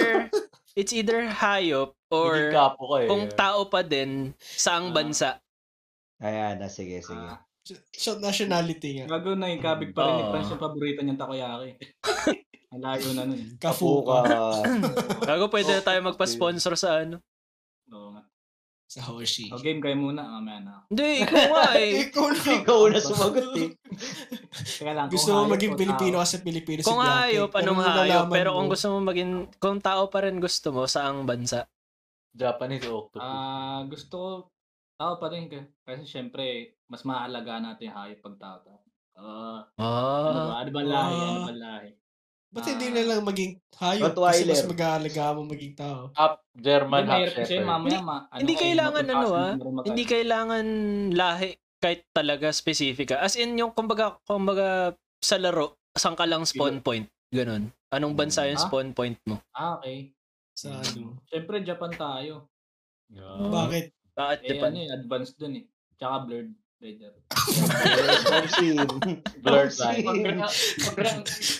Speaker 1: it's either hayop
Speaker 4: Or
Speaker 1: or
Speaker 4: kapo ka eh.
Speaker 1: kung tao pa din, saang
Speaker 2: Ah.
Speaker 1: bansa.
Speaker 3: Ayan, na, sige, sige.
Speaker 2: Ah,
Speaker 6: Siya nationality nga.
Speaker 2: Gago na yung kabig pa rin ni
Speaker 1: Oo.
Speaker 2: Franz yung paborito niyang takoyaki. Ang lago na nun.
Speaker 6: Kafu [laughs]
Speaker 3: Puka.
Speaker 6: ka.
Speaker 1: Bago pwede na tayo magpa-sponsor sa ano.
Speaker 2: Oo nga.
Speaker 6: Sa Hoshi.
Speaker 2: O game kayo muna, Oh, mamaya na ako.
Speaker 1: Hindi, ikaw nga
Speaker 6: [laughs]
Speaker 1: eh.
Speaker 6: Ikaw na.
Speaker 3: Ikaw na sumagot eh.
Speaker 2: Teka lang,
Speaker 6: [laughs] Gusto
Speaker 2: kung
Speaker 6: mo
Speaker 2: hayop ah,
Speaker 6: maging
Speaker 2: o
Speaker 6: Pilipino
Speaker 2: tao.
Speaker 6: kasi Pilipino si
Speaker 1: Kung
Speaker 6: Bianchi.
Speaker 1: hayop,
Speaker 6: Pero
Speaker 1: anong
Speaker 6: nung
Speaker 1: hayop.
Speaker 6: nalaman
Speaker 1: Pero
Speaker 6: mo,
Speaker 1: kung gusto mo maging, kung tao pa rin gusto mo, saang bansa.
Speaker 4: Japanese octopus.
Speaker 2: Ah, gusto ko tao pa rin ka. Kasi syempre, mas maalaga natin yung hayop pag tao. tayo. Ah, ano ba?
Speaker 1: Ah.
Speaker 2: Ano ba lahi? Ano
Speaker 6: Ah.
Speaker 2: ba lahi?
Speaker 6: Ba't hindi na lang maging hayop? Kasi
Speaker 3: Rottweiler.
Speaker 6: mas mag-aalaga mo maging tao.
Speaker 4: Up German
Speaker 2: Hindi
Speaker 4: half
Speaker 2: mahirap kasi
Speaker 4: shepherd.
Speaker 2: mamaya ma... ano
Speaker 1: hindi
Speaker 2: ka eh,
Speaker 1: kailangan ano,
Speaker 2: mapagpasan,
Speaker 1: ah.
Speaker 2: hindi mo rin
Speaker 1: Hindi
Speaker 2: mag-
Speaker 1: kailangan lahi kahit talaga specific ka. As in, yung kumbaga, kumbaga sa laro, saan ka lang spawn point. Ganon. Anong bansa yung
Speaker 2: Ah?
Speaker 1: spawn point mo?
Speaker 2: Ah, okay.
Speaker 6: Sa ano.
Speaker 2: Syempre, Japan tayo.
Speaker 4: Yeah.
Speaker 6: Bakit?
Speaker 1: Bakit Ah, di
Speaker 2: Eh,
Speaker 1: pa?
Speaker 2: ano yun, advanced dun eh. Tsaka blurred. Ledger.
Speaker 3: Pansin.
Speaker 4: Blurred
Speaker 3: Pansin.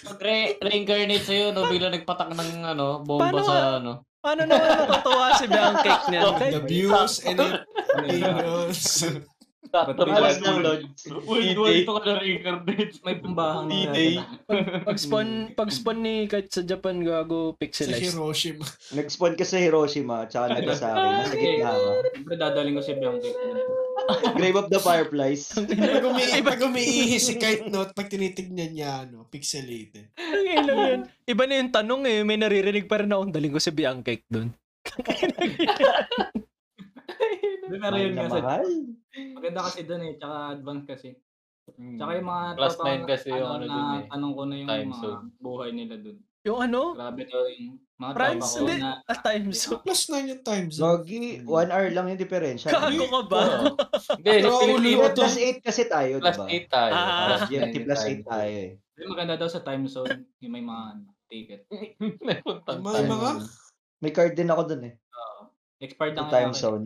Speaker 10: Pag-reincarnate sa'yo, no, bigla nagpatak ng ano, bomba
Speaker 1: Paano
Speaker 10: sa
Speaker 1: ka-
Speaker 10: ano.
Speaker 1: Paano naman natutuwa si Bianca niyan?
Speaker 6: The views and it
Speaker 2: Ano yun?
Speaker 6: angels.
Speaker 2: Ba't
Speaker 4: Sakto.
Speaker 2: World
Speaker 3: Alas ng
Speaker 2: War-
Speaker 3: Lord.
Speaker 4: World War
Speaker 3: D-Day.
Speaker 4: to ka na reincarnate.
Speaker 2: May pumbahang na
Speaker 4: D-Day.
Speaker 2: yata.
Speaker 1: Pag spawn, pag spawn ni kahit sa Japan gago
Speaker 6: Sa
Speaker 1: pixelized.
Speaker 6: Hiroshima.
Speaker 3: Nag-spawn ka sa Hiroshima, tsaka
Speaker 2: [laughs]
Speaker 3: Nagasaki. Nasa gitna ka.
Speaker 2: Siyempre dadaling ko si Bianca.
Speaker 3: Grave of the Fireflies.
Speaker 6: Pag, umi- pag umiihi si Kite Note, pag tinitignan niya, ano, pixelated.
Speaker 1: Ang ilo yun. Iba na yung tanong eh. May naririnig pa rin akong daling ko si Bianca doon.
Speaker 2: Hindi, Pero
Speaker 3: Mahal
Speaker 2: yun
Speaker 3: na
Speaker 2: kasi,
Speaker 3: mahal.
Speaker 2: maganda kasi dun eh, tsaka advance kasi. Tsaka yung mga
Speaker 4: Hmm. Class
Speaker 2: tropang
Speaker 4: 9 kasi yung ano
Speaker 2: na,
Speaker 4: dun eh.
Speaker 2: tanong ko na yung
Speaker 4: Time
Speaker 2: mga
Speaker 4: zone.
Speaker 2: buhay nila dun.
Speaker 1: [laughs] Yung ano?
Speaker 2: Grabe daw yung mga
Speaker 1: Friends,
Speaker 2: tropa ko
Speaker 1: hindi. ah,
Speaker 2: na
Speaker 1: At times.
Speaker 6: Plus 9 yung time zone.
Speaker 3: Logi, one hour lang yung diferensya.
Speaker 1: Gago ka ba?
Speaker 4: Oo. Hindi,
Speaker 6: Pero ulo
Speaker 4: Filipino
Speaker 6: ko
Speaker 3: Plus 8 kasi tayo,
Speaker 4: plus
Speaker 3: diba?
Speaker 4: 8 tayo.
Speaker 1: Ah.
Speaker 4: Plus
Speaker 3: GMT
Speaker 4: 9
Speaker 3: plus 8 tayo eh.
Speaker 2: Yung maganda daw sa time zone, yung may mga ano, ticket.
Speaker 4: [laughs] May puntang
Speaker 6: May
Speaker 4: time.
Speaker 6: mga
Speaker 3: May card din ako dun eh.
Speaker 2: Expired
Speaker 3: Sa
Speaker 2: na
Speaker 3: time
Speaker 2: akin.
Speaker 3: zone.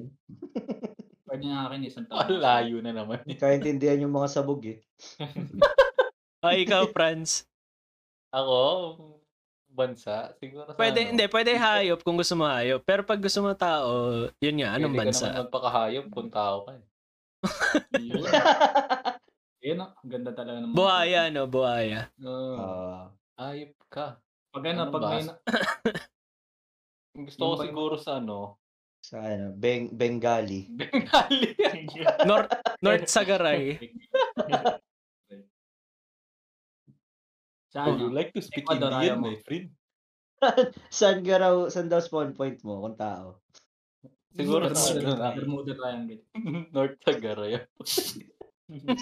Speaker 2: Expired na akin isang taon.
Speaker 4: Ang layo na naman.
Speaker 3: Hindi
Speaker 4: eh.
Speaker 3: kaintindihan yung mga sabog eh.
Speaker 1: Ay, ikaw, Franz.
Speaker 4: Ako, bansa, siguro sa
Speaker 1: Pwede,
Speaker 4: ano,
Speaker 1: hindi, pwede hayop kung gusto mo hayop. Pero pag gusto mo tao, yun nga, anong
Speaker 4: pwede
Speaker 1: bansa?
Speaker 4: Ka naman magpakahayop kung tao ka. eh.
Speaker 2: Yun. Yun, ang ganda talaga ng mga-
Speaker 1: Buhaya, no? Buhaya.
Speaker 4: Uh,
Speaker 3: Ah,
Speaker 4: hayop ka.
Speaker 2: Pag ano,
Speaker 4: Ano
Speaker 2: pag
Speaker 4: ba?
Speaker 2: may
Speaker 4: Gusto ko
Speaker 2: Yung ba-
Speaker 4: siguro sa
Speaker 2: [laughs]
Speaker 4: ano, [laughs]
Speaker 3: sa ano, Beng Bengali.
Speaker 4: Bengali.
Speaker 1: North, North Sagaray.
Speaker 2: [laughs] sa
Speaker 4: Would you
Speaker 2: ano,
Speaker 4: like to speak
Speaker 2: Ecuador, ayaw
Speaker 4: Indian,
Speaker 2: mo.
Speaker 4: my friend?
Speaker 3: Saan ka raw, saan daw spawn point mo kung tao?
Speaker 4: Siguro sa
Speaker 2: Bermuda,
Speaker 4: ano lang.
Speaker 2: Bermuda Triangle.
Speaker 4: [laughs] North Tagaray.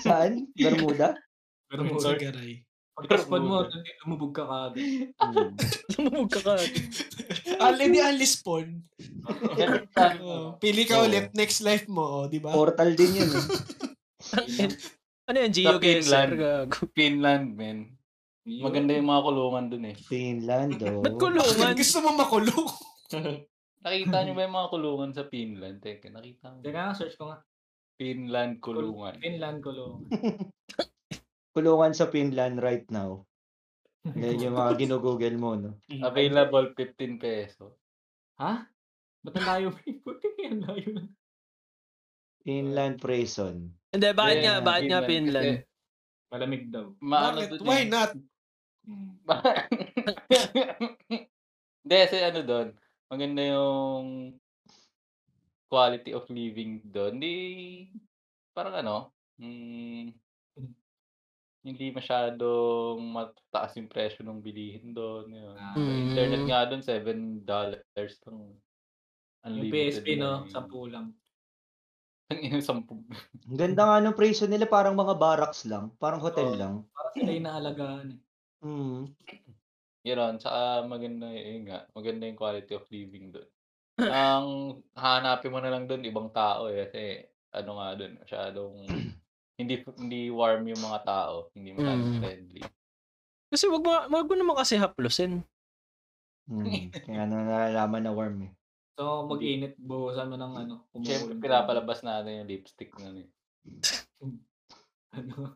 Speaker 3: Saan? Bermuda?
Speaker 6: Sa
Speaker 2: Bermuda.
Speaker 6: garay.
Speaker 2: Pagka-spawn mo, lumubog ka kaagad.
Speaker 3: Hmm.
Speaker 1: [laughs] Lumubog ka ka.
Speaker 6: Al, Ah, hindi unlispawn. Oh, pili
Speaker 4: Oo.
Speaker 6: ka ulit, next life mo, oh, di ba?
Speaker 3: Portal din yun eh.
Speaker 1: Ano yan, geoguesser?
Speaker 4: Finland.
Speaker 1: Gago.
Speaker 4: Finland, man. [laughs] Maganda yung mga kulungan dun eh.
Speaker 3: Finland oh.
Speaker 1: Ba't kulungan?
Speaker 6: [laughs]
Speaker 1: [laughs]
Speaker 6: Gusto mo makulong.
Speaker 4: Nakita niyo ba yung [laughs] mga kulungan sa Finland? Teka, nakita mo.
Speaker 2: Teka nga, search ko nga.
Speaker 4: Finland kulungan.
Speaker 2: Finland Kulo.
Speaker 3: Kulungan sa Finland right now. Yan yung mga ginugugel mo, no?
Speaker 4: Available 15 peso.
Speaker 2: Ha? Ba't ang layo mo [laughs] yung puti? Ang layo na.
Speaker 3: Finland prison.
Speaker 1: Hindi, bakit nga,
Speaker 3: Yeah,
Speaker 1: bakit nga Finland?
Speaker 2: Malamig daw.
Speaker 4: Kasi Maano
Speaker 6: Bakit?
Speaker 4: dun
Speaker 6: Why
Speaker 4: eh.
Speaker 6: not?
Speaker 4: [laughs] Hindi, kasi ano doon, maganda yung quality of living doon. Hindi, parang ano, mm, hindi masyadong mataas yung presyo ng bilihin doon. Yun.
Speaker 2: Ah,
Speaker 4: Sa
Speaker 1: Mm.
Speaker 4: Internet nga doon, $7 dollars lang.
Speaker 2: Yung
Speaker 4: Unlimited eh.
Speaker 2: PSP,
Speaker 4: na
Speaker 2: no?
Speaker 4: yun.
Speaker 2: Sa
Speaker 4: [laughs]
Speaker 2: pulang.
Speaker 4: Ang ina, sampung.
Speaker 3: Ang ganda nga ng prison nila, parang mga barracks lang. Parang hotel
Speaker 2: Oo.
Speaker 3: lang.
Speaker 2: Para sila yung naalagaan eh.
Speaker 6: Mm.
Speaker 3: Hmm.
Speaker 4: Yun, tsaka maganda yun nga, maganda yung quality of living doon. Ang hanapin mo na lang doon ibang tao eh kasi ano nga doon, masyadong hindi hindi warm yung mga tao, hindi masyadong
Speaker 1: Mm.
Speaker 4: friendly.
Speaker 1: Kasi wag mo, wag mo naman kasi haplusin.
Speaker 3: Hmm. Kaya na nalalaman na warm eh.
Speaker 2: So, mag-init, buhusan mo ng ano. kumukulong.
Speaker 4: Siyempre pinapalabas natin yung lipstick na eh, yun.
Speaker 2: [laughs] Ano?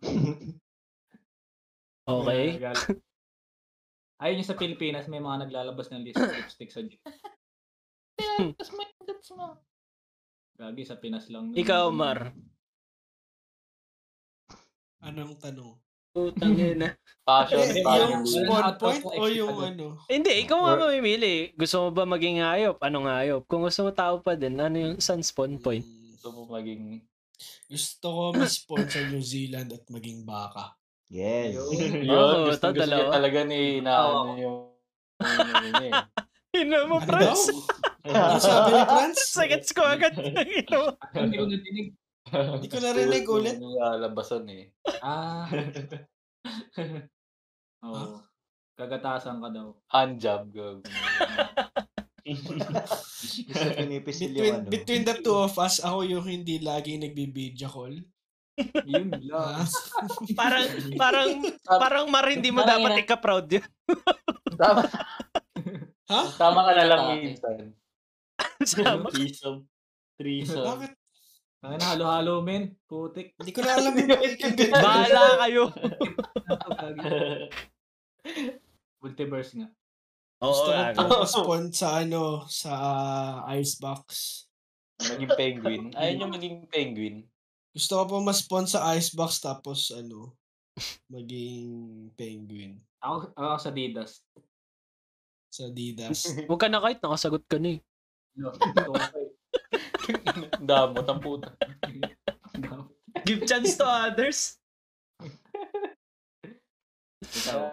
Speaker 1: Okay?
Speaker 2: Nagagal. Ayun yung sa Pilipinas, may mga naglalabas ng list lipstick sa jeep. Gagi, sa Pinas lang.
Speaker 1: Ikaw, Mar.
Speaker 6: Anong tanong?
Speaker 1: Putang ina.
Speaker 4: Passion,
Speaker 6: Eh,
Speaker 4: passion.
Speaker 6: yung spawn point o yung ano?
Speaker 1: Hindi, ikaw nga
Speaker 3: Or-
Speaker 1: mamimili. Gusto mo ba maging hayop? Anong hayop? Kung gusto mo tao pa din, ano yung sun spawn [laughs] point?
Speaker 4: Gusto mo maging
Speaker 6: Gusto ko ma-spawn sa New Zealand at maging baka.
Speaker 3: Yes.
Speaker 1: Oo,
Speaker 4: yun,
Speaker 1: ito,
Speaker 4: oh, gusto, gusto niya
Speaker 1: dalawa.
Speaker 4: talaga ni na
Speaker 2: Oo.
Speaker 4: ano yung yung yun eh.
Speaker 1: Ina mo,
Speaker 6: Ano daw?
Speaker 1: Franz.
Speaker 3: [laughs]
Speaker 6: Ano sabi ni [laughs] Franz?
Speaker 1: Seconds ko agad. Ina mo.
Speaker 2: Hindi ko natinig.
Speaker 6: Hindi ko narinig
Speaker 4: Gusto
Speaker 6: ulit.
Speaker 4: niya labasan eh.
Speaker 2: Ah. [laughs] Oo. Kagatasan ka daw.
Speaker 4: Hand job. gag.
Speaker 3: Gusto
Speaker 6: [laughs]
Speaker 3: pinipisil yung
Speaker 6: Between,
Speaker 3: ano.
Speaker 6: between the two of us, ako yung hindi laging nagbibidya call.
Speaker 2: Yun lang.
Speaker 6: [laughs] Ah,
Speaker 1: Parang, parang, parang Mar, hindi mo
Speaker 10: Parang
Speaker 1: dapat ikaproud yun. [laughs]
Speaker 4: Tama,
Speaker 6: ha?
Speaker 4: tama ka na lang
Speaker 10: Tama.
Speaker 4: minsan.
Speaker 1: Sama.
Speaker 10: Threesome. Threesome.
Speaker 6: Bakit?
Speaker 2: Ang ina, halo-halo, men.
Speaker 1: [laughs]
Speaker 2: Putik.
Speaker 6: Hindi ko na alam yung pakikinggan.
Speaker 1: Bahala kayo.
Speaker 2: Multiverse nga.
Speaker 1: [laughs] Oo, ano. gago.
Speaker 6: Gusto ko po ma-spawn sa ano, sa ah, icebox.
Speaker 4: Maging penguin. [laughs] Ayaw niyo maging penguin.
Speaker 6: Gusto ko po ma-spawn sa Icebox tapos ano, maging penguin
Speaker 2: Ako, ako sa Didas.
Speaker 6: sa Didas.
Speaker 1: Huwag ka na kahit nakasagot ka na eh.
Speaker 2: No, okay.
Speaker 4: Damot ang puta.
Speaker 1: Give chance to others.
Speaker 4: Ikaw.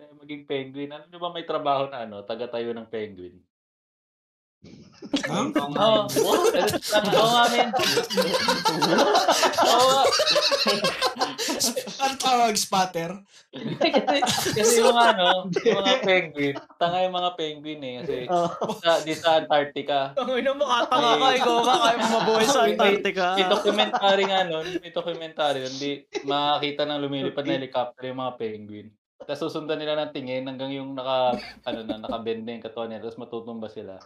Speaker 4: Kaya maging penguin. Ano nyo ba may trabaho na ano? Taga-tayo ng penguin.
Speaker 6: Ma'am?
Speaker 2: [laughs]
Speaker 4: Oo. Oo nga, men. Oo nga.
Speaker 6: Ano tawag, spatter?
Speaker 4: Kasi yung mga ano, yung mga penguin. Tanga yung mga penguin eh. Kasi sa, di sa Antarctica.
Speaker 1: Ang ina mo, katanga ka, ikaw ka,
Speaker 6: [laughs]
Speaker 1: kaya mo mabuhay sa
Speaker 4: May- may-
Speaker 1: Antarctica. ah.
Speaker 4: May documentary nga nun. May documentary nun. Di, makakita ng lumilipad na helicopter yung mga penguin. Tapos susundan nila ng tingin hanggang yung naka, ano na, nakabend na yung katawan nila. Tapos matutumba sila.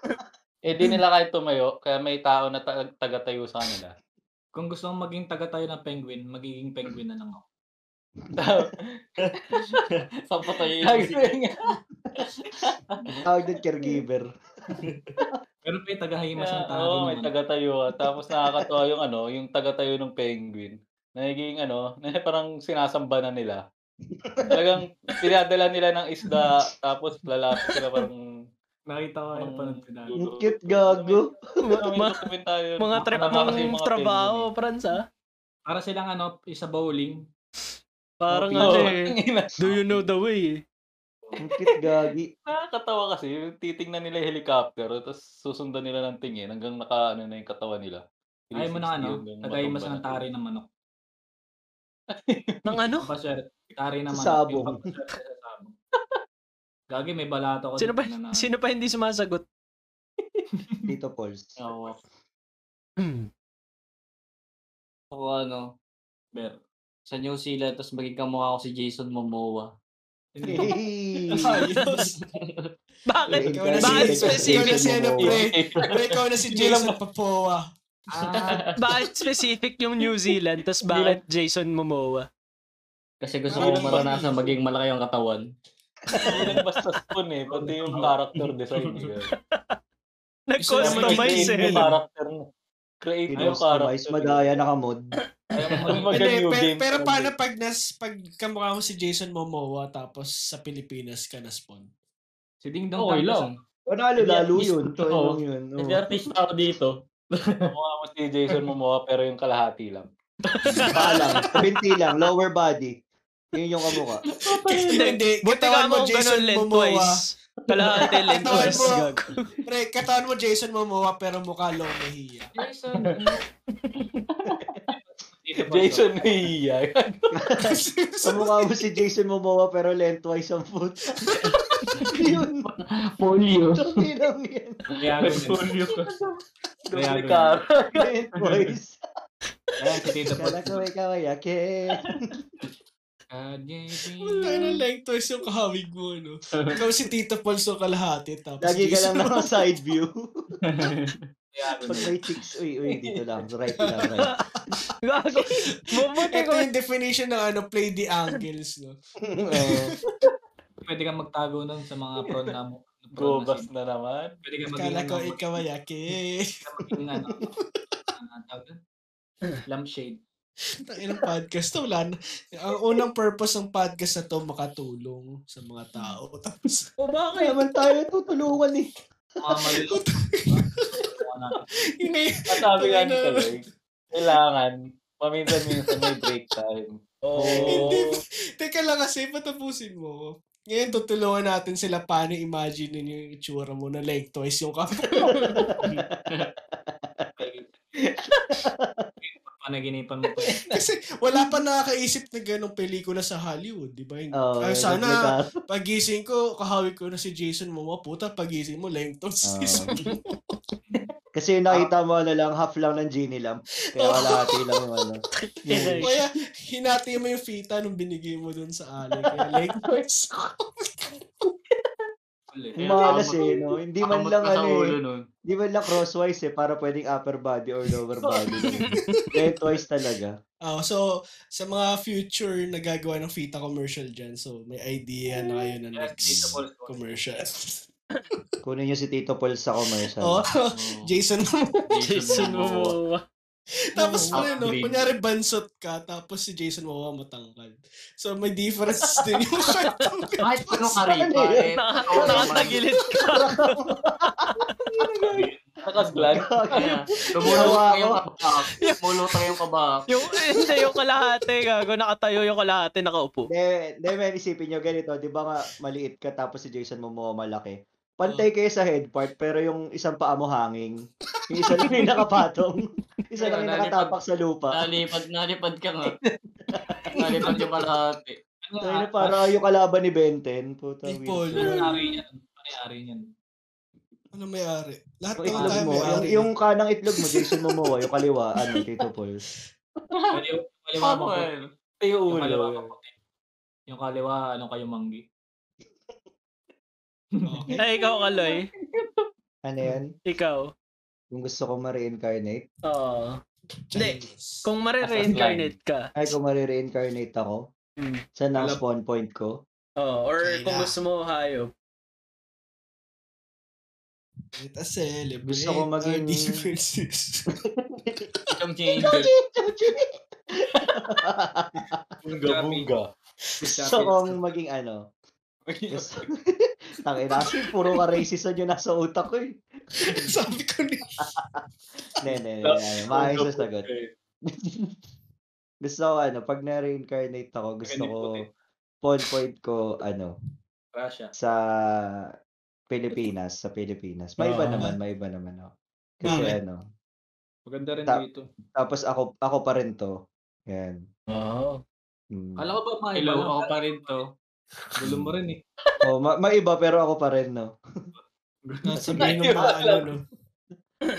Speaker 4: Eh di nila kahit tumayo, kaya may tao na ta- taga-tayo sa kanila. [laughs]
Speaker 2: Kung gusto mong maging taga tayo ng penguin, magiging penguin na lang ako.
Speaker 4: Sampatay
Speaker 3: Tawag doon caregiver.
Speaker 2: Pero may taga-himas ng tayo.
Speaker 4: Oo, may taga-tayo. ah. Tapos nakakatawa yung ano, yung taga-tayo ng penguin. Nagiging ano, [laughs] na parang sinasamba na nila. Talagang pinadala nila ng isda, tapos lalapit sila parang...
Speaker 2: Nakita ko yung panood ko dati.
Speaker 3: Ang cute, gago.
Speaker 1: Ma- Mga trip mong trabaho, Franz ah.
Speaker 2: Para silang ano, isa bowling.
Speaker 1: Parang
Speaker 6: Oh.
Speaker 1: ano
Speaker 2: Oo,
Speaker 1: eh.
Speaker 4: Ina,
Speaker 1: Do you know the way eh?
Speaker 3: Ang cute, gagi.
Speaker 4: nakakatawa kasi, yung titingnan nila yung helicopter, tapos susundan nila ng tingin hanggang naka, ano na yung katawan nila.
Speaker 2: Ayaw mo na
Speaker 4: 360
Speaker 2: ano,
Speaker 4: hanggang
Speaker 2: taga-himas
Speaker 4: matumba
Speaker 2: ng
Speaker 4: na. [laughs]
Speaker 2: tari ng manok.
Speaker 1: Nang ano?
Speaker 2: Paswerte. Tari ng
Speaker 3: Sa
Speaker 2: manok.
Speaker 3: sabong.
Speaker 2: Yung papaswerte sa sabong. Gagi, may balato ko.
Speaker 1: Sino ba,
Speaker 2: dito na-
Speaker 1: sino pa hindi sumasagot? [clears throat]
Speaker 3: Dito, Pauls.
Speaker 4: Oo.
Speaker 1: Hmm.
Speaker 7: Ako ano,
Speaker 2: Ber.
Speaker 7: sa New Zealand, tapos maging kamukha ko si Jason Momoa.
Speaker 3: Hey!
Speaker 6: Ayos.
Speaker 1: Bakit?
Speaker 6: Ikaw na si-
Speaker 1: Bakit
Speaker 6: ikaw na si-
Speaker 1: specific?
Speaker 6: ikaw na si ano,
Speaker 1: [laughs]
Speaker 6: pre. Pre, ikaw na si Jason Papoa.
Speaker 2: Ah,
Speaker 1: Bakit specific yung New Zealand? Tapos bakit Jason Momoa?
Speaker 7: Kasi gusto
Speaker 6: Ay,
Speaker 7: ko
Speaker 6: lang
Speaker 7: maranasan
Speaker 6: ba?
Speaker 7: maging malaki ang katawan.
Speaker 4: Hindi lang basta spoon eh, pati yung character design nila.
Speaker 1: Nag-customize eh.
Speaker 6: Gusto naman
Speaker 4: Yung character na. Create yung
Speaker 3: Kinustomize,
Speaker 4: character.
Speaker 3: madaya, nakamod.
Speaker 4: Ayaw mo
Speaker 7: [laughs]
Speaker 6: Hindi,
Speaker 4: mag-new
Speaker 6: pero,
Speaker 4: game.
Speaker 6: pero paano pag, nas, pag kamukha mo si Jason Momoa tapos sa Pilipinas ka na spawn?
Speaker 1: Ano
Speaker 2: si Ding Dong. Tang
Speaker 7: Okay lang.
Speaker 3: Panalo, lalo yun. Toy
Speaker 7: Oo.
Speaker 3: lang yun. oo.
Speaker 7: Hindi artista ako dito.
Speaker 4: Mukha mo si Jason Momoa pero yung kalahati lang.
Speaker 3: Paa lang. Binti lang. Lower body. Yun yung kamukha. [laughs]
Speaker 6: [laughs] Hindi,
Speaker 1: Buti ka
Speaker 6: katawan mo
Speaker 1: mo ganun
Speaker 6: Jason Momoa.
Speaker 1: lengthwise.
Speaker 6: [laughs]
Speaker 1: Kalahati lengthwise. [laughs]
Speaker 6: mo.
Speaker 1: Gago.
Speaker 6: Pre, katawan mo Jason Momoa pero mukha long
Speaker 1: [laughs]
Speaker 6: mahiya.
Speaker 2: Jason.
Speaker 4: Jason Mejia.
Speaker 3: Kamukha mo si Jason Momoa pero lengthwise ang
Speaker 6: [laughs]
Speaker 3: foot. yun.
Speaker 7: Polio.
Speaker 3: Tinang yan.
Speaker 2: Triago yun.
Speaker 4: Double car.
Speaker 3: Lengthwise.
Speaker 2: Ayan, si Tito Paul.
Speaker 3: Kala ko ay kawaya. Ke.
Speaker 6: Tayo na lengthwise ano yung kahawig mo, no? Ikaw si Tito Paul so kalahati tapos
Speaker 3: Lagi ka lang
Speaker 6: Jason
Speaker 3: naka
Speaker 6: Momoa.
Speaker 3: side view.
Speaker 2: Triago
Speaker 3: Pag
Speaker 2: yun.
Speaker 3: may chicks, uy, uy, dito lang. Right lang,
Speaker 6: [laughs]
Speaker 3: right.
Speaker 1: Gago. Mabuti
Speaker 6: Ito
Speaker 1: ko.
Speaker 6: yung definition ng ano, play the angles, no?
Speaker 3: Oo.
Speaker 2: Pwede kang magtago nun sa mga pronoun.
Speaker 4: Gobas na naman.
Speaker 2: Pwede kang maging
Speaker 6: Kala ko
Speaker 2: ano,
Speaker 6: ikaw ay ake.
Speaker 2: pwede kang maging ano, ano, ang tawag doon? Lampshade.
Speaker 6: Ang ilang podcast to, wala na. Ang unang purpose ng podcast na to, makatulong sa mga tao. [laughs] Tapos,
Speaker 1: O
Speaker 3: Kaya
Speaker 1: bakit?
Speaker 3: naman tayo tutulungan eh.
Speaker 2: Mga malulungkot. Mga natin.
Speaker 6: yun na yun.
Speaker 4: Sabi nga ni Kaloy, kailangan, paminsan-minsan may break time.
Speaker 1: Oo.
Speaker 6: Hindi. Teka lang kasi, patapusin mo. Ngayon, tutulungan natin sila paano imagine nyo yung itsura mo na lengthwise yung kamay.
Speaker 2: Panaginipan mo pa. yun.
Speaker 6: [laughs] Kasi wala pa nakakaisip na ganong pelikula sa Hollywood, di ba? Hindi-
Speaker 3: Oo,
Speaker 6: Ay,
Speaker 3: may
Speaker 6: sana,
Speaker 3: kaso.
Speaker 6: pagising ko, kahawig ko na si Jason Momoa. Puta, pagising mo,
Speaker 3: Ah.
Speaker 6: lengthwise.
Speaker 3: Oo. Kasi yung nakita mo na lang, half lang ng genie lamp.
Speaker 6: Oh.
Speaker 3: Kaya
Speaker 6: [laughs]
Speaker 3: wala hati lang yung ano.
Speaker 6: Kaya, hinati mo yung fita nung binigay mo dun sa Ali.
Speaker 7: [laughs]
Speaker 6: Kaya lengthwise.
Speaker 2: Tuloy.
Speaker 3: Yung malas eh, no? Hindi man lang ano eh.
Speaker 7: nun.
Speaker 3: Hindi man lang crosswise eh, para pwedeng upper body or lower
Speaker 6: [laughs]
Speaker 3: body. Kaya twice talaga.
Speaker 6: ah so, sa mga future na gagawa ng Fita commercial dyan, so may idea na kayo ng
Speaker 2: Yes, Tito
Speaker 6: next
Speaker 2: Paul.
Speaker 6: commercial.
Speaker 7: Oh.
Speaker 3: Kunin niyo si Tito Paul sa commercial.
Speaker 7: [laughs]
Speaker 6: oh, Jason,
Speaker 1: Jason Momoa.
Speaker 6: Tapos
Speaker 7: Yung
Speaker 6: ano yun, no?
Speaker 7: upgrade.
Speaker 6: kunyari bansot ka, tapos si Jason Momoa matangkad. So may
Speaker 7: [laughs]
Speaker 6: difference din yung shot.
Speaker 7: Kahit ano ka
Speaker 3: Ano
Speaker 7: rin pa,
Speaker 3: yun?
Speaker 7: eh.
Speaker 1: Naka-
Speaker 7: Oo,
Speaker 1: Nakatagilid ka.
Speaker 4: Nakasglag.
Speaker 7: Lumulutang yung kaba. Lumulutang yung kaba.
Speaker 1: yung, hindi, yung kalahati. Gago, nakatayo yung kalahati, nakaupo.
Speaker 3: De, de, man, isipin nyo ganito, di ba nga maliit ka tapos si Jason Momoa malaki. Pantay kayo sa head part pero yung isang paa mo hanging. Yung isa lang yung nakapatong. Isa lang yung nakatapak sa lupa.
Speaker 7: Nalipad, nalipad ka nga. Nalipad yung kalahati.
Speaker 2: Ano
Speaker 3: Tayo na
Speaker 2: nga,
Speaker 3: para yung kalaban ni Benten. Puta,
Speaker 6: Ay,
Speaker 3: weird.
Speaker 6: Paul.
Speaker 2: ano ang ari niyan? Ano ang ari niyan?
Speaker 6: Ano may-ari? Lahat
Speaker 3: Yung
Speaker 6: ng
Speaker 3: itlog
Speaker 6: tayo
Speaker 3: mo, yung,
Speaker 6: may-ari.
Speaker 3: yung kanang itlog mo, Jason Momoa, yung kaliwa, ano, Tito Paul.
Speaker 2: Kaliwa, kaliwa mo.
Speaker 7: eh?
Speaker 4: Samuel. Tayo
Speaker 2: Yung
Speaker 4: ulo.
Speaker 2: kaliwa kaputi. Yung kaliwa, ano kayo manggi?
Speaker 6: Okay.
Speaker 1: Ay, Eh, ikaw, Kaloy.
Speaker 3: Ano yan?
Speaker 1: Ikaw.
Speaker 3: Kung gusto ko ma-reincarnate.
Speaker 1: Oo. Hindi.
Speaker 6: Chinese.
Speaker 1: Kung mare-reincarnate ka.
Speaker 3: Ay, kung ma-reincarnate ako,
Speaker 1: Mm.
Speaker 3: saan ang
Speaker 6: Alam-
Speaker 3: spawn point ko?
Speaker 1: Oo, or
Speaker 6: China.
Speaker 1: kung gusto mo, hayop.
Speaker 6: Let us celebrate
Speaker 3: Gusto ko
Speaker 6: our
Speaker 3: maging- [laughs]
Speaker 6: differences.
Speaker 7: Yung change.
Speaker 4: Bunga, bunga.
Speaker 3: gusto kong maging ano. Gusto... [laughs] Tangina, kasi puro ka racism yun nasa utak ko eh.
Speaker 6: Sabi ko ni...
Speaker 3: Ne, ne, ne, ne. Maayos na sagot.
Speaker 2: eh.
Speaker 3: [laughs] Gusto ko ano, pag na-reincarnate ako, gusto ko spawn point ko ano,
Speaker 2: Russia.
Speaker 3: sa Pilipinas, sa Pilipinas. May
Speaker 2: Ah.
Speaker 3: iba
Speaker 6: Oo.
Speaker 3: naman, may iba naman ako. Kasi
Speaker 6: Bakit?
Speaker 3: ano,
Speaker 2: Maganda rin
Speaker 3: Ta-
Speaker 2: dito.
Speaker 3: tapos ako ako pa rin to. Yan. [laughs]
Speaker 1: Oo.
Speaker 3: Mm.
Speaker 2: Kala ko ba mga iba
Speaker 7: Hello,
Speaker 2: lang?
Speaker 7: ako pa rin to.
Speaker 2: Gulo mo rin eh.
Speaker 3: Oh, ma- may iba pero ako pa rin, no.
Speaker 6: Sabihin ng mga ano, no?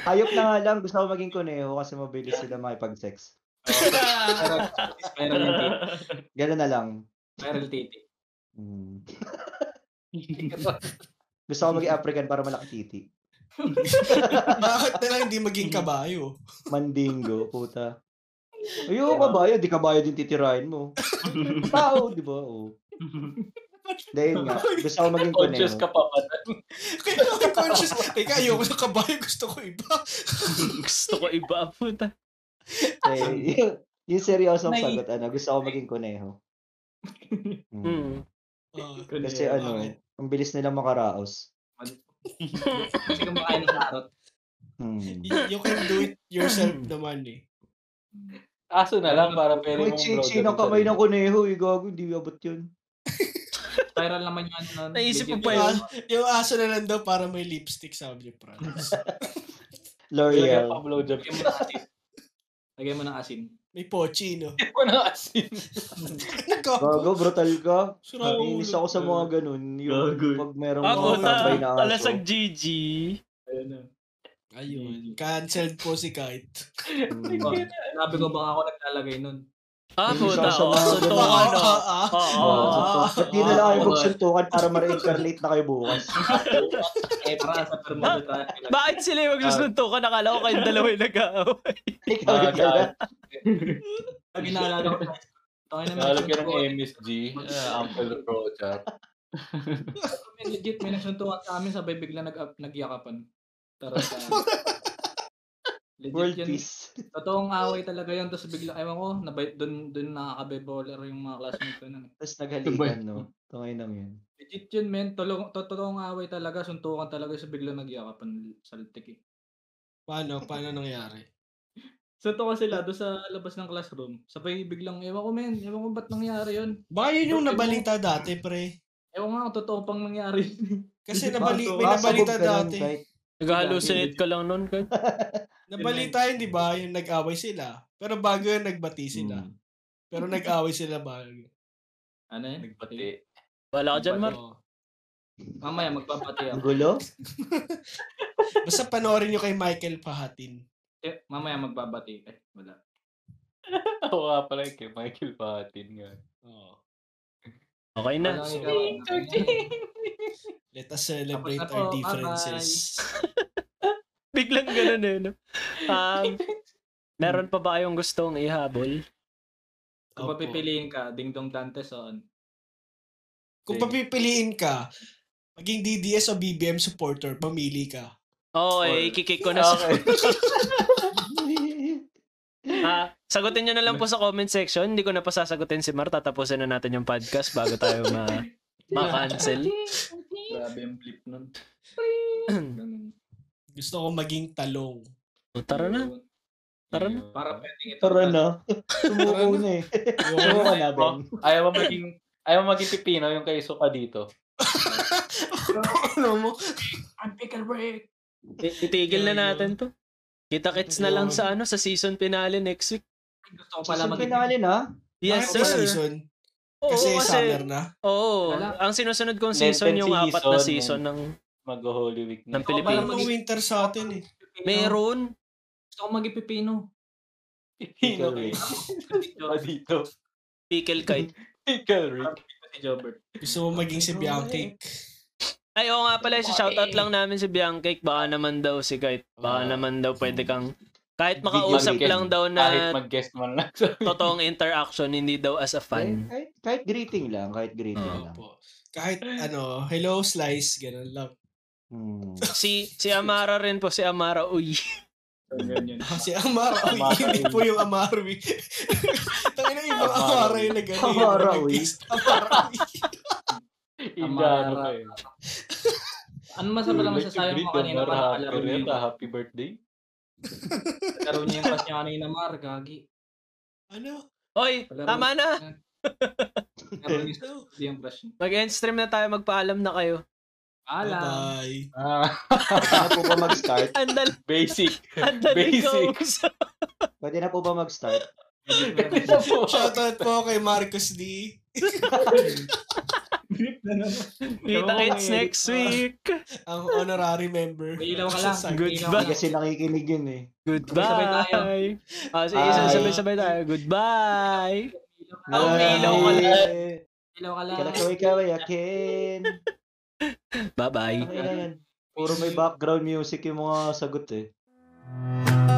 Speaker 3: Hayop na nga lang, gusto ko maging kuneho kasi mabilis sila makipag-sex.
Speaker 2: Spiral, spiral yung titi.
Speaker 3: Gano'n na lang.
Speaker 2: Spiral [laughs] titi.
Speaker 3: Mm. Gusto ko maging African para malaki titi.
Speaker 6: Bakit na lang hindi maging kabayo?
Speaker 3: Mandingo, puta. Ayun, kabayo, di kabayo din titirahin mo. Tao, di ba?
Speaker 4: [laughs]
Speaker 3: Oo. Dahil nga, gusto ko maging
Speaker 4: Conscious
Speaker 3: kuneho.
Speaker 4: ka pa ba?
Speaker 6: Kaya ako conscious. Teka, ayoko sa kabayo. Gusto ko iba.
Speaker 1: Gusto ko iba, puta.
Speaker 3: Eh, yung, [laughs] yung seryosong
Speaker 2: May-
Speaker 3: sagot, ano, gusto ko maging
Speaker 4: [laughs]
Speaker 3: kuneho.
Speaker 4: Hmm.
Speaker 3: Mm.
Speaker 1: Mm.
Speaker 6: Oh,
Speaker 3: Kasi ano,
Speaker 6: Bakit?
Speaker 3: ang bilis nila makaraos.
Speaker 2: Kasi kumakain ng karot.
Speaker 3: Hmm.
Speaker 6: y- you can do it yourself naman eh.
Speaker 4: Aso na lang para pwede
Speaker 3: Uy,
Speaker 4: mong
Speaker 3: chichi ng kamay ng kuneho, eh, gago, hindi abot yun.
Speaker 2: Spiral naman yung ano. nun.
Speaker 1: Naisip ko
Speaker 2: Video
Speaker 1: pa
Speaker 2: game.
Speaker 1: yun.
Speaker 6: Yung aso na lang daw para may lipstick, sabi ni Franz.
Speaker 3: L'Oreal.
Speaker 4: Lagyan pa blowjob.
Speaker 3: [laughs]
Speaker 2: Lagyan mo ng asin. Lagyan mo ng asin.
Speaker 6: May pochi, no?
Speaker 4: Lagyan mo ng asin.
Speaker 6: Nagkako.
Speaker 3: Gago, brutal ka.
Speaker 6: Sira ang
Speaker 3: Inis
Speaker 6: ulo.
Speaker 3: ako sa mga ganun. Yung
Speaker 7: Gago.
Speaker 3: pag merong
Speaker 1: Ah,
Speaker 3: mga
Speaker 1: puta.
Speaker 3: tambay na aso.
Speaker 1: Alasag GG.
Speaker 2: Ayun na.
Speaker 6: Ayun. Canceled po si Kite.
Speaker 3: Hmm.
Speaker 2: Oh, Sabi ko baka ako naglalagay nun.
Speaker 1: Ah,
Speaker 3: Yung
Speaker 1: puta.
Speaker 3: isa sa
Speaker 1: Oo,
Speaker 3: mga-
Speaker 1: suntukan,
Speaker 6: Ah,
Speaker 1: no?
Speaker 6: ah, ah.
Speaker 1: Oo,
Speaker 3: Oh,
Speaker 1: oo, oo.
Speaker 3: suntukan. Ba't di na lang
Speaker 1: Ah,
Speaker 3: kayo magsuntukan para ma-reincarnate na kayo bukas?
Speaker 2: Eh, para sa Bermuda tayo.
Speaker 1: Bakit sila yung magsusuntukan? Nakala ko kayong dalawa yung nag-aaway.
Speaker 3: Ikaw, diba? ikaw.
Speaker 2: Lagi naalala ko. Tangin naman.
Speaker 4: Nalagyan ng
Speaker 2: nagsuntukan.
Speaker 4: MSG. ah, Ample Rocha.
Speaker 2: May legit, may nagsuntukan sa amin sabay bigla nag ah, nagyakapan.
Speaker 4: [laughs]
Speaker 2: Tara sa Legit
Speaker 3: World
Speaker 2: yun.
Speaker 3: peace.
Speaker 2: Totoong away talaga yun. Tapos bigla, ewan ko, nabay, dun, dun nakakabeboler yung mga classmates ko nun. eh.
Speaker 3: Tapos naghalikan, no? Tungay lang yun.
Speaker 2: Legit yun, men. Tolong, to- totoong away talaga. Suntukan talaga sa bigla nagyakapan sa eh.
Speaker 6: [laughs] Paano? Paano nangyari?
Speaker 2: Suntukan sila doon sa labas ng classroom. Sabay biglang, ewan ko, men. Ewan ko ba't nangyari yun.
Speaker 6: Baka yun yung nabalita dati, pre.
Speaker 2: Ewan nga, kung totoo pang nangyari. [laughs]
Speaker 6: Kasi nabali,
Speaker 3: Kasabog
Speaker 6: may nabalita
Speaker 3: ka lang
Speaker 6: dati.
Speaker 3: kahit-
Speaker 1: Nag-hallucinate ka lang nun. Kat.
Speaker 6: Nabalita yun, di ba? Yung nag-away sila. Pero bago yun, nagbati sila.
Speaker 3: Hmm.
Speaker 6: Pero nag-away sila bago.
Speaker 2: ano yun?
Speaker 4: [laughs] Nagbati.
Speaker 1: Wala ka dyan, Oh, Mark.
Speaker 6: Oo.
Speaker 2: Mamaya, magpapati
Speaker 3: [laughs]
Speaker 2: ako.
Speaker 3: Ang gulo?
Speaker 6: Basta panoorin nyo kay Michael Pahatin.
Speaker 2: Eh, mamaya, magbabati. Eh, wala.
Speaker 4: Oo nga pala kay Michael Patin nga.
Speaker 6: Oo.
Speaker 1: Okay na.
Speaker 2: Wala,
Speaker 6: So,
Speaker 2: ikaw, ano? [laughs]
Speaker 6: Let us celebrate
Speaker 2: Tapos na
Speaker 6: our
Speaker 2: po.
Speaker 6: differences.
Speaker 1: Biglang ganun eh, no? Um, meron pa ba kayong gustong ihabol?
Speaker 2: Kung
Speaker 6: Opo.
Speaker 2: papipiliin ka, Ding Dong Dante Son.
Speaker 6: Kung papipiliin ka, maging DDS o BBM supporter, pamili ka.
Speaker 1: Oo,
Speaker 4: Or-
Speaker 1: eh, ikikik ko na sa...
Speaker 4: Okay.
Speaker 1: Ah, sagutin nyo na lang po sa comment section. Hindi ko na pa sasagutin si Mar. Tatapusin na natin yung podcast bago tayo ma ma-cancel. [clears throat]
Speaker 2: Grabe yung blip nun. Ganun.
Speaker 6: Gusto ko maging talong.
Speaker 1: O, Oh, Tara na. Tara na.
Speaker 2: Para pwedeng ito.
Speaker 3: Tara na. Sumuko na eh. Sumuko ka na, Ben.
Speaker 4: Ayaw mo maging, ayaw mo maging pipino yung kay Suka dito.
Speaker 6: [laughs] ano mo?
Speaker 9: Ang pickle break.
Speaker 1: I- itigil na
Speaker 6: Ayun.
Speaker 1: natin to. Kita-kits na lang sa ano sa season finale next week.
Speaker 2: Gusto ko pala
Speaker 3: Season
Speaker 2: maging
Speaker 3: finale na.
Speaker 1: Yes,
Speaker 6: Bakit may
Speaker 1: sir.
Speaker 6: Ah, season?
Speaker 1: Oo,
Speaker 6: Kasi, summer
Speaker 1: kasi
Speaker 6: na.
Speaker 1: oo.
Speaker 2: Wala.
Speaker 1: Ang sinusunod kong
Speaker 4: Lenten
Speaker 1: season yung
Speaker 4: season,
Speaker 1: apat na
Speaker 4: man.
Speaker 1: season ng
Speaker 4: Mag-Holy Week na.
Speaker 1: ng
Speaker 2: Oo,
Speaker 6: Parang
Speaker 2: Pilipino.
Speaker 1: Pilipinas.
Speaker 6: no winter sa atin eh.
Speaker 2: Pilipino.
Speaker 1: Meron.
Speaker 2: Gusto ko maging Pilipino.
Speaker 4: Pipino kayo. Suka dito.
Speaker 1: Pickle kite.
Speaker 4: Pickle Rick.
Speaker 2: Si Jobert.
Speaker 6: Gusto mo maging si Bianca.
Speaker 1: Ay, oo nga pala, si shoutout lang namin si Bianca. Baka naman daw si Kite. Baka
Speaker 4: Ah.
Speaker 1: naman daw pwede kang kahit makausap
Speaker 4: Mag-guest.
Speaker 1: lang daw
Speaker 4: Kahit
Speaker 1: na
Speaker 4: mag-guest man lang.
Speaker 1: totoong interaction, hindi daw as a fan.
Speaker 3: Kahit, kahit greeting lang. Kahit greeting lang.
Speaker 6: Ah, Opo. Kahit ano, hello slice, ganun lang.
Speaker 3: Hmm.
Speaker 1: Si si Amara rin po, si Amara uy.
Speaker 2: Ganun yun.
Speaker 6: Kasi Amaro, Ah, uy,
Speaker 4: Amaro,
Speaker 6: hindi
Speaker 4: uy.
Speaker 6: po yung Amaro. uy. [laughs] Tangina yung mga
Speaker 4: Amaro,
Speaker 6: Amaro
Speaker 4: uy.
Speaker 6: yung nag-ano.
Speaker 3: Amaro, uy.
Speaker 4: Indiano ano kayo.
Speaker 2: Ano man sa pala
Speaker 4: Like to
Speaker 2: masasayang
Speaker 4: greet
Speaker 2: ko kanina
Speaker 4: the Mar,
Speaker 2: para
Speaker 4: happy
Speaker 2: kalaro niya.
Speaker 1: ah.
Speaker 4: Rita, Happy birthday.
Speaker 2: yung- [laughs] Kalaro niya yung pass niya kanina, Mar. Gagi.
Speaker 6: Ano?
Speaker 1: Oy,
Speaker 2: Palaro.
Speaker 1: tama na.
Speaker 2: Kalaro niya sa- yung crush
Speaker 1: [laughs]
Speaker 2: niya.
Speaker 1: Mag-end stream na tayo, magpaalam na kayo.
Speaker 2: Alam.
Speaker 6: Bye.
Speaker 4: Ah,
Speaker 3: Pwede na po ba mag-start?
Speaker 1: Andal,
Speaker 4: [laughs] basic.
Speaker 1: andal
Speaker 4: Basic.
Speaker 1: ikaw.
Speaker 3: Pwede na po ba mag-start?
Speaker 6: Shoutout po kay Marcos D.
Speaker 1: Kita kits next week.
Speaker 6: Ang honorary member.
Speaker 2: May ilaw ka lang.
Speaker 6: Sa-
Speaker 1: Good
Speaker 2: Ilaw ka
Speaker 3: Hindi
Speaker 1: ba?
Speaker 2: lang.
Speaker 3: kasi nakikinig yun eh.
Speaker 1: Goodbye.
Speaker 2: Sabay-sabay tayo.
Speaker 1: Ah, sige,
Speaker 3: Bye.
Speaker 1: sabay-sabay tayo. Goodbye.
Speaker 2: Ilaw ka lang.
Speaker 1: may ilaw ka lang.
Speaker 2: Ilaw ka lang.
Speaker 3: Kalakaway-kaway akin.
Speaker 1: Bye-bye.
Speaker 3: Ano yan? Puro may background music yung mga sagot eh.